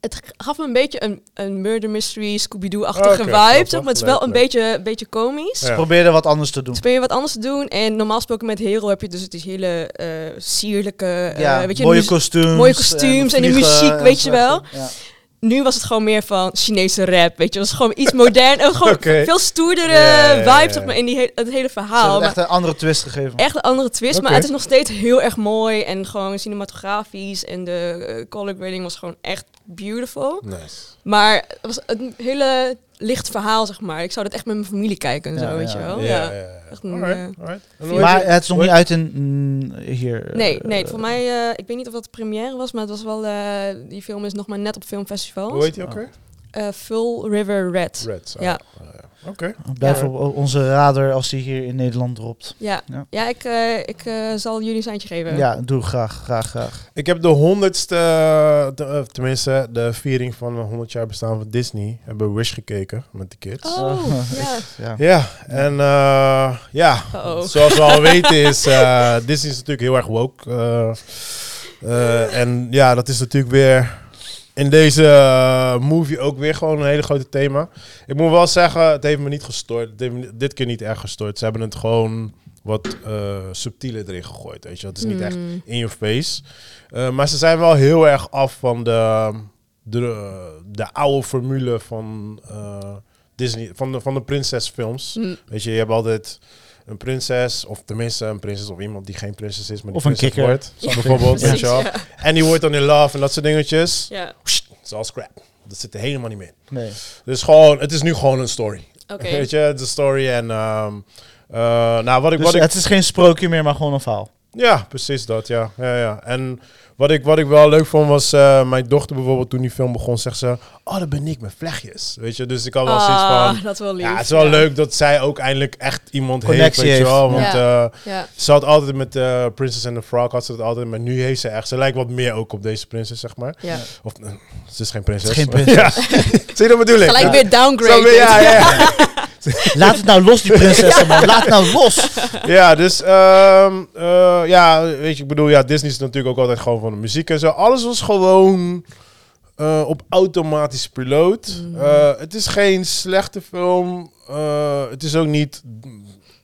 C: Het gaf me een beetje een, een murder mystery, Scooby-Doo-achtige
B: Oh, Oké,
C: vibe,
B: grappig.
C: zeg maar het is
B: Leuk,
C: wel een
B: leuk.
C: beetje, een beetje komisch.
A: Ze
B: Ja.
A: probeerden wat anders te doen.
C: Dus ben je wat anders te doen. En normaal gesproken met Hero heb je dus die hele eh, sierlijke... eh,
A: Ja,
C: weet je,
A: mooie
C: muzie-
A: kostuums.
C: mooie kostuums en de
A: vliegen
C: muziek,
A: en
C: weet
A: zo.
C: je wel.
A: Ja.
C: Nu was het gewoon meer van Chinese rap, weet je. Het was gewoon iets modern en gewoon
B: Oké.
C: veel stoerdere
B: Ja, ja, ja, ja.
C: vibe zeg maar, in die he- het hele
A: Ze
C: verhaal.
A: hebben
C: Ah, Maar
A: echt
C: echt,
A: een andere twist gegeven.
C: een andere twist,
B: Oké.
C: maar het is nog steeds heel erg mooi. En gewoon cinematografisch en de eh, color grading was gewoon echt beautiful.
B: Nice.
C: Maar het was een hele licht verhaal, zeg maar. Ik zou dat echt met mijn familie kijken en
A: Ja,
C: zo, weet
A: ja.
C: je wel.
B: Ja,
C: Oh, Ja,
B: ja, ja.
C: Echt een, eh,
B: Alright, alright. En hoe
A: maar
B: heet die?
A: het is nog
B: hoe
A: niet uit in mm, hier. eh,
C: Nee, nee, voor mij, eh, ik weet niet of dat de première was, maar het was wel, eh, die film is nog maar net op
B: Hoe
C: filmfestivals.
B: heet die ook weer?
C: Eh Full River Red.
B: Red. sorry.
C: Ja.
B: Ah, Oké.
A: eh, Blijf
B: Ja.
A: op o- onze radar als die hier in Nederland dropt.
C: Ja,
A: Ja.
C: ja. ik, eh, ik eh, zal jullie een seintje geven.
A: Ja, doe graag, graag, graag.
B: Ik heb de honderdste, eh, te- eh, tenminste de viering van de 100 jaar bestaan van Disney, hebben we Wish gekeken met de kids.
C: Oh,
A: Eh,
C: ja.
A: Ja.
B: Ja, en eh, ja,
C: Uh-oh.
B: zoals we al weten is eh, Disney is natuurlijk heel erg woke. eh, eh, en ja, dat is natuurlijk weer in deze eh, movie ook weer gewoon een hele grote thema. Ik moet wel zeggen, het heeft me niet gestoord. Het heeft me ni- dit keer niet erg gestoord. Ze hebben het gewoon wat eh, subtieler erin gegooid. Weet je, wel. het is niet echt
C: Hmm.
B: in your face. Eh, maar ze zijn wel heel erg af van de, de, de oude formule van eh, Disney, van de, van de prinsesfilms.
C: Mm.
B: Weet je, je hebt altijd een prinses, of tenminste een prinses of iemand die geen prinses is, maar die
A: Of een
B: prinses
A: kikker.
B: wordt.
A: Ja,
B: bijvoorbeeld, weet
C: precies,
B: je wel.
C: ja.
B: En die wordt dan in love en dat soort dingetjes.
C: Ja,
B: Het is al scrap. Dat zit er helemaal niet meer.
A: Nee.
B: Dus gewoon, het is nu gewoon een story.
C: oké.
B: Weet je, het is een story en... ehm, eh, nou, wat ik,
A: Dus
B: wat ik
A: het is geen sprookje meer, maar gewoon een verhaal.
B: ja, precies dat, ja. ja, ja. En wat ik, wat ik wel leuk vond was, eh, mijn dochter bijvoorbeeld toen die film begon, zegt ze, oh, dat ben ik met vlechtjes. Weet je, dus ik had wel
C: Ah,
B: zoiets van,
C: dat is wel lief.
B: ja, het is wel leuk dat zij ook eindelijk echt iemand heeft,
A: Connectie
B: weet je wel.
A: heeft,
B: Want eh,
C: Ja.
B: ze had altijd met eh, Princess and the Frog, had ze het altijd, maar nu heeft ze echt, ze lijkt wat meer ook op deze prinses, zeg maar.
C: Ja.
B: Of, eh, ze is geen prinses.
A: Het is geen
B: maar-
A: prinses.
B: Ja. Zie je dat bedoel ik?
C: Gelijk
B: Ja.
C: weer
B: Zo ben-
C: downgrade.
B: ja, ja, ja.
A: Laat het nou los, die prinsessen, man. Laat het nou los.
B: Ja, dus ehm, eh, ja, weet je, ik bedoel, ja, Disney is natuurlijk ook altijd gewoon van de muziek en zo. Alles was gewoon eh, op automatisch piloot.
A: Mhm.
B: Eh, het is geen slechte film. Eh, het is ook niet.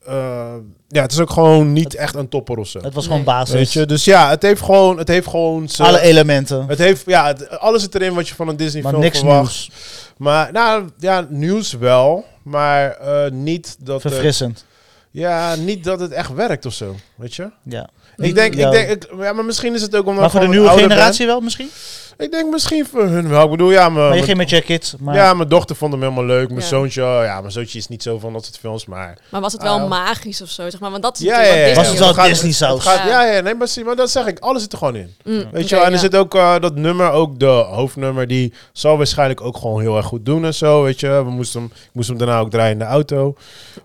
B: eh, ja, het is ook gewoon niet echt een topper of zo.
A: Het was gewoon
C: Nee.
A: basis.
B: Weet je, eh, dus ja, het heeft gewoon, het heeft gewoon. zijn-
A: Alle elementen.
B: het heeft, ja, het- alles zit erin wat je van een Disney
A: Maar
B: film
A: niks
B: verwacht.
A: nieuws.
B: Maar nou, ja, nieuws wel, maar eh, niet dat. het-
A: Verfrissend.
B: ja, niet dat het echt werkt of zo, weet je.
A: Ja.
B: Ik denk,
A: Ja.
B: ik denk ik- ja, maar misschien is het ook omdat
A: Maar voor
B: ik
A: de
B: gewoon
A: nieuwe
B: ouder
A: generatie wel misschien?
B: ben. Ik denk misschien voor hun wel. Ik bedoel, ja, mijn,
A: Maar je
B: mijn-
A: ging met je kids. Maar
B: ja, mijn dochter vond hem helemaal leuk. Mijn
C: Ja.
B: zoontje, oh, ja, mijn zoontje is niet zo van dat soort films, maar...
C: Maar was het wel
B: Ah.
C: magisch of zo? Zeg maar, want dat is
B: Ja, ja,
C: natuurlijk
B: ja.
C: wat
A: was
C: Disney
A: het
C: wil.
A: wel Disney-saus?
B: Het gaat-
C: Ja.
B: Ja, ja, nee, maar, zie- maar dat zeg ik. Alles zit er gewoon in.
C: Mm,
B: Weet
C: oké,
B: je wel, en
C: ja.
B: er zit ook eh, dat nummer, ook de hoofdnummer, die zal waarschijnlijk ook gewoon heel erg goed doen en zo, weet je. We moesten hem, ik moest hem daarna ook draaien in de auto.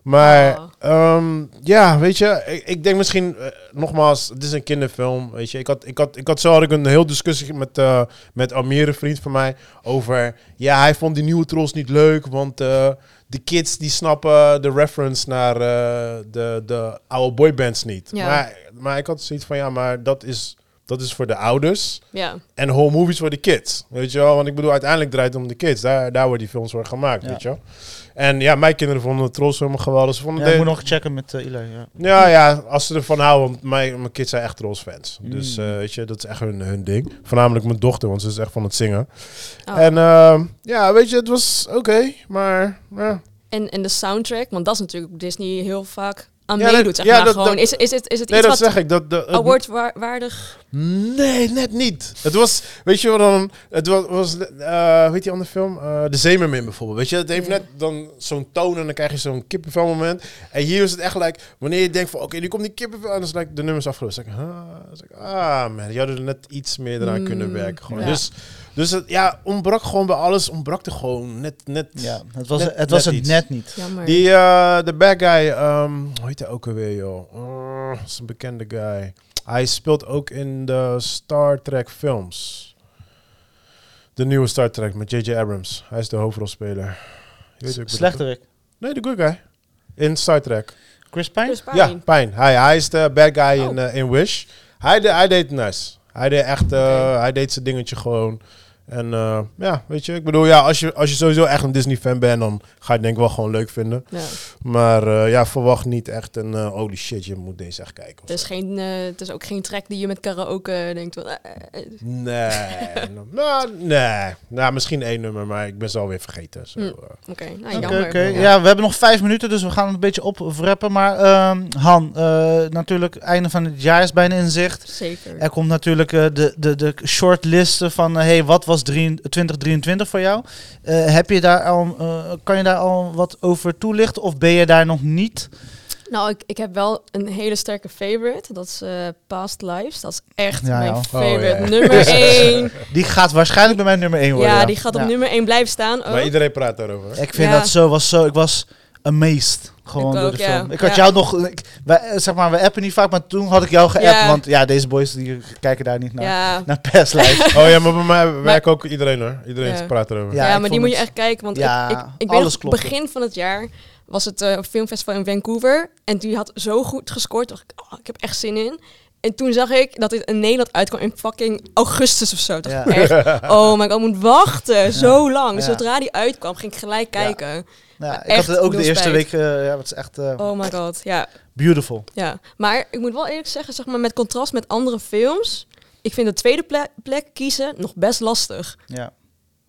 B: Maar
C: Ah.
B: ehm, ja, weet je, ik, ik denk misschien, eh, nogmaals, het is een kinderfilm, weet je. Ik had, ik had, ik had zo had ik een heel discussie met, eh, met Amir, een vriend van mij, over, ja, hij vond die nieuwe trolls niet leuk, want... eh, de kids die snappen de reference naar eh, de, de oude boybands niet.
C: Ja.
B: Maar, maar ik had zoiets van, ja, maar dat is, dat is voor de ouders.
C: Ja.
B: En home movies voor de kids. Weet je wel? Want ik bedoel, uiteindelijk draait het om de kids. Daar, daar worden die films voor gemaakt,
A: Ja.
B: weet je wel? En ja, mijn kinderen vonden het Trolls helemaal geweldig. Ze vonden
A: Ja, ik
B: de-
A: moet nog checken met eh, Eli. Ja.
B: ja, ja, als ze ervan houden. Want mijn, mijn kids zijn echt Trolls-fans.
A: Mm.
B: Dus eh, weet je, dat is echt hun, hun ding. Voornamelijk mijn dochter, want ze is echt van het zingen.
C: Oh.
B: En ehm, ja, weet je, het was oké. maar ja.
C: En, en de soundtrack, want dat is natuurlijk Disney heel vaak aan
B: Ja, dat-
C: meedoet. Zeg
B: ja,
C: maar
B: dat-
C: gewoon.
B: dat-
C: is, is, het, is het
B: nee,
C: iets
B: dat
C: wat
B: zeg ik. Dat, de, het-
C: awardwaardig...
B: Nee, net niet. Het was, weet je wat dan? Het was, was eh, weet je, andere film? Eh, de Zemermin bijvoorbeeld. Weet je, het heeft
C: Ja.
B: net dan zo'n toon en dan krijg je zo'n kippenvel moment. En hier is het echt like, wanneer je denkt van, oké, nu komt die kippenvel en dan is like, de nummers afgelopen. Dan zeg ik, ah, dan zeg ik, ah man, je had er net iets meer eraan
C: Mm,
B: kunnen werken. Gewoon.
C: ja.
B: Dus, dus het, ja, ontbrak gewoon bij alles, ontbrak er gewoon net, net.
A: Ja, het was
B: Net-
A: het, was
B: net
A: het
B: iets.
A: net niet.
C: Jammer.
B: Die, eh, de bad guy, ehm, hoe heet hij ook alweer, joh? Eh, Dat is een bekende guy. Hij speelt ook in de Star Trek films. De nieuwe Star Trek met J.J. Abrams. Hij is de hoofdrolspeler. Je weet wie ik bedoel, toch?
A: Slechterik.
B: Nee, de good guy. In Star Trek.
A: Chris Pine?
C: Dus Pijn.
B: Ja, Pijn. Hij, hij is de bad guy
C: Oh.
B: in, eh, in Wish. Hij, de, hij deed het nice. Hij deed echt, eh,
C: Oké.
B: hij deed zijn dingetje gewoon. En eh, ja, weet je, ik bedoel, ja, als je, als je sowieso echt een Disney-fan bent, dan ga je het denk ik wel gewoon leuk vinden.
C: Ja.
B: Maar eh, ja, verwacht niet echt een eh, holy shit, je moet deze echt kijken. of
C: Het, is
B: zo.
C: geen, eh, het is ook geen track die je met karaoke denkt. Van, eh, eh, eh.
B: Dus- Nee, no- nou, nee. Nou, misschien één nummer, maar ik ben ze alweer vergeten. Zo,
C: Mm.
B: eh.
C: Oké, nou
A: Oké,
C: jammer.
A: oké. ja. we hebben nog vijf minuten, dus we gaan het een beetje opwrappen. Maar ehm, Han, eh, natuurlijk, einde van het jaar is bijna in zicht.
C: Zeker.
A: Er komt natuurlijk eh, de, de, de shortlisten van, eh, hey, wat was 3 2023 voor jou? Eh, heb je daar al, eh, kan je daar al wat over toelichten of ben je daar nog niet?
C: Nou, ik, ik heb wel een hele sterke favorite. Dat is eh, Past Lives. Dat is echt
A: Ja,
C: mijn
A: joh.
C: favorite.
B: Oh, ja.
C: Nummer 1.
A: Die gaat waarschijnlijk bij mij nummer 1 worden.
C: ja, die gaat op
A: Ja.
C: nummer 1 blijven staan. ook.
B: Maar iedereen praat daarover. hè?
A: Ik vind
C: Ja.
A: dat zo, was zo, ik was amazed. Gewoon
C: Ik
A: door
C: ook,
A: de
C: ja.
A: film. Ik had
C: Ja.
A: jou nog, ik, wij, eh, zeg maar, we appen niet vaak, maar toen had ik jou geappt.
C: Ja.
A: Want ja, deze boys die kijken daar niet naar.
C: ja.
A: Naar perslijst.
B: Oh ja, maar bij mij werkt ook iedereen hoor. Iedereen
C: Ja.
B: praat erover.
A: Ja,
C: Ja,
A: ik
C: maar
A: vond
C: die moet je
A: het-
C: echt kijken. Want
A: Ja,
C: ik, ik, ik weet
A: alles
C: nog,
A: klopte.
C: begin van het jaar was het eh, filmfestival in Vancouver. En die had zo goed gescoord. dacht ik, oh, ik heb echt zin in. En toen zag ik dat dit in Nederland uitkwam in fucking augustus of zo. Toen dacht
A: Ja.
C: ik echt, oh my god, ik moet wachten zo lang.
A: Ja.
C: Zodra die uitkwam, ging ik gelijk
A: Ja.
C: kijken.
A: Nou, ik
C: echt
A: had het ook de
C: nul
A: eerste
C: spijt.
A: week, eh, ja, het is echt eh,
C: Oh my god, ja,
A: beautiful.
C: ja. Maar ik moet wel eerlijk zeggen, zeg maar, met contrast met andere films... Ik vind de tweede ple- plek kiezen nog best lastig.
A: Ja.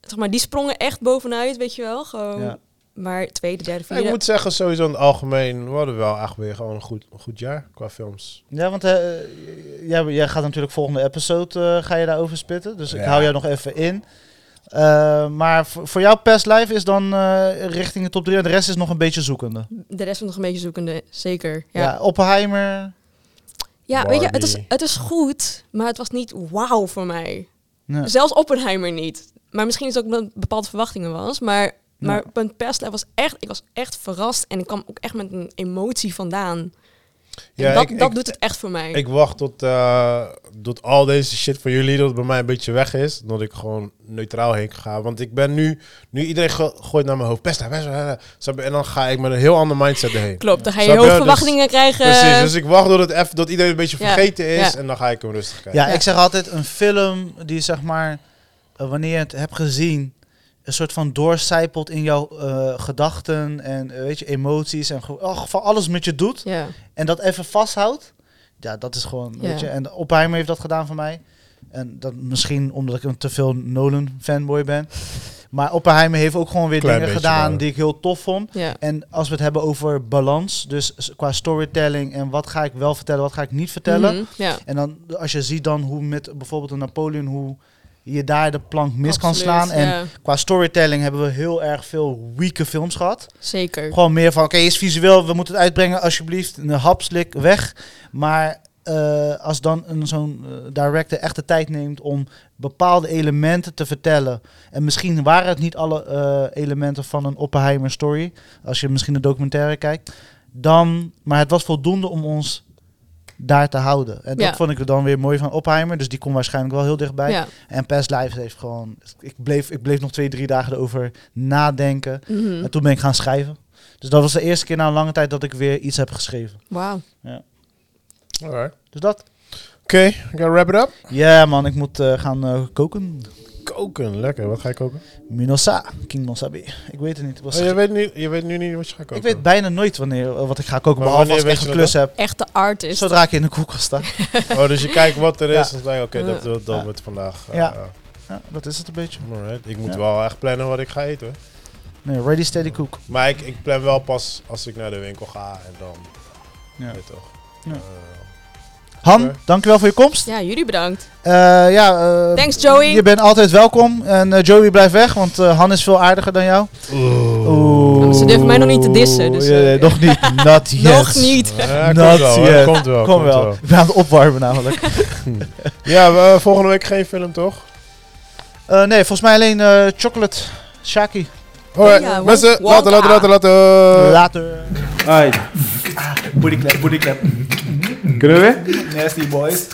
C: Zeg maar, die sprongen echt bovenuit, weet je wel. Gewoon.
A: Ja.
C: Maar tweede, derde,
B: Ja, ik
C: vierde...
B: moet zeggen, sowieso in het algemeen, we hadden wel echt weer gewoon een goed, een goed jaar qua films.
A: Ja, want eh, jij, jij gaat natuurlijk volgende episode eh, ga je daarover spitten. Dus ik
B: Ja.
A: hou jou nog even in. Eh, maar voor, voor jou past live is dan eh, richting de top 3 en de rest is nog een beetje zoekende.
C: De rest was nog een beetje zoekende, zeker.
A: Ja,
C: Ja, ja,
A: Oppenheimer.
C: weet je, het is,
B: Barbie.
C: het is goed, maar het was niet wauw voor mij.
A: Nee.
C: Zelfs Oppenheimer niet. Maar misschien is het ook omdat het bepaalde verwachtingen was. Maar, maar mijn perslijf was echt, ik was echt verrast en ik kwam ook echt met een emotie vandaan. En
B: Ja,
C: dat
B: ik,
C: dat
B: ik,
C: doet het echt voor mij.
B: ik wacht tot, eh, tot al deze shit van jullie, dat het bij mij een beetje weg is. Dat ik gewoon neutraal heen ga. Want ik ben nu, nu iedereen ge- gooit naar mijn hoofd, best, best, En dan ga ik met een heel ander mindset erheen.
C: Klopt, dan ga je
B: Snap
C: heel veel
B: je? Dus-
C: verwachtingen krijgen.
B: Precies, dus ik wacht tot, het even, dat iedereen een beetje
C: Ja,
B: vergeten is
C: ja.
B: en dan ga ik hem rustig kijken.
A: Ja, ik zeg altijd een film die zeg maar, eh, wanneer je het hebt gezien, een soort van doorcijpelt in jouw eh, gedachten en eh, weet je, emoties en ge- oh, van alles met je doet.
C: ja.
A: En dat even vasthoudt. Ja, dat is gewoon, weet
C: Ja.
A: je. En Oppenheimer heeft dat gedaan voor mij. En dat misschien omdat ik een te veel Nolan fanboy ben. Maar Oppenheimer heeft ook gewoon weer
B: Klein
A: dingen
B: beetje
A: gedaan
B: wel.
A: die ik heel tof vond.
C: Ja.
A: En als we het hebben over balans, dus s- qua storytelling en wat ga ik wel vertellen, wat ga ik niet vertellen.
C: Mhm, ja.
A: En dan als je ziet dan hoe met bijvoorbeeld een Napoleon, hoe je daar de plank mis kan
C: Absoluut,
A: slaan. En
C: ja,
A: qua storytelling hebben we heel erg veel weeke films gehad.
C: zeker.
A: Gewoon meer van, oké, is visueel, we moeten het uitbrengen, alsjeblieft. Een hapslik, weg. Maar eh, als dan een zo'n eh, director echt de tijd neemt om bepaalde elementen te vertellen. En misschien waren het niet alle eh, elementen van een Oppenheimer story. Als je misschien de documentaire kijkt. Dan, maar het was voldoende om ons daar te houden. En dat
C: Ja.
A: vond ik er dan weer mooi van Oppenheimer. Dus die komt waarschijnlijk wel heel dichtbij.
C: Ja.
A: En Past Lives heeft gewoon... Ik bleef, ik bleef nog twee, drie dagen erover nadenken.
C: Mhm.
A: En toen ben ik gaan schrijven. Dus dat was de eerste keer na een lange tijd dat ik weer iets heb geschreven.
C: Wauw.
B: Alright.
A: Dus dat.
B: Oké, ik ga wrap it up.
A: Ja man, ik moet eh, gaan eh, koken.
B: Koken, lekker. Wat ga je koken?
A: Minosa, King Monsabi. Ik weet het niet. Ik, was
B: Oh, je, weet nu, je weet nu niet wat je gaat
A: ik
B: koken.
A: weet bijna nooit wanneer, eh, wat ik ga koken,
B: Maar
A: behalve als ik
B: wanneer
A: echt een
B: weet je dat
A: klus heb.
C: Echte artist.
A: Zodra ik in de koelkast sta.
B: Oh, dus je kijkt wat er is.
A: Ja.
B: en Dan denk je, oké, dat, dat, dat
A: Ja.
B: wordt vandaag. eh,
A: Ja. ja, dat is het een beetje.
B: alright. Ik moet
A: Ja.
B: wel echt plannen wat ik ga eten. hoor.
A: Nee, ready, steady, cook.
B: Maar ik, ik plan wel pas als ik naar de winkel ga en dan.
A: Ja.
B: Weet toch.
A: Ja.
B: Eh,
A: Han,
B: Oké.
A: dankjewel voor je komst.
C: Ja, jullie bedankt.
A: Eh, ja, eh,
C: Thanks, Joey.
A: Je bent altijd welkom. En eh, Joey, blijf weg, want eh, Han is veel aardiger dan jou.
C: Oh, ze durven mij nog niet te dissen, dus,
A: Ja,
C: eh,
A: nee, nog niet. Not yet.
C: Nog niet.
B: eh, komt
A: Not
B: wel, hoor.
A: yet.
B: Komt wel.
A: Kom wel. Ik ben aan het opwarmen namelijk.
B: Ja, we- eh, volgende week geen film toch?
A: Eh, nee, volgens mij alleen eh, chocolate. Shaki.
B: Alright,
C: Ja, Wonka.
B: mensen, later, later, later, later.
A: Later.
D: Alright,
E: Booty clap, booty clap.
D: kunnen we weer?
E: Nasty boys.